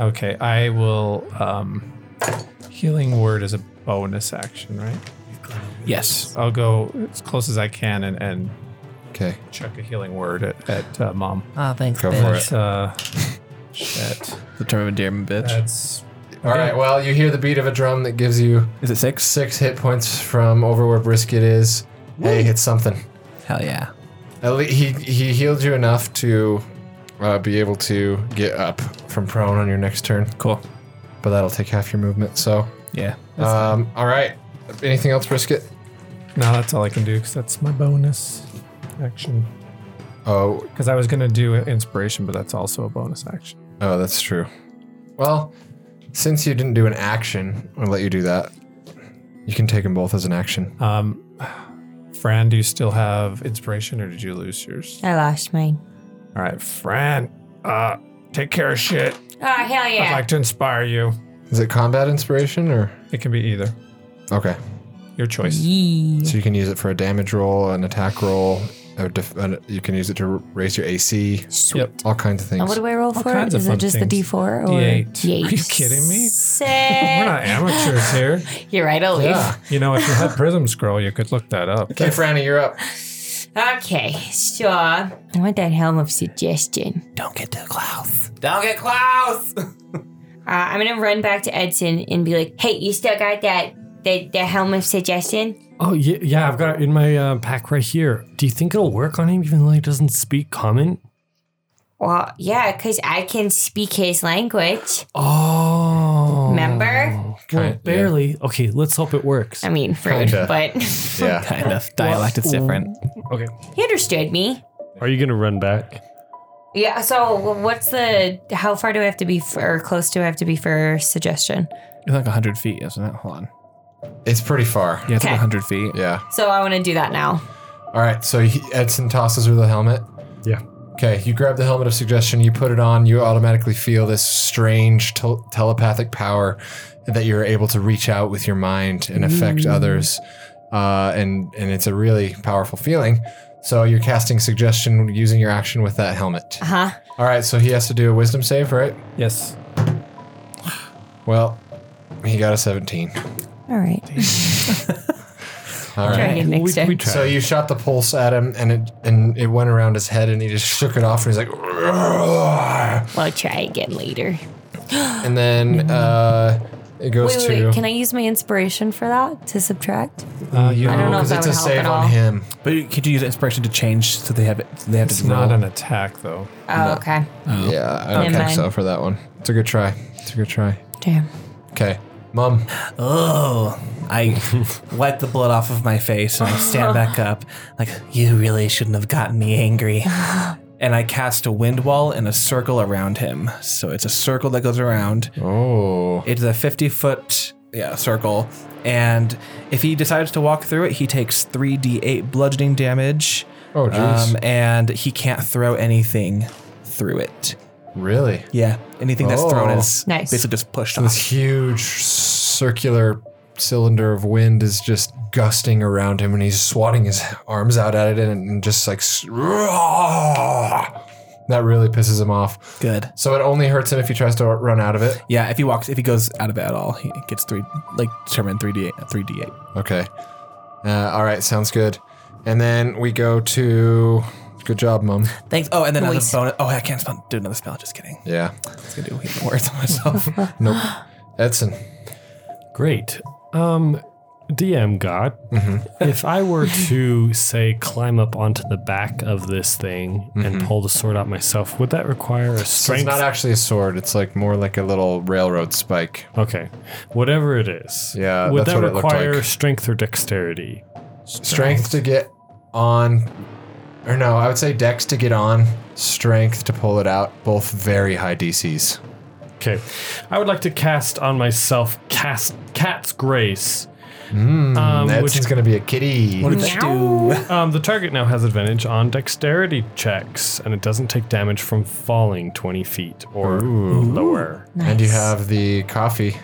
[SPEAKER 4] Okay, I will. Um, healing word is a bonus action, right?
[SPEAKER 2] Yes.
[SPEAKER 4] I'll go as close as I can and, and
[SPEAKER 6] Okay.
[SPEAKER 4] chuck a healing word at, at uh, mom.
[SPEAKER 2] Ah, thanks.
[SPEAKER 6] Go for it.
[SPEAKER 4] Uh, shit.
[SPEAKER 2] The term of endearment, bitch.
[SPEAKER 4] That's
[SPEAKER 6] All right. Well, you hear the beat of a drum that gives you
[SPEAKER 2] Is it six?
[SPEAKER 6] six hit points from over where brisket is. Hey, hit something.
[SPEAKER 2] Hell yeah.
[SPEAKER 6] At le- he he healed you enough to uh, be able to get up from prone on your next turn,
[SPEAKER 2] Cool.
[SPEAKER 6] but that'll take half your movement. So
[SPEAKER 2] Yeah.
[SPEAKER 6] Um, all right. Anything else, Brisket?
[SPEAKER 4] No, that's all I can do because that's my bonus action.
[SPEAKER 6] Oh,
[SPEAKER 4] Because I was gonna do inspiration, but that's also a bonus action.
[SPEAKER 6] oh, that's true. Well, since you didn't do an action, I'll let you do that. You can take them both as an action.
[SPEAKER 4] Fran, do you still have inspiration, or did you lose yours?
[SPEAKER 5] I lost mine.
[SPEAKER 4] All right, Fran, uh, take care of shit.
[SPEAKER 5] Oh, hell yeah.
[SPEAKER 4] I'd like to inspire you.
[SPEAKER 6] Is it combat inspiration or?
[SPEAKER 4] It can be either.
[SPEAKER 6] Okay,
[SPEAKER 4] Your choice.
[SPEAKER 6] so you can use it for a damage roll, an attack roll. A def- an- you can use it to r- raise your AC.
[SPEAKER 4] Yep.
[SPEAKER 6] All kinds of things.
[SPEAKER 5] And what do I roll for?
[SPEAKER 4] kinds
[SPEAKER 5] it?
[SPEAKER 4] of
[SPEAKER 5] Is
[SPEAKER 4] fun
[SPEAKER 5] it just the
[SPEAKER 4] things.
[SPEAKER 5] D4 or
[SPEAKER 4] D8. Are you
[SPEAKER 5] D8?
[SPEAKER 4] kidding me? We're not
[SPEAKER 5] Sick.
[SPEAKER 4] amateurs here.
[SPEAKER 5] You're right, I'll leave.
[SPEAKER 6] yeah.
[SPEAKER 4] You know, if you had Prism Scroll, you could look that up.
[SPEAKER 6] Okay, Franny, you're up.
[SPEAKER 5] Okay, so I want that helm of suggestion.
[SPEAKER 2] Don't get too close.
[SPEAKER 8] Don't get close.
[SPEAKER 5] Uh, I'm gonna run back to Edson and be like, "Hey, you still got that that, that helm of suggestion?"
[SPEAKER 3] Oh yeah, yeah, I've got it in my uh, pack right here. Do you think it'll work on him, even though he doesn't speak common?
[SPEAKER 5] Well, yeah, cause I can speak his language.
[SPEAKER 3] Oh,
[SPEAKER 5] Remember?
[SPEAKER 3] Well,
[SPEAKER 6] Kind-
[SPEAKER 3] barely. Okay, let's hope it works.
[SPEAKER 5] I mean, rude,
[SPEAKER 6] Kinda.
[SPEAKER 5] but
[SPEAKER 6] Yeah.
[SPEAKER 2] Kind of. Dialect is different.
[SPEAKER 3] Okay.
[SPEAKER 5] he understood me.
[SPEAKER 3] Are you gonna run back?
[SPEAKER 5] Yeah. So, what's the? How far do I have to be, for, or close do I have to be for suggestion?
[SPEAKER 2] It's like 100 feet, isn't it? Hold on.
[SPEAKER 6] It's pretty far.
[SPEAKER 2] Yeah, it's like
[SPEAKER 5] Okay.
[SPEAKER 2] 100 feet.
[SPEAKER 6] Yeah.
[SPEAKER 5] So I want to do that now.
[SPEAKER 6] All right. So he, Edson tosses her the helmet.
[SPEAKER 3] Yeah.
[SPEAKER 6] Okay. You grab the helmet of suggestion. You put it on. You automatically feel this strange tel- telepathic power that you're able to reach out with your mind and affect others. Uh, and and it's a really powerful feeling. So you're casting suggestion using your action with that helmet.
[SPEAKER 5] Huh?
[SPEAKER 6] All right. So he has to do a wisdom save, right?
[SPEAKER 4] Yes.
[SPEAKER 6] Well, he got a 17.
[SPEAKER 5] All right.
[SPEAKER 6] All right.
[SPEAKER 5] Try again next time.
[SPEAKER 6] So you shot the pulse at him, and it and it went around his head, and he just shook it off, and he's like, "Ugh."
[SPEAKER 5] Well, try again later.
[SPEAKER 6] and then uh, it
[SPEAKER 5] Wait,
[SPEAKER 6] goes
[SPEAKER 5] Mm-hmm. wait,
[SPEAKER 6] to
[SPEAKER 9] wait, can I use my inspiration for that to subtract?
[SPEAKER 4] Uh, you
[SPEAKER 5] I don't know if
[SPEAKER 6] because
[SPEAKER 5] that
[SPEAKER 6] Oh, it's a
[SPEAKER 5] would help
[SPEAKER 6] save
[SPEAKER 5] at
[SPEAKER 6] on
[SPEAKER 5] all.
[SPEAKER 6] him.
[SPEAKER 2] But could you use inspiration to change so they have it? So they have
[SPEAKER 4] It's
[SPEAKER 2] to roll?
[SPEAKER 4] not an attack, though.
[SPEAKER 5] Oh, okay.
[SPEAKER 6] Yeah, I don't
[SPEAKER 5] Never
[SPEAKER 6] think
[SPEAKER 5] mind.
[SPEAKER 6] so for that one. It's a good try. It's a good try.
[SPEAKER 5] Damn.
[SPEAKER 6] Okay, mom.
[SPEAKER 2] Oh, I wipe the blood off of my face and I stand back up. Like, you really shouldn't have gotten me angry. And I cast a wind wall in a circle around him. So it's a circle that goes around.
[SPEAKER 6] Oh,
[SPEAKER 2] It's a 50 foot yeah, circle. And if he decides to walk through it, he takes 3d8 bludgeoning damage. Um,
[SPEAKER 6] Oh, jeez.
[SPEAKER 2] and he can't throw anything through it.
[SPEAKER 6] really?
[SPEAKER 2] Yeah, anything that's thrown
[SPEAKER 6] Oh.
[SPEAKER 2] is
[SPEAKER 5] Nice.
[SPEAKER 2] basically just pushed
[SPEAKER 6] This
[SPEAKER 2] off.
[SPEAKER 6] huge circular cylinder of wind is just gusting around him, and he's swatting his arms out at it, and, and just like s- that really pisses him off.
[SPEAKER 2] Good.
[SPEAKER 6] So it only hurts him if he tries to run out of it.
[SPEAKER 2] Yeah, if he walks, if he goes out of it at all, he gets three, like determined three d three d eight.
[SPEAKER 6] Okay. Uh, all right, sounds good. And then we go to. Good job, mom.
[SPEAKER 2] Thanks. Oh, and then another
[SPEAKER 5] Nice.
[SPEAKER 2] bonus. Oh, I can't spell, do another spell. Just kidding.
[SPEAKER 6] Yeah.
[SPEAKER 2] It's gonna do even worse on myself.
[SPEAKER 6] Nope. Edson.
[SPEAKER 3] Great. Um, DM God,
[SPEAKER 6] Mm-hmm.
[SPEAKER 3] if I were to say climb up onto the back of this thing and pull the sword out myself, would that require a
[SPEAKER 6] So it's
[SPEAKER 3] strength?
[SPEAKER 6] Mm-hmm. not actually a sword. It's like more like a little railroad spike.
[SPEAKER 3] okay, whatever it is.
[SPEAKER 6] Yeah,
[SPEAKER 3] Would
[SPEAKER 6] that's
[SPEAKER 3] that
[SPEAKER 6] what it looked
[SPEAKER 3] require
[SPEAKER 6] like.
[SPEAKER 3] strength or dexterity?
[SPEAKER 6] Strength to get on, or no, I would say dex to get on. Strength to pull it out. Both very high DCs.
[SPEAKER 3] Okay, I would like to cast on myself cast Cat's Grace. um,
[SPEAKER 6] Edson's
[SPEAKER 3] which
[SPEAKER 6] going to be a kitty.
[SPEAKER 2] what did that do?
[SPEAKER 3] Um, the target now has advantage on dexterity checks, and it doesn't take damage from falling 20 feet or lower.
[SPEAKER 6] And you have the coffee.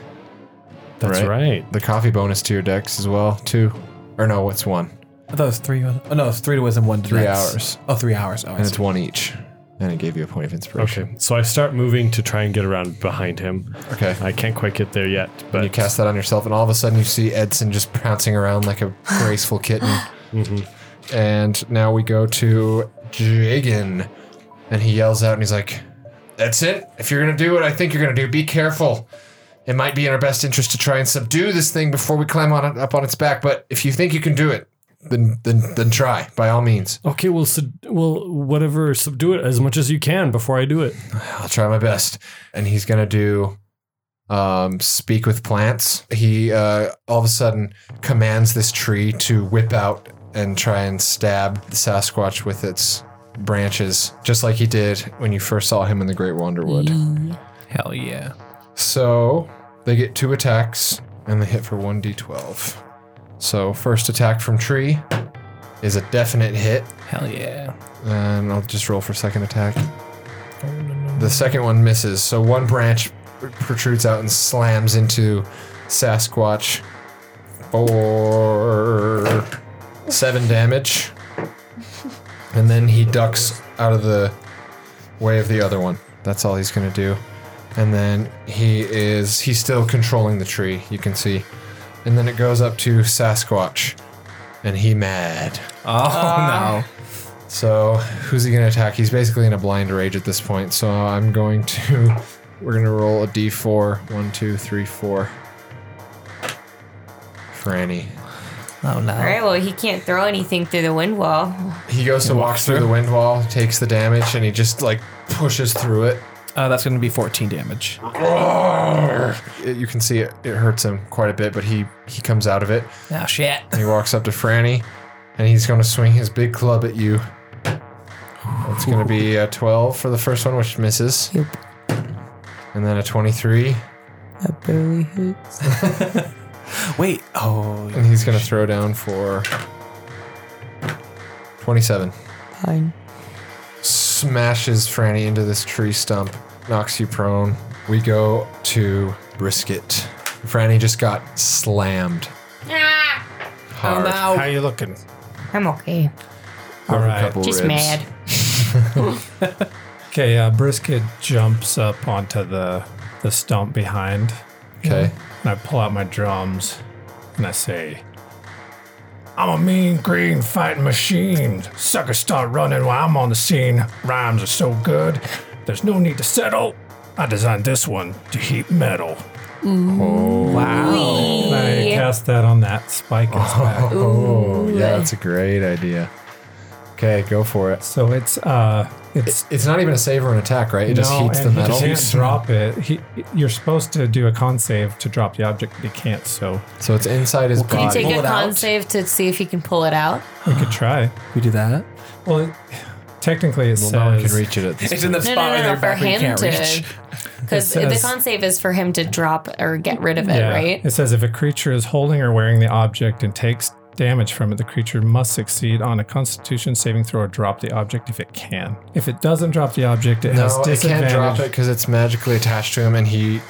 [SPEAKER 3] That's right.
[SPEAKER 6] The coffee bonus to your dex as well, too. Or no, what's one?
[SPEAKER 2] I thought it was three. Oh no, it's three to wisdom, one to
[SPEAKER 6] Three
[SPEAKER 2] dex.
[SPEAKER 6] hours.
[SPEAKER 2] Oh, three hours. Oh, I
[SPEAKER 6] And
[SPEAKER 2] see.
[SPEAKER 6] it's one each. And it gave you a point of inspiration.
[SPEAKER 3] Okay, so I start moving to try and get around behind him.
[SPEAKER 6] Okay.
[SPEAKER 3] I can't quite get there yet, but
[SPEAKER 6] You cast that on yourself, and all of a sudden you see Edson just pouncing around like a graceful kitten. And now we go to Jagan, and he yells out and he's like, That's it. If you're going to do what I think you're going to do, be careful. It might be in our best interest to try and subdue this thing before we climb on it, up on its back, but if you think you can do it, then, then, then try, by all means.
[SPEAKER 3] okay, well, sub- well, whatever, subdue it as much as you can before I do it.
[SPEAKER 6] I'll try my best. And he's going to do um, speak with plants. He uh, all of a sudden commands this tree to whip out and try and stab the Sasquatch with its branches, just like he did when you first saw him in the Great Wanderwood.
[SPEAKER 2] Hell yeah.
[SPEAKER 6] So they get two attacks and they hit for 1d12. So, first attack from tree is a definite hit.
[SPEAKER 2] Hell yeah.
[SPEAKER 6] And I'll just roll for second attack. The second one misses, so one branch pr- protrudes out and slams into Sasquatch for seven damage. And then he ducks out of the way of the other one. That's all he's gonna do. And then he is he's still controlling the tree, you can see. And then it goes up to Sasquatch. And he mad.
[SPEAKER 2] Oh
[SPEAKER 5] Uh,
[SPEAKER 2] no.
[SPEAKER 6] So who's he gonna attack? He's basically in a blind rage at this point. So I'm going to. We're gonna roll a d4. One, two, three, four. Franny.
[SPEAKER 2] Oh no.
[SPEAKER 5] All right, well, he can't throw anything through the wind wall.
[SPEAKER 6] He goes to walk through the wind wall, takes the damage, and he just like pushes through it.
[SPEAKER 2] Uh, that's gonna be 14 damage.
[SPEAKER 6] It- you can see it, it hurts him quite a bit, but he he comes out of it.
[SPEAKER 2] Oh shit.
[SPEAKER 6] And he walks up to Franny, and he's gonna swing his big club at you. It's gonna be a 12 for the first one, which misses.
[SPEAKER 5] Yep.
[SPEAKER 6] And then a 23.
[SPEAKER 5] That barely hits.
[SPEAKER 2] Wait. Oh.
[SPEAKER 6] And he's going to throw down for 27.
[SPEAKER 5] Fine.
[SPEAKER 6] Smashes Franny into this tree stump, knocks you prone. We go to Brisket. Franny just got slammed hard.
[SPEAKER 4] How you looking?
[SPEAKER 5] I'm okay.
[SPEAKER 4] All
[SPEAKER 6] over a
[SPEAKER 4] right.
[SPEAKER 6] couple
[SPEAKER 5] Just
[SPEAKER 6] ribs.
[SPEAKER 5] mad.
[SPEAKER 4] Okay, uh, Brisket jumps up onto the the stump behind,
[SPEAKER 6] Okay.
[SPEAKER 4] and I pull out my drums, and I say, "I'm a mean green fighting machine. Suckers start running while I'm on the scene. Rhymes are so good, there's no need to settle. I designed this one to heat metal."
[SPEAKER 5] Wee.
[SPEAKER 4] And I cast that on that spike. in his back.
[SPEAKER 6] Oh, yeah, that's a great idea. Okay, go for it.
[SPEAKER 4] So it's uh, it's
[SPEAKER 6] It's not even a save or an attack, right? It just
[SPEAKER 4] No,
[SPEAKER 6] heats
[SPEAKER 4] and
[SPEAKER 6] the
[SPEAKER 4] he
[SPEAKER 6] metal.
[SPEAKER 4] can't drop it. He, you're supposed to do a con save to drop the object, but he can't. So
[SPEAKER 6] So it's inside his
[SPEAKER 5] Can you
[SPEAKER 6] body.
[SPEAKER 5] take
[SPEAKER 2] Pull
[SPEAKER 5] a
[SPEAKER 2] it
[SPEAKER 5] con
[SPEAKER 2] out.
[SPEAKER 5] save to see if you can pull it out?
[SPEAKER 4] we could try.
[SPEAKER 2] We do that.
[SPEAKER 4] Well, it, technically, it
[SPEAKER 6] well,
[SPEAKER 4] says
[SPEAKER 6] no one can reach it at this
[SPEAKER 10] It's in the
[SPEAKER 5] No,
[SPEAKER 10] spot
[SPEAKER 5] no,
[SPEAKER 10] right
[SPEAKER 5] no,
[SPEAKER 10] there
[SPEAKER 5] no, for
[SPEAKER 10] back where you
[SPEAKER 5] him
[SPEAKER 10] can't reach.
[SPEAKER 5] to. Because
[SPEAKER 4] It
[SPEAKER 5] the
[SPEAKER 4] says-
[SPEAKER 5] con save is for him to drop or get rid of it,
[SPEAKER 4] Yeah.
[SPEAKER 5] right?
[SPEAKER 4] It says if a creature is holding or wearing the object and takes damage from it, the creature must succeed on a Constitution saving throw or drop the object if it can. If it doesn't drop the object, it has
[SPEAKER 6] No, it
[SPEAKER 4] disadvantage.
[SPEAKER 6] can't drop it because it's magically attached to him, and he.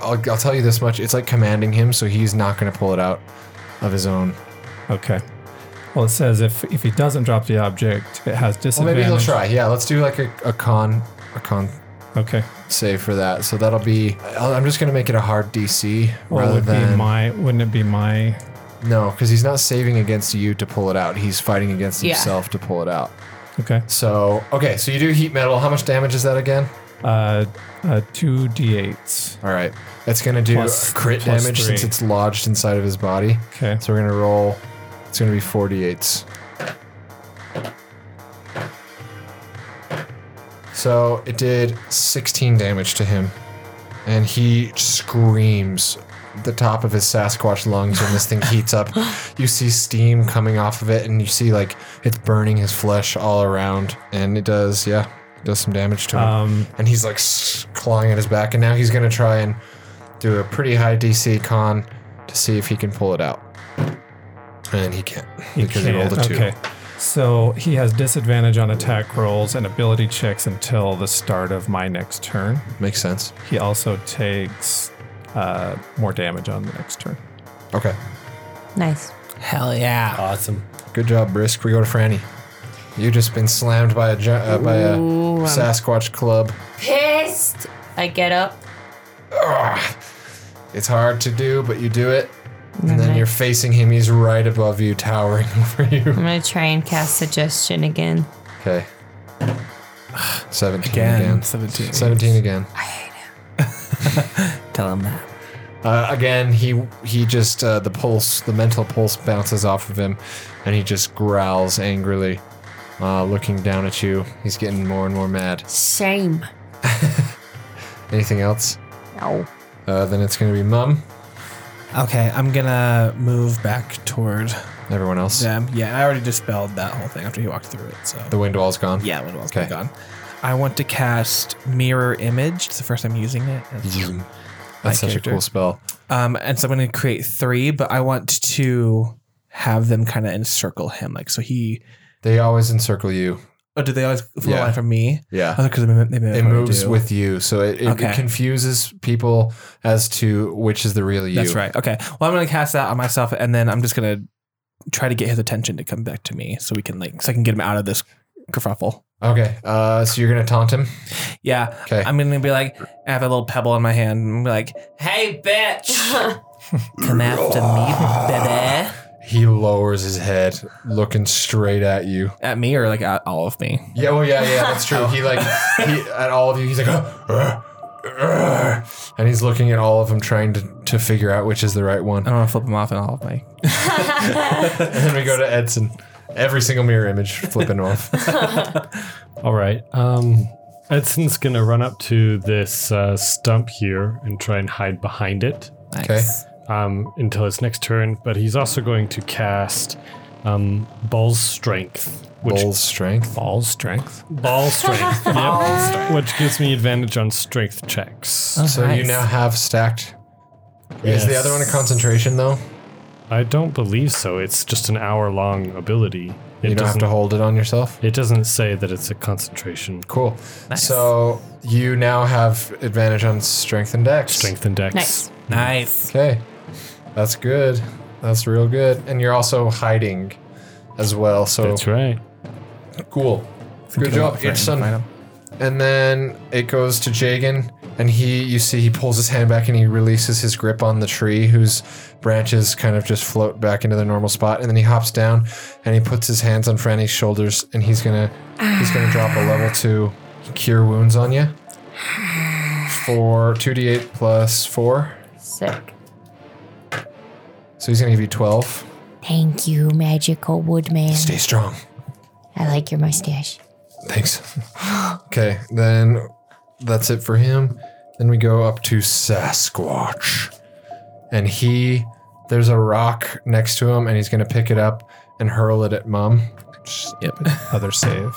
[SPEAKER 6] I'll, I'll tell you this much: it's like commanding him, so he's not going to pull it out of his own.
[SPEAKER 4] Okay. Well, it says if if he doesn't drop the object, it has
[SPEAKER 6] Well,
[SPEAKER 4] disadvantage.
[SPEAKER 6] maybe he'll try. Yeah, let's do like a, a con, a con
[SPEAKER 4] Okay.
[SPEAKER 6] save for that. So that'll be. I'll- I'm just going to make it a hard DC
[SPEAKER 4] Well,
[SPEAKER 6] rather
[SPEAKER 4] would be
[SPEAKER 6] than
[SPEAKER 4] my wouldn't it be my
[SPEAKER 6] no, because he's not saving against you to pull it out. He's fighting against
[SPEAKER 5] Yeah.
[SPEAKER 6] himself to pull it out.
[SPEAKER 4] okay?
[SPEAKER 6] So okay, so you do heat metal. How much damage is that again?
[SPEAKER 4] Uh, uh, two d8s.
[SPEAKER 6] All right, that's going to do
[SPEAKER 4] Plus-
[SPEAKER 6] crit
[SPEAKER 4] plus
[SPEAKER 6] damage
[SPEAKER 4] three.
[SPEAKER 6] since it's lodged inside of his body.
[SPEAKER 4] Okay.
[SPEAKER 6] So we're gonna roll. It's gonna be 48s. So it did 16 damage to him, and he screams at the top of his Sasquatch lungs when this thing heats up. You see steam coming off of it, and you see like it's burning his flesh all around, and it does, yeah, it does some damage to him.
[SPEAKER 4] Um,
[SPEAKER 6] and he's like s- clawing at his back, and now he's gonna try and do a pretty high DC con to see if he can pull it out. And he can't because he
[SPEAKER 4] can't.
[SPEAKER 6] rolled a two.
[SPEAKER 4] Okay. So he has disadvantage on attack rolls and ability checks until the start of my next turn.
[SPEAKER 6] Makes sense.
[SPEAKER 4] He also takes uh, more damage on the next turn.
[SPEAKER 6] Okay.
[SPEAKER 5] Nice.
[SPEAKER 2] Hell yeah.
[SPEAKER 11] Awesome.
[SPEAKER 6] Good job, Brisk. We go to Franny. You've just been slammed by a gi- uh, by a
[SPEAKER 5] Ooh, I'm-
[SPEAKER 6] Sasquatch club.
[SPEAKER 5] Pissed. I get up.
[SPEAKER 6] It's hard to do, but you do it. And
[SPEAKER 5] Mhm.
[SPEAKER 6] then you're facing him. He's right above you, towering over you.
[SPEAKER 5] I'm gonna try and cast suggestion again.
[SPEAKER 6] Okay. 17
[SPEAKER 2] Again,
[SPEAKER 6] again.
[SPEAKER 2] 17.
[SPEAKER 6] 17 again.
[SPEAKER 2] Tell him that.
[SPEAKER 6] Uh, again, he he just uh, the pulse, the mental pulse bounces off of him, and he just growls angrily, uh, looking down at you. He's getting more and more mad.
[SPEAKER 5] Shame.
[SPEAKER 6] Anything else?
[SPEAKER 5] No.
[SPEAKER 6] Uh, then it's going to be Mum.
[SPEAKER 2] Okay, I'm gonna move back toward
[SPEAKER 6] Everyone else.
[SPEAKER 2] them. Yeah, I already dispelled that whole thing after he walked through it. So
[SPEAKER 6] The wind wall's gone.
[SPEAKER 2] yeah, when it was
[SPEAKER 6] Okay.
[SPEAKER 2] gone. I want to cast mirror image. It's the first time using it.
[SPEAKER 6] Zoom.
[SPEAKER 2] My
[SPEAKER 6] That's such
[SPEAKER 2] character.
[SPEAKER 6] a cool spell.
[SPEAKER 2] Um, and so I'm going to create three, but I want to have them kind of encircle him. Like, so he.
[SPEAKER 6] They always encircle you.
[SPEAKER 2] Oh, do they always fly
[SPEAKER 6] Yeah.
[SPEAKER 2] from me?
[SPEAKER 6] Yeah.
[SPEAKER 2] Oh, because they mimic, they mimic
[SPEAKER 6] It
[SPEAKER 2] what I
[SPEAKER 6] moves
[SPEAKER 2] do.
[SPEAKER 6] with you, so it, it
[SPEAKER 2] Okay.
[SPEAKER 6] confuses people as to which is the real you.
[SPEAKER 2] That's right. Okay. Well, I'm going to cast that on myself, and then I'm just going to try to get his attention to come back to me, so we can like, so I can get him out of this kerfuffle.
[SPEAKER 6] Okay, uh, so you're gonna taunt him.
[SPEAKER 2] Yeah.
[SPEAKER 6] Okay.
[SPEAKER 2] I'm going to be like, I have a little pebble in my hand, and be like, "Hey, bitch, come after me, baby."
[SPEAKER 6] He lowers his head, looking straight at you.
[SPEAKER 2] At me or like at all of me?
[SPEAKER 6] Yeah, well, yeah, yeah, that's
[SPEAKER 3] Oh.
[SPEAKER 6] true. He like he, at all of you. He's like, "Ugh, ugh," and he's looking at all of them, trying to to figure out which is the right one.
[SPEAKER 2] I'm going to flip him off and all of my.
[SPEAKER 6] And then we go to Edson. Every single mirror image flipping off.
[SPEAKER 3] All right. Um, Edson's going to run up to this uh, stump here and try and hide behind it
[SPEAKER 6] Okay,
[SPEAKER 3] um, until his next turn, but he's also going to cast um, Ball's Strength. Which
[SPEAKER 6] bull's strength.
[SPEAKER 4] Ball strength.
[SPEAKER 3] Ball strength. Yep. Which gives me advantage on strength checks.
[SPEAKER 6] So you
[SPEAKER 2] nice.
[SPEAKER 6] now have stacked. Is the
[SPEAKER 3] Yes.
[SPEAKER 6] other one a concentration though?
[SPEAKER 3] I don't believe so. It's just an hour long ability. It
[SPEAKER 6] You don't have
[SPEAKER 3] doesn't
[SPEAKER 6] to hold it on yourself.
[SPEAKER 3] it doesn't say that it's a concentration.
[SPEAKER 6] Cool. So you now have advantage on strength and dex.
[SPEAKER 3] Strength and dex.
[SPEAKER 5] Nice.
[SPEAKER 2] Nice.
[SPEAKER 6] Okay. That's good. That's real good. And you're also hiding as well. So
[SPEAKER 3] That's right.
[SPEAKER 6] cool. Good job, Itson. And then it goes to Jagan, and he, you see, he pulls his hand back and he releases his grip on the tree, whose branches kind of just float back into their normal spot. And then he hops down, and he puts his hands on Franny's shoulders, and he's gonna, he's gonna drop a level two cure wounds on you. Four, two d eight plus four,
[SPEAKER 5] Sick.
[SPEAKER 6] so he's gonna give you twelve.
[SPEAKER 5] Thank you, magical woodman.
[SPEAKER 6] Stay strong.
[SPEAKER 5] I like your mustache.
[SPEAKER 6] Thanks. okay, then that's it for him. Then we go up to Sasquatch. And he, there's a rock next to him, and he's going to pick it up and hurl it at Mum.
[SPEAKER 2] Yep.
[SPEAKER 6] Other save.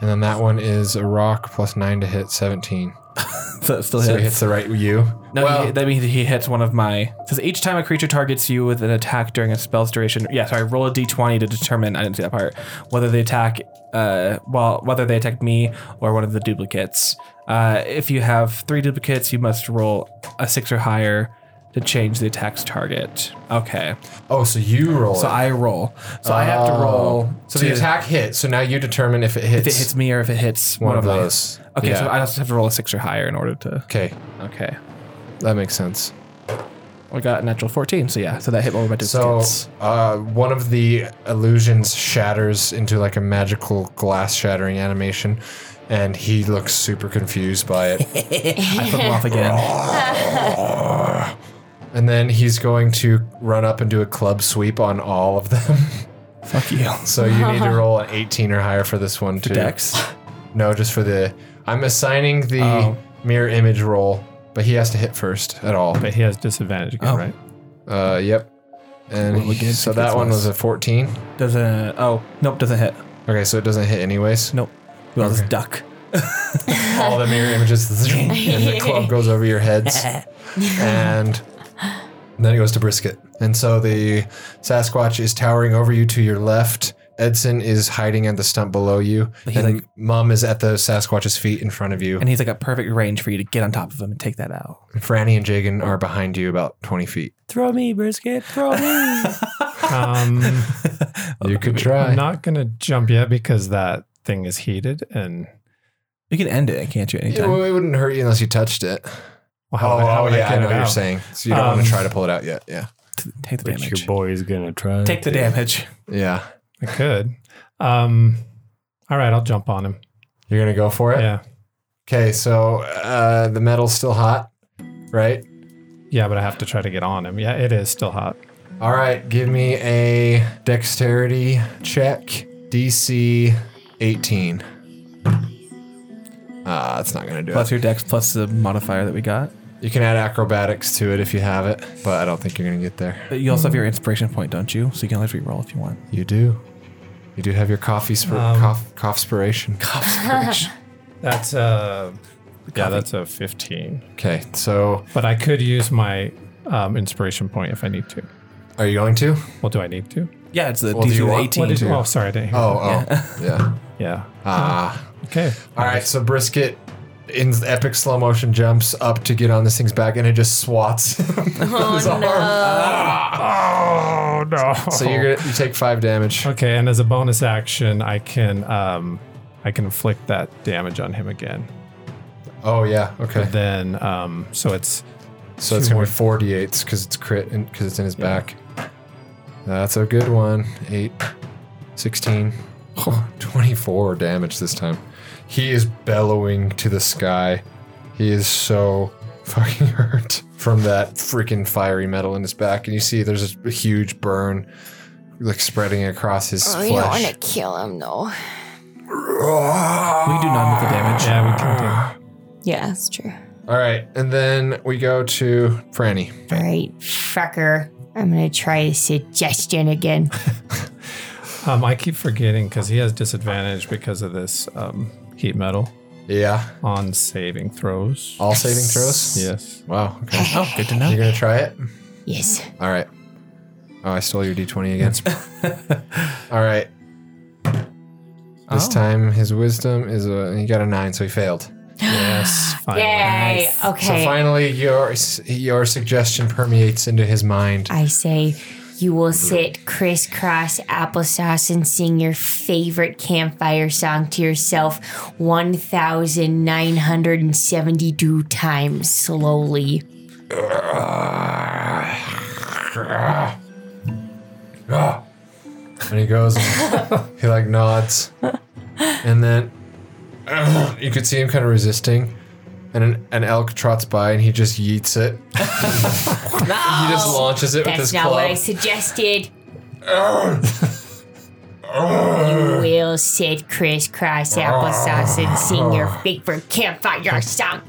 [SPEAKER 6] And then that one is a rock plus nine to hit 17.
[SPEAKER 2] So it still
[SPEAKER 6] So
[SPEAKER 2] hits.
[SPEAKER 6] he hits the right you.
[SPEAKER 2] No,
[SPEAKER 6] well,
[SPEAKER 2] he, that means he hits one of my. Says each time a creature targets you with an attack during a spell's duration. Yeah, sorry. Roll a d20 to determine. I didn't see that part. Whether they attack, uh, well, whether they attack me or one of the duplicates. Uh, if you have three duplicates, you must roll a six or higher to change the attack's target. Okay,
[SPEAKER 6] oh, so you roll.
[SPEAKER 2] so
[SPEAKER 6] it.
[SPEAKER 2] I roll. So I have to roll.
[SPEAKER 6] Oh. So
[SPEAKER 2] to,
[SPEAKER 6] the attack hits. So now you determine if it hits.
[SPEAKER 2] If it hits me or if it hits one,
[SPEAKER 6] One of
[SPEAKER 2] my-
[SPEAKER 6] those.
[SPEAKER 2] Okay,
[SPEAKER 6] Yeah.
[SPEAKER 2] so I just have to roll a six or higher in order to.
[SPEAKER 6] Okay,
[SPEAKER 2] Okay.
[SPEAKER 6] that makes sense.
[SPEAKER 2] I got a natural 14, so yeah, so that hit one of my
[SPEAKER 6] So
[SPEAKER 2] distance.
[SPEAKER 6] uh, one of the illusions shatters into like a magical glass shattering animation, and he looks super confused by it.
[SPEAKER 2] I flip him off again.
[SPEAKER 6] and then he's going to run up and do a club sweep on all of them.
[SPEAKER 2] Fuck you.
[SPEAKER 6] so you need to roll an 18 or higher for this one too.
[SPEAKER 2] Dex.
[SPEAKER 6] No, just for the. I'm assigning the
[SPEAKER 2] Oh.
[SPEAKER 6] mirror image roll, but he has to hit first at all.
[SPEAKER 4] But he has disadvantage again,
[SPEAKER 2] Oh.
[SPEAKER 4] right?
[SPEAKER 6] Uh, yep. And
[SPEAKER 2] Roll again,
[SPEAKER 6] he-
[SPEAKER 2] see
[SPEAKER 6] so
[SPEAKER 2] if
[SPEAKER 6] that
[SPEAKER 2] that's
[SPEAKER 6] one
[SPEAKER 2] nice.
[SPEAKER 6] was a 14.
[SPEAKER 2] Doesn't. Oh, nope, doesn't hit.
[SPEAKER 6] Okay, so it doesn't hit anyways.
[SPEAKER 2] Nope. We all
[SPEAKER 6] Okay.
[SPEAKER 2] just duck.
[SPEAKER 6] all the mirror images and the club goes over your heads and then it goes to brisket and so the sasquatch is towering over you to your left edson is hiding at the stump below you
[SPEAKER 2] But he's
[SPEAKER 6] and
[SPEAKER 2] like-
[SPEAKER 6] mom is at the sasquatch's feet in front of you
[SPEAKER 2] And he's like a perfect range for you to get on top of him and take that out.
[SPEAKER 6] franny and jagan are behind you about 20 feet
[SPEAKER 2] Throw me, brisket. Throw me.
[SPEAKER 4] Um,
[SPEAKER 6] you could try
[SPEAKER 4] I'm not going to jump yet because that thing is heated and.
[SPEAKER 2] you can end it, can't you?
[SPEAKER 6] it,
[SPEAKER 2] Anytime.
[SPEAKER 6] it wouldn't hurt you unless you touched it
[SPEAKER 4] Well,
[SPEAKER 6] oh,
[SPEAKER 4] would-
[SPEAKER 6] oh
[SPEAKER 4] would
[SPEAKER 6] yeah i
[SPEAKER 4] get it
[SPEAKER 6] know what you're
[SPEAKER 4] out?
[SPEAKER 6] saying so you don't
[SPEAKER 4] Um,
[SPEAKER 6] want to try to pull it out yet yeah
[SPEAKER 2] take the
[SPEAKER 3] But
[SPEAKER 2] damage.
[SPEAKER 3] your boy's gonna try.
[SPEAKER 2] Take the
[SPEAKER 3] to-
[SPEAKER 2] damage.
[SPEAKER 6] yeah
[SPEAKER 4] I could. Um, all right, I'll jump on him.
[SPEAKER 6] you're gonna go for it
[SPEAKER 4] Yeah.
[SPEAKER 6] okay so uh, the metal's still hot right
[SPEAKER 4] Yeah, but I have to try to get on him. Yeah, it is still hot.
[SPEAKER 6] All right, give me a dexterity check. DC 18. Ah, that's not going to do
[SPEAKER 2] Plus
[SPEAKER 6] it.
[SPEAKER 2] your dex, plus the modifier that we got.
[SPEAKER 6] You can add acrobatics to it if you have it, but I don't think you're going to get there.
[SPEAKER 2] But you also have your inspiration point, don't you? So you can always re-roll if you want.
[SPEAKER 6] You do. You do have your coffee spir- cough, cough spiration.
[SPEAKER 4] That's uh, yeah, that's a fifteen.
[SPEAKER 6] Okay, so
[SPEAKER 4] But I could use my um, inspiration point if I need to.
[SPEAKER 6] are you going to?
[SPEAKER 4] Well, do I need to?
[SPEAKER 2] Yeah, it's the
[SPEAKER 6] Well, do
[SPEAKER 2] DC
[SPEAKER 6] you
[SPEAKER 2] the
[SPEAKER 6] want-
[SPEAKER 2] 18.
[SPEAKER 4] What did,
[SPEAKER 6] to.
[SPEAKER 4] oh, sorry, I didn't hear.
[SPEAKER 6] Oh, oh, yeah.
[SPEAKER 4] yeah.
[SPEAKER 6] Ah.
[SPEAKER 4] Okay.
[SPEAKER 6] All right, so brisket in epic slow motion jumps up to get on this thing's back, and it just swats his arm.
[SPEAKER 4] Oh no.
[SPEAKER 6] So you're gonna you take five damage.
[SPEAKER 4] okay, and as a bonus action, I can um, I can inflict that damage on him again.
[SPEAKER 6] Oh yeah, okay.
[SPEAKER 4] Then um, so it's
[SPEAKER 6] So it's
[SPEAKER 4] two more.
[SPEAKER 6] gonna be four d8s because it's crit and because it's in his back. That's a good one. Eight, 16, 24 damage this time. He is bellowing to the sky. He is so fucking hurt from that freaking fiery metal in his back, and you see there's a huge burn. Like spreading across his
[SPEAKER 5] Oh,
[SPEAKER 6] flesh.
[SPEAKER 5] you don't want to kill him though.
[SPEAKER 2] We do none with the damage.
[SPEAKER 4] yeah we can do.
[SPEAKER 5] Yeah, that's true.
[SPEAKER 6] All right, and then we go to Franny.
[SPEAKER 5] All right, fucker. I'm gonna try a suggestion again.
[SPEAKER 4] Um, I keep forgetting because he has disadvantage because of this um, heat metal
[SPEAKER 6] Yeah,
[SPEAKER 4] on saving throws.
[SPEAKER 6] all saving throws.
[SPEAKER 4] Yes.
[SPEAKER 6] Wow. Okay.
[SPEAKER 2] Oh, good to know.
[SPEAKER 6] You're gonna try it.
[SPEAKER 5] Yes.
[SPEAKER 6] All right. Oh, I stole your d20 again. All right. This time his wisdom is a. He got a nine, so he failed.
[SPEAKER 4] Yes. Finally.
[SPEAKER 5] Yay. Okay.
[SPEAKER 6] So finally, your your suggestion permeates into his mind.
[SPEAKER 5] I say, you will sit crisscross applesauce and sing your favorite campfire song to yourself 1,972 times slowly.
[SPEAKER 6] And he goes, and he like nods, and then you could see him kind of resisting. And an, an elk trots by, and he just yeets it. he just launches it with his
[SPEAKER 5] That's not
[SPEAKER 6] club.
[SPEAKER 5] what I suggested. you will sit crisscross applesauce and sing your favorite campfire song.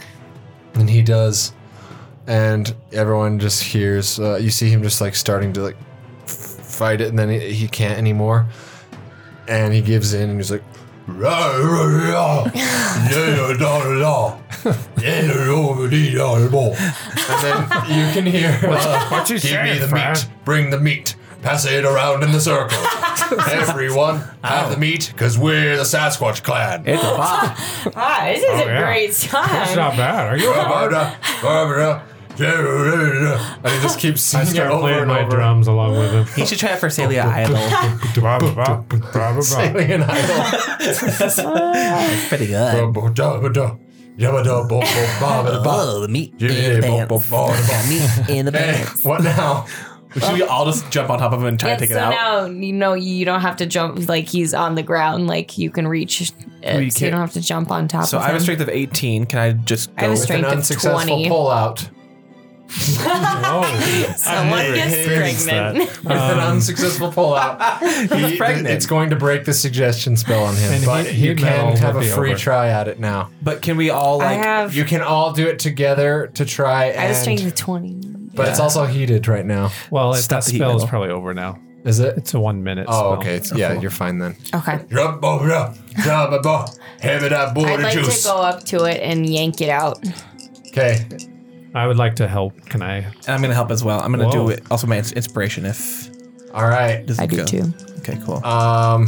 [SPEAKER 6] and he does and everyone just hears uh, you see him just like starting to like f- fight it and then he, he can't anymore and he gives in and he's like "Rah, rah, rah. Yeah, da, da, da. Yeah, da, da, dee, da, da, da." and then you can hear uh,
[SPEAKER 4] What you
[SPEAKER 6] give me
[SPEAKER 4] saying,
[SPEAKER 6] the
[SPEAKER 4] Fran?
[SPEAKER 6] meat bring the meat pass it around in the circle everyone have the meat because we're the sasquatch clan
[SPEAKER 2] It's a bop.
[SPEAKER 7] Ah, this
[SPEAKER 6] Oh,
[SPEAKER 7] is a
[SPEAKER 4] yeah.
[SPEAKER 7] great
[SPEAKER 4] It's
[SPEAKER 7] song.
[SPEAKER 4] not bad. Are you?
[SPEAKER 6] and he just keeps
[SPEAKER 4] I
[SPEAKER 6] singing it
[SPEAKER 4] start
[SPEAKER 6] over
[SPEAKER 4] playing
[SPEAKER 6] and
[SPEAKER 4] my
[SPEAKER 6] over.
[SPEAKER 4] drums along with him.
[SPEAKER 2] You should try it for Celia Idol.
[SPEAKER 4] Ba, ba, ba, ba, ba, ba.
[SPEAKER 6] Alien Idol.
[SPEAKER 2] It's pretty good.
[SPEAKER 6] Hey,
[SPEAKER 2] Oh, the meat
[SPEAKER 6] Give me
[SPEAKER 2] in the
[SPEAKER 6] a bop,
[SPEAKER 2] pants.
[SPEAKER 6] bop, bop, bop.
[SPEAKER 2] Meat in the pants.
[SPEAKER 6] what now?
[SPEAKER 12] Should we all just jump on top of him and try
[SPEAKER 7] Yeah,
[SPEAKER 12] to take
[SPEAKER 7] so
[SPEAKER 12] it out?
[SPEAKER 7] now you know you don't have to jump like he's on the ground, like you can reach
[SPEAKER 2] you
[SPEAKER 7] it, so you
[SPEAKER 2] can't-
[SPEAKER 7] don't have to jump on top
[SPEAKER 2] So
[SPEAKER 7] of
[SPEAKER 2] I have a
[SPEAKER 7] him.
[SPEAKER 2] strength of 18. Can I just
[SPEAKER 7] I have
[SPEAKER 2] go?
[SPEAKER 7] a
[SPEAKER 2] with-
[SPEAKER 6] An
[SPEAKER 7] strength of
[SPEAKER 6] unsuccessful
[SPEAKER 7] 20.
[SPEAKER 6] pullout.
[SPEAKER 7] Someone gets
[SPEAKER 13] experienced
[SPEAKER 7] pregnant.
[SPEAKER 4] Um,
[SPEAKER 6] With an unsuccessful pullout. He- It's going to break the suggestion spell on him,
[SPEAKER 4] And
[SPEAKER 6] but
[SPEAKER 4] he-
[SPEAKER 6] you
[SPEAKER 4] he'd meddle
[SPEAKER 6] can have a
[SPEAKER 4] would be
[SPEAKER 6] free
[SPEAKER 4] over.
[SPEAKER 6] try at it now.
[SPEAKER 2] But can we all
[SPEAKER 7] I
[SPEAKER 2] like?
[SPEAKER 7] have
[SPEAKER 6] You can all do it together to try
[SPEAKER 7] I have a
[SPEAKER 6] and...
[SPEAKER 7] strength of twenty.
[SPEAKER 6] But it's also heated right now.
[SPEAKER 4] Well, if
[SPEAKER 2] Stop
[SPEAKER 4] that
[SPEAKER 2] the heat
[SPEAKER 4] spell is
[SPEAKER 2] metal.
[SPEAKER 4] probably over now.
[SPEAKER 6] Is it?
[SPEAKER 4] It's a one minute spell.
[SPEAKER 6] Oh, okay. It's, yeah, you're fine then.
[SPEAKER 5] Okay. I'd like to go up to it and yank it out.
[SPEAKER 6] Okay.
[SPEAKER 4] I would like to help. Can I?
[SPEAKER 2] And I'm gonna help as well. I'm gonna
[SPEAKER 4] Whoa.
[SPEAKER 2] do it. Also, my ins- inspiration if
[SPEAKER 6] All right.
[SPEAKER 2] doesn't
[SPEAKER 7] I do
[SPEAKER 2] go.
[SPEAKER 7] too.
[SPEAKER 2] Okay, cool.
[SPEAKER 12] Uh,
[SPEAKER 6] Um,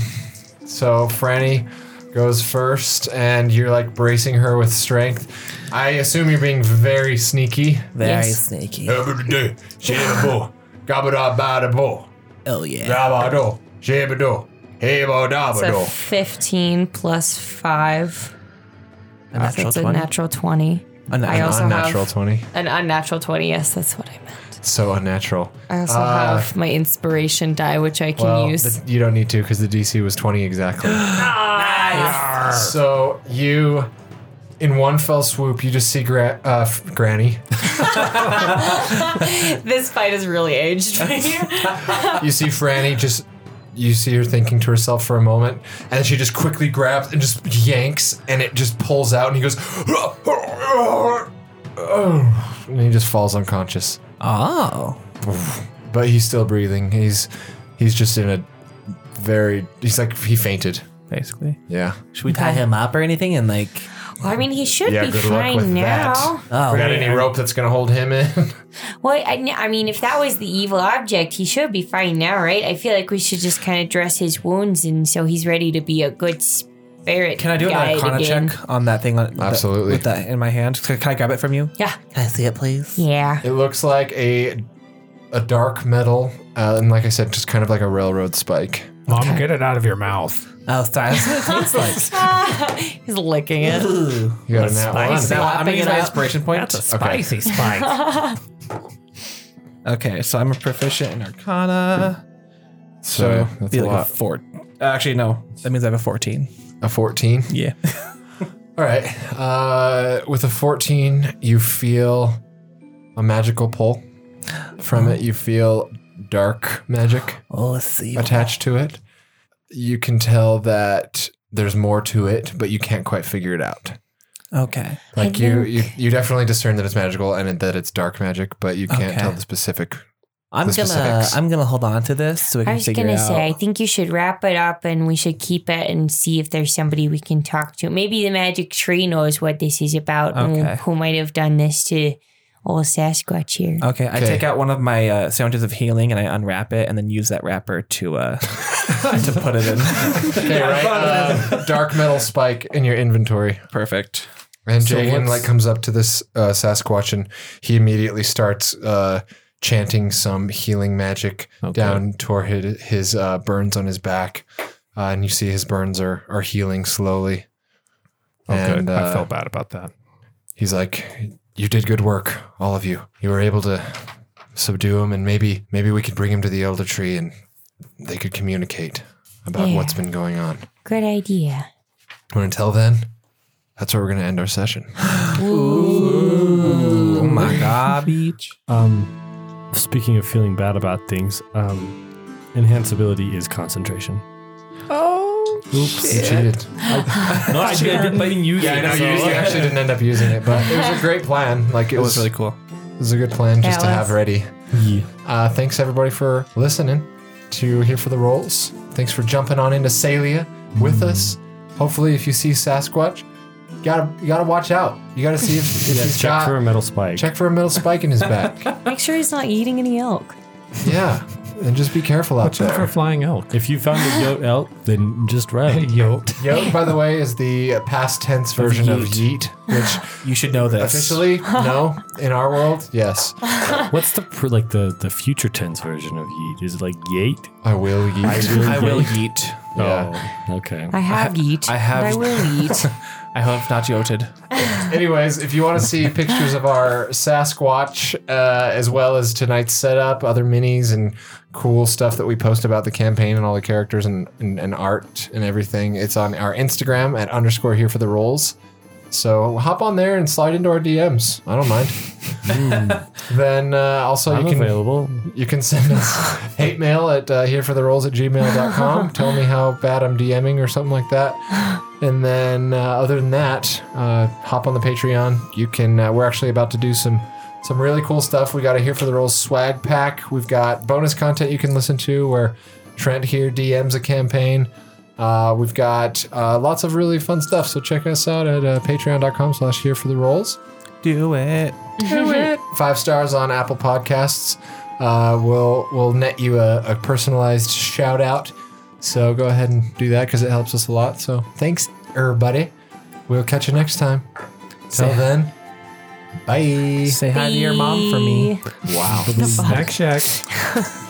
[SPEAKER 6] so Franny goes first, and you're like bracing her with strength. I assume you're being very sneaky.
[SPEAKER 2] Very
[SPEAKER 5] yes.
[SPEAKER 2] sneaky.
[SPEAKER 12] Uh,
[SPEAKER 6] Gabadabadabo,
[SPEAKER 2] Oh yeah.
[SPEAKER 6] gabado, jebado,
[SPEAKER 7] So
[SPEAKER 6] hebodabado.
[SPEAKER 7] fifteen plus five.
[SPEAKER 2] A natural
[SPEAKER 7] That's a
[SPEAKER 2] twenty.
[SPEAKER 7] natural twenty.
[SPEAKER 2] A na-
[SPEAKER 7] I also
[SPEAKER 6] Unnatural
[SPEAKER 7] have
[SPEAKER 6] twenty.
[SPEAKER 7] an unnatural twenty. Yes, that's what I meant.
[SPEAKER 6] So unnatural.
[SPEAKER 7] I also
[SPEAKER 6] Ah.
[SPEAKER 7] have my inspiration die, which I can
[SPEAKER 6] Well,
[SPEAKER 7] use.
[SPEAKER 6] the- you don't need to because the DC was twenty exactly. So you, in one fell swoop, you just see gra- uh, f- Granny.
[SPEAKER 7] this fight has really aged me.
[SPEAKER 6] You see Franny just. You see her thinking to herself for a moment, and then she just quickly grabs and just yanks, and it just pulls out, and he goes, "Oh." and he just falls unconscious.
[SPEAKER 2] Oh.
[SPEAKER 6] But he's still breathing. He's he's just in a very he's like he fainted.
[SPEAKER 2] Basically.
[SPEAKER 6] Yeah.
[SPEAKER 2] Should we tie him up or anything and like
[SPEAKER 5] Well, I mean, he should
[SPEAKER 6] Yeah,
[SPEAKER 5] be
[SPEAKER 6] good luck
[SPEAKER 5] fine
[SPEAKER 6] with
[SPEAKER 5] now.
[SPEAKER 6] that.
[SPEAKER 2] oh
[SPEAKER 6] Got any rope that's gonna hold him in?
[SPEAKER 5] Well, I, I mean, if that was the evil object, he should be fine now, right? I feel like we should just kind of dress his wounds, and so he's ready to be a good spirit.
[SPEAKER 2] can I do an
[SPEAKER 5] guide
[SPEAKER 2] arcana
[SPEAKER 5] again.
[SPEAKER 2] check on that thing on
[SPEAKER 6] Absolutely.
[SPEAKER 2] with that in my hand? Can can I grab it from you?
[SPEAKER 5] Yeah,
[SPEAKER 2] Can I see it please?
[SPEAKER 5] yeah.
[SPEAKER 6] It looks like a a dark metal, uh, and like I said, just kind of like a railroad spike.
[SPEAKER 4] Mom, get it out of your mouth.
[SPEAKER 2] Oh sorry, that's what it tastes like.
[SPEAKER 7] He's licking it.
[SPEAKER 2] Ooh.
[SPEAKER 6] You got a nat one.
[SPEAKER 2] Now, I'm
[SPEAKER 7] Slapping
[SPEAKER 2] gonna use
[SPEAKER 7] it
[SPEAKER 2] my
[SPEAKER 7] up.
[SPEAKER 2] inspiration point.
[SPEAKER 6] spicy
[SPEAKER 4] spike.
[SPEAKER 2] Okay, so I'm a proficient in Arcana.
[SPEAKER 6] So
[SPEAKER 2] it'd
[SPEAKER 6] that's
[SPEAKER 2] be
[SPEAKER 6] a
[SPEAKER 2] like
[SPEAKER 6] lot.
[SPEAKER 2] a four. Actually, no. That means I have a 14.
[SPEAKER 6] A fourteen.
[SPEAKER 2] Yeah.
[SPEAKER 6] All right. Uh, with a 14, you feel a magical pull. From it, you feel dark magic
[SPEAKER 2] Oh, let's see.
[SPEAKER 6] attached to it. You can tell that there's more to it, but you can't quite figure it out.
[SPEAKER 2] Okay.
[SPEAKER 6] Like you, you, you definitely discern that it's magical and it- that it's dark magic, but you can't
[SPEAKER 2] Okay.
[SPEAKER 6] tell the specific.
[SPEAKER 2] I'm
[SPEAKER 6] The
[SPEAKER 2] gonna
[SPEAKER 6] specifics.
[SPEAKER 2] I'm gonna hold on to this so we
[SPEAKER 5] I
[SPEAKER 2] can
[SPEAKER 5] was
[SPEAKER 2] figure
[SPEAKER 5] gonna
[SPEAKER 2] it out.
[SPEAKER 5] say, I think you should wrap it up, and we should keep it and see if there's somebody we can talk to. Maybe the magic tree knows what this is about,
[SPEAKER 2] Okay.
[SPEAKER 5] and who might have done this to old Sasquatch here.
[SPEAKER 2] Okay, I
[SPEAKER 6] Okay.
[SPEAKER 2] take out one of my uh, sandwiches of healing and I unwrap it and then use that wrapper to uh, to put it in.
[SPEAKER 6] Okay, right? Uh, dark metal spike in your inventory.
[SPEAKER 2] Perfect.
[SPEAKER 6] And
[SPEAKER 2] So
[SPEAKER 6] Jagan
[SPEAKER 2] what's-
[SPEAKER 6] like comes up to this uh, Sasquatch and he immediately starts uh, chanting some healing magic down toward his, his uh, burns on his back, uh, and you see his burns are are healing slowly.
[SPEAKER 4] Oh,
[SPEAKER 6] And,
[SPEAKER 4] good. I
[SPEAKER 6] uh,
[SPEAKER 4] felt bad about that.
[SPEAKER 6] He's like, "You did good work, all of you. You were able to subdue him, and maybe maybe we could bring him to the elder tree, and they could communicate about
[SPEAKER 5] Yeah.
[SPEAKER 6] what's been going on."
[SPEAKER 5] Good idea.
[SPEAKER 6] But until then, that's where we're gonna end our session.
[SPEAKER 2] Oh my god, beach.
[SPEAKER 3] Um, speaking of feeling bad about things, um, enhanceability is concentration.
[SPEAKER 6] Oops, you cheated.
[SPEAKER 3] No, I didn't even use
[SPEAKER 6] Yeah, I know you, you actually didn't end up using it, but it was a great plan. Like it,
[SPEAKER 2] It was
[SPEAKER 6] was,
[SPEAKER 2] really cool.
[SPEAKER 6] it was a good plan just to
[SPEAKER 5] was.
[SPEAKER 6] have ready. Uh, thanks everybody for listening to here for the rolls. Thanks for jumping on into Salia with us. Hopefully, if you see Sasquatch, you gotta you gotta watch out. You gotta see if, if he's
[SPEAKER 3] check
[SPEAKER 6] got
[SPEAKER 3] for a metal spike.
[SPEAKER 6] check for a metal spike in his back.
[SPEAKER 5] Make sure he's not eating any elk.
[SPEAKER 6] yeah, and just be careful out
[SPEAKER 4] Watch out for
[SPEAKER 6] there.
[SPEAKER 4] flying elk.
[SPEAKER 3] If you found a goat elk, then just run.
[SPEAKER 4] Yote.
[SPEAKER 6] Yo, by the way, is the past tense version of yeet, which
[SPEAKER 2] You should know this.
[SPEAKER 6] officially no in our world, yes.
[SPEAKER 3] What's the pr- like the the future tense version of yeet? Is it like yeet?
[SPEAKER 6] I will yeet.
[SPEAKER 2] I will yeet.
[SPEAKER 6] Yeah.
[SPEAKER 3] Oh, okay.
[SPEAKER 5] I have yeet.
[SPEAKER 2] I have-
[SPEAKER 5] but I will eat.
[SPEAKER 2] I hope not yoted.
[SPEAKER 6] Anyways, if you want to see pictures of our Sasquatch, uh, as well as tonight's setup, other minis, and cool stuff that we post about the campaign and all the characters and, and, and art and everything, it's on our Instagram at underscore here for the rolls. So hop on there and slide into our DMs. I don't mind. then uh, also
[SPEAKER 3] I'm
[SPEAKER 6] you can
[SPEAKER 3] available.
[SPEAKER 6] you can send us hate mail at uh, herefortherolls at gmail.com. Tell me how bad I'm DMing or something like that. And then, uh, other than that, uh, hop on the Patreon. You can. Uh, we're actually about to do some some really cool stuff. We got a Here for the Rolls swag pack. We've got bonus content you can listen to where Trent here DMs a campaign. Uh, we've got uh, lots of really fun stuff. So check us out at uh, patreon.com slash here for the rolls
[SPEAKER 2] Do it.
[SPEAKER 6] five stars on Apple Podcasts. Uh, we'll we'll net you a, a personalized shout out. So go ahead and do that because it helps us a lot. So thanks, everybody. We'll catch you next time. Till
[SPEAKER 2] Say-
[SPEAKER 6] then, bye.
[SPEAKER 2] Say hi to your mom for me.
[SPEAKER 6] Wow.
[SPEAKER 4] Snack Shack.